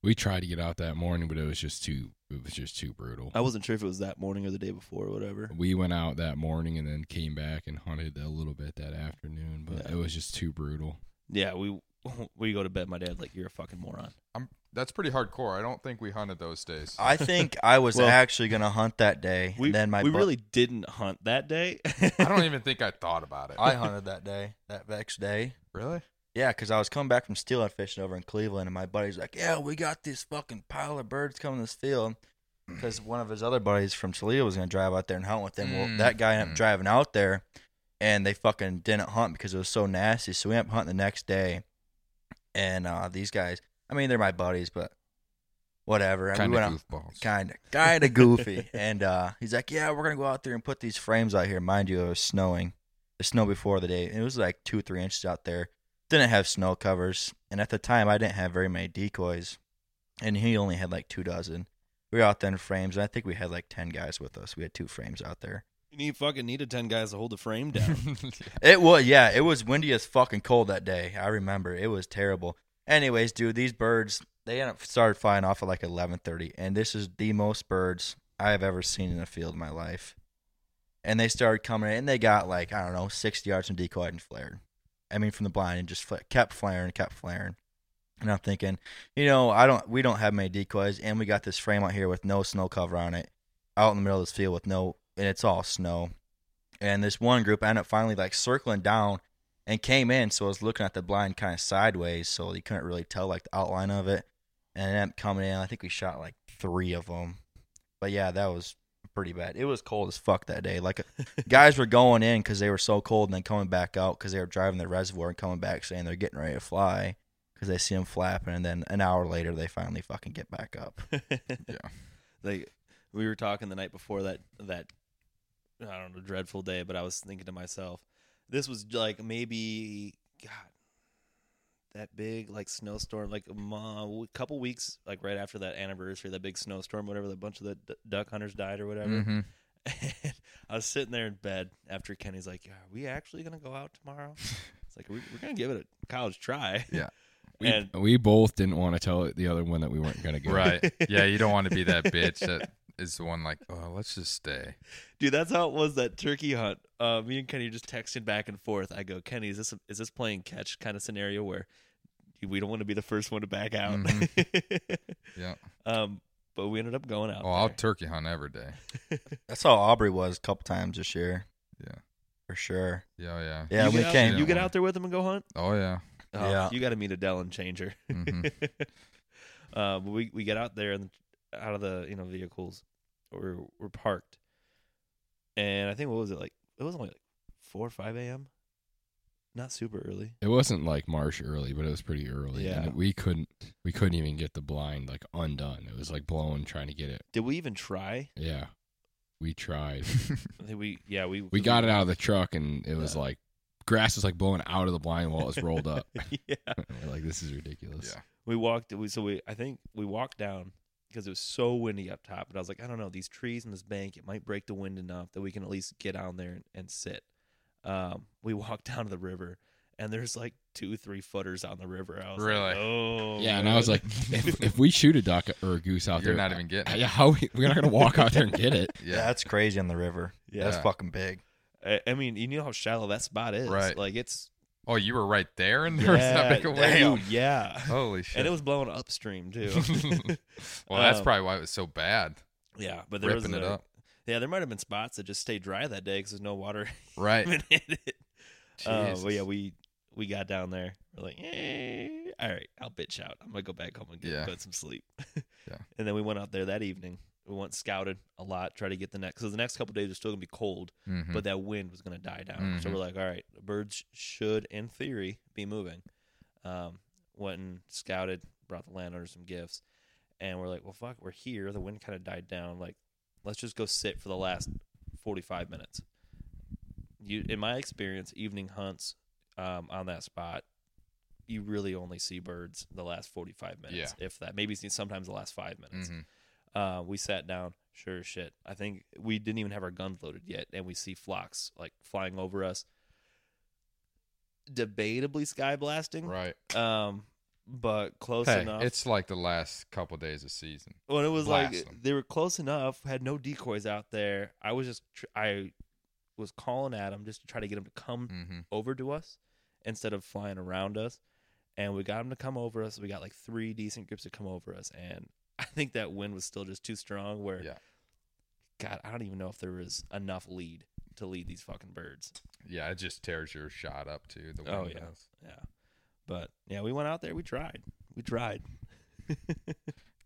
Speaker 4: We tried to get out that morning, but it was just too it was just too brutal.
Speaker 3: I wasn't sure if it was that morning or the day before or whatever.
Speaker 4: We went out that morning and then came back and hunted a little bit that afternoon, but
Speaker 3: Yeah.
Speaker 4: it was just too brutal.
Speaker 3: Yeah, we we go to bed. My dad like you're a fucking moron.
Speaker 2: I'm, that's pretty hardcore. I don't think we hunted those days.
Speaker 1: I think I was
Speaker 3: Well-
Speaker 1: actually gonna hunt that day.
Speaker 3: We
Speaker 1: and then my
Speaker 3: we
Speaker 1: bu-
Speaker 3: really didn't hunt that day.
Speaker 2: I don't even think I thought about it.
Speaker 1: I hunted that day, that next day.
Speaker 2: really?
Speaker 1: Yeah, because I was coming back from steelhead fishing over in Cleveland, and my buddy's like, "Yeah, we got this fucking pile of birds coming this field." Because one of his other buddies from Toledo was gonna drive out there and hunt with them. Well,
Speaker 2: Mm.
Speaker 1: that guy ended
Speaker 2: Mm.
Speaker 1: up driving out there, and they fucking didn't hunt because it was so nasty. So we ended up hunting the next day, and uh, these guys—I mean, they're my buddies, but whatever. And
Speaker 2: Kind
Speaker 1: we
Speaker 2: of
Speaker 1: went out,
Speaker 2: goofballs.
Speaker 1: kind of kind of goofy and uh he's like yeah we're gonna go out there and put these frames out here mind you it was snowing the snow before the day it was like two three inches out there didn't have snow covers and at the time i didn't have very many decoys and he only had like two dozen we were out there in frames and i think we had like 10 guys with us we had two frames out there
Speaker 2: e-
Speaker 3: you need fucking needed ten guys to hold the frame down.
Speaker 1: it was yeah, it was windy as fucking cold that day. I remember it was terrible. Anyways, dude, these birds they end up started flying off at like eleven thirty, and this is the most birds I have ever seen in a field in my life. And they started coming in, and they got like I don't know sixty yards from decoy and flared. I mean, from the blind and just fla- kept flaring, kept flaring. And I'm thinking, you know, I don't, we don't have many decoys, and we got this frame out here with no snow cover on it, out in the middle of this field with no, and it's all snow and this one group ended up finally like circling down and came in. So I was looking at the blind kind of sideways, so you couldn't really tell like the outline of it. And it ended up coming in. I think we shot like three of them. But yeah, that was pretty bad. It was cold as fuck that day. Like guys were going in because they were so cold, and then coming back out because they were driving the reservoir and coming back saying they're getting ready to fly because they see them flapping, and then an hour later they finally fucking get back up.
Speaker 2: Yeah.
Speaker 3: Like we were talking the night before that that I don't know dreadful day, but I was thinking to myself, this was like maybe God that big like snowstorm, like a mo- couple weeks, like right after that anniversary, that big snowstorm, whatever, the bunch of the d- duck hunters died or whatever.
Speaker 2: hmm
Speaker 3: And I was sitting there in bed after Kenny's like, "Are we actually gonna go out tomorrow?" It's like we, we're gonna give it a college try.
Speaker 2: Yeah.
Speaker 4: We,
Speaker 3: and
Speaker 4: we both didn't want to tell the other one that we weren't going to go.
Speaker 2: Right. Yeah, you don't want to be that bitch that is the one like, oh, let's just stay.
Speaker 3: Dude, that's how it was that turkey hunt. Uh, me and Kenny just texting back and forth. I go, Kenny, is this is this playing catch kind of scenario where we don't want to be the first one to back out?
Speaker 2: Yeah.
Speaker 3: um, but we ended up going out.
Speaker 2: Oh, I'll turkey hunt every day.
Speaker 1: That's how Aubrey was a couple times this year.
Speaker 2: Yeah.
Speaker 1: for sure.
Speaker 2: Yeah, oh, yeah.
Speaker 1: Yeah,
Speaker 3: you
Speaker 1: we
Speaker 3: get out-
Speaker 1: came.
Speaker 3: you get out there with him and go hunt.
Speaker 2: Oh yeah.
Speaker 3: Oh,
Speaker 1: Yeah.
Speaker 3: you got to meet Adele and change her.
Speaker 2: hmm
Speaker 4: Mm-hmm.
Speaker 3: uh, but we we get out there and out of the you know vehicles, we're we're parked, and I think what was it like? It was only like four or five a.m. Not super early.
Speaker 4: It wasn't like marsh early, but it was pretty early.
Speaker 3: Yeah.
Speaker 4: And we couldn't we couldn't even get the blind like undone. It was like blowing trying to get it.
Speaker 3: Did we even try?
Speaker 4: Yeah. We tried.
Speaker 2: Mm-hmm.
Speaker 3: I think we yeah we
Speaker 4: We got it out of the truck and it was
Speaker 3: Yeah.
Speaker 4: like grass was like blowing out of the blind while it was rolled up.
Speaker 3: yeah,
Speaker 4: We're like this is ridiculous.
Speaker 2: yeah.
Speaker 3: we walked. We so we I think we walked down because it was so windy up top, and I was like, I don't know, these trees and this bank, it might break the wind enough that we can at least get down there and, and sit. Um, we walked down to the river, and there's like two, three footers on the river. I was like,
Speaker 2: Really?
Speaker 3: oh
Speaker 4: Yeah, and
Speaker 3: man.
Speaker 4: I was like, if, if we shoot a duck uh, or a goose out
Speaker 2: You're
Speaker 4: there, uh,
Speaker 2: not even getting. It.
Speaker 4: yeah, how we, we're not gonna walk out there and get it.
Speaker 1: Yeah,
Speaker 2: Yeah.
Speaker 1: that's crazy on the river. Yeah, that's
Speaker 2: Yeah.
Speaker 1: fucking big.
Speaker 3: I, I mean, you know how shallow that spot is,
Speaker 2: Right.
Speaker 3: Like it's
Speaker 2: Oh, you were right there, and there was that big a
Speaker 1: damn.
Speaker 2: wave.
Speaker 3: dude, yeah,
Speaker 2: Oh, Holy shit!
Speaker 3: and it was blowing upstream too.
Speaker 2: well, that's
Speaker 3: um,
Speaker 2: probably why it was so bad.
Speaker 3: yeah, but there was
Speaker 2: Ripping it
Speaker 3: a-
Speaker 2: up.
Speaker 3: Yeah, there might have been spots that just stayed dry that day because there's no water
Speaker 2: Right.
Speaker 3: even in it. Uh,
Speaker 2: Jesus.
Speaker 3: well, yeah, we we got down there. We're like, eh, all right, I'll bitch out. I'm gonna go back home and get,
Speaker 2: Yeah.
Speaker 3: go get some sleep.
Speaker 2: Yeah.
Speaker 3: And then we went out there that evening. We went scouted a lot, try to get the next. So the next couple days are still gonna be cold,
Speaker 2: Mhm.
Speaker 3: but that wind was gonna die down. So
Speaker 2: Mhm.
Speaker 3: we're like, all right, the birds should, in theory, be moving. Um, went and scouted, brought the landowner some gifts, and we're like, well, fuck, we're here. The wind kind of died down. Like, let's just go sit for the last 45 minutes. You, in my experience, evening hunts um, on that spot, you really only see birds the last 45 minutes, if that. Maybe see- sometimes the last five minutes.
Speaker 2: Mhm.
Speaker 3: Uh, we sat down. Sure as shit. I think we didn't even have our guns loaded yet, and we see flocks like flying over us. debatably sky blasting.
Speaker 2: Right.
Speaker 3: Um, but close
Speaker 2: Hey,
Speaker 3: enough.
Speaker 2: it's like the last couple days of season.
Speaker 3: when it was
Speaker 2: blast
Speaker 3: like
Speaker 2: 'em.
Speaker 3: they were close enough, had no decoys out there. I was just tr- I was calling at him just to try to get him to come
Speaker 2: Mm-hmm.
Speaker 3: over to us instead of flying around us. And we got them to come over us. We got like three decent groups to come over us. And I think that wind was still just too strong where,
Speaker 2: Yeah.
Speaker 3: God, I don't even know if there was enough lead to lead these fucking birds.
Speaker 2: Yeah, it just tears your shot up too. The
Speaker 3: Oh,
Speaker 2: wind
Speaker 3: yeah.
Speaker 2: does.
Speaker 3: Yeah. But yeah, we went out there. We tried. We tried.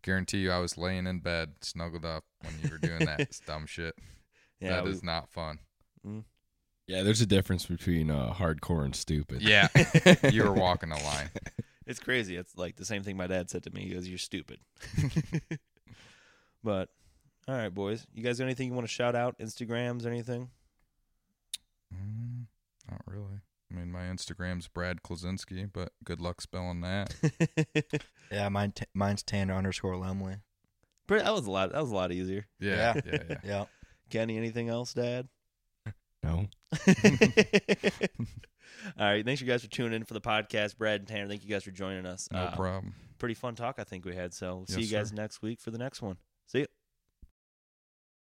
Speaker 2: Guarantee you, I was laying in bed, snuggled up when you were doing that dumb shit.
Speaker 3: Yeah.
Speaker 2: that
Speaker 3: we-
Speaker 2: is not fun.
Speaker 4: Yeah, there's a difference between uh, hardcore and stupid.
Speaker 2: Yeah, you were walking a line.
Speaker 3: It's crazy. It's like the same thing my dad said to me. He goes, "You're stupid." but all right, boys. You guys got anything you want to shout out? Instagrams or anything?
Speaker 2: Mm, not really. I mean, my Instagram's Brad Klozinski, but good luck spelling that.
Speaker 1: Yeah, mine t- mine's Tanner underscore Lumley.
Speaker 3: Bro, that was a lot. That was a lot easier.
Speaker 2: Yeah,
Speaker 1: Yeah.
Speaker 2: yeah, yeah. yeah.
Speaker 1: Yeah.
Speaker 3: Kenny, anything else, Dad?
Speaker 4: No.
Speaker 3: All right. Thanks, you guys, for tuning in for the podcast. Brad and Tanner, thank you guys for joining us.
Speaker 2: No
Speaker 3: Uh,
Speaker 2: problem.
Speaker 3: Pretty fun talk, I think we had. So, we'll see
Speaker 2: Yes,
Speaker 3: you guys
Speaker 2: sir.
Speaker 3: next week for the next one. See ya.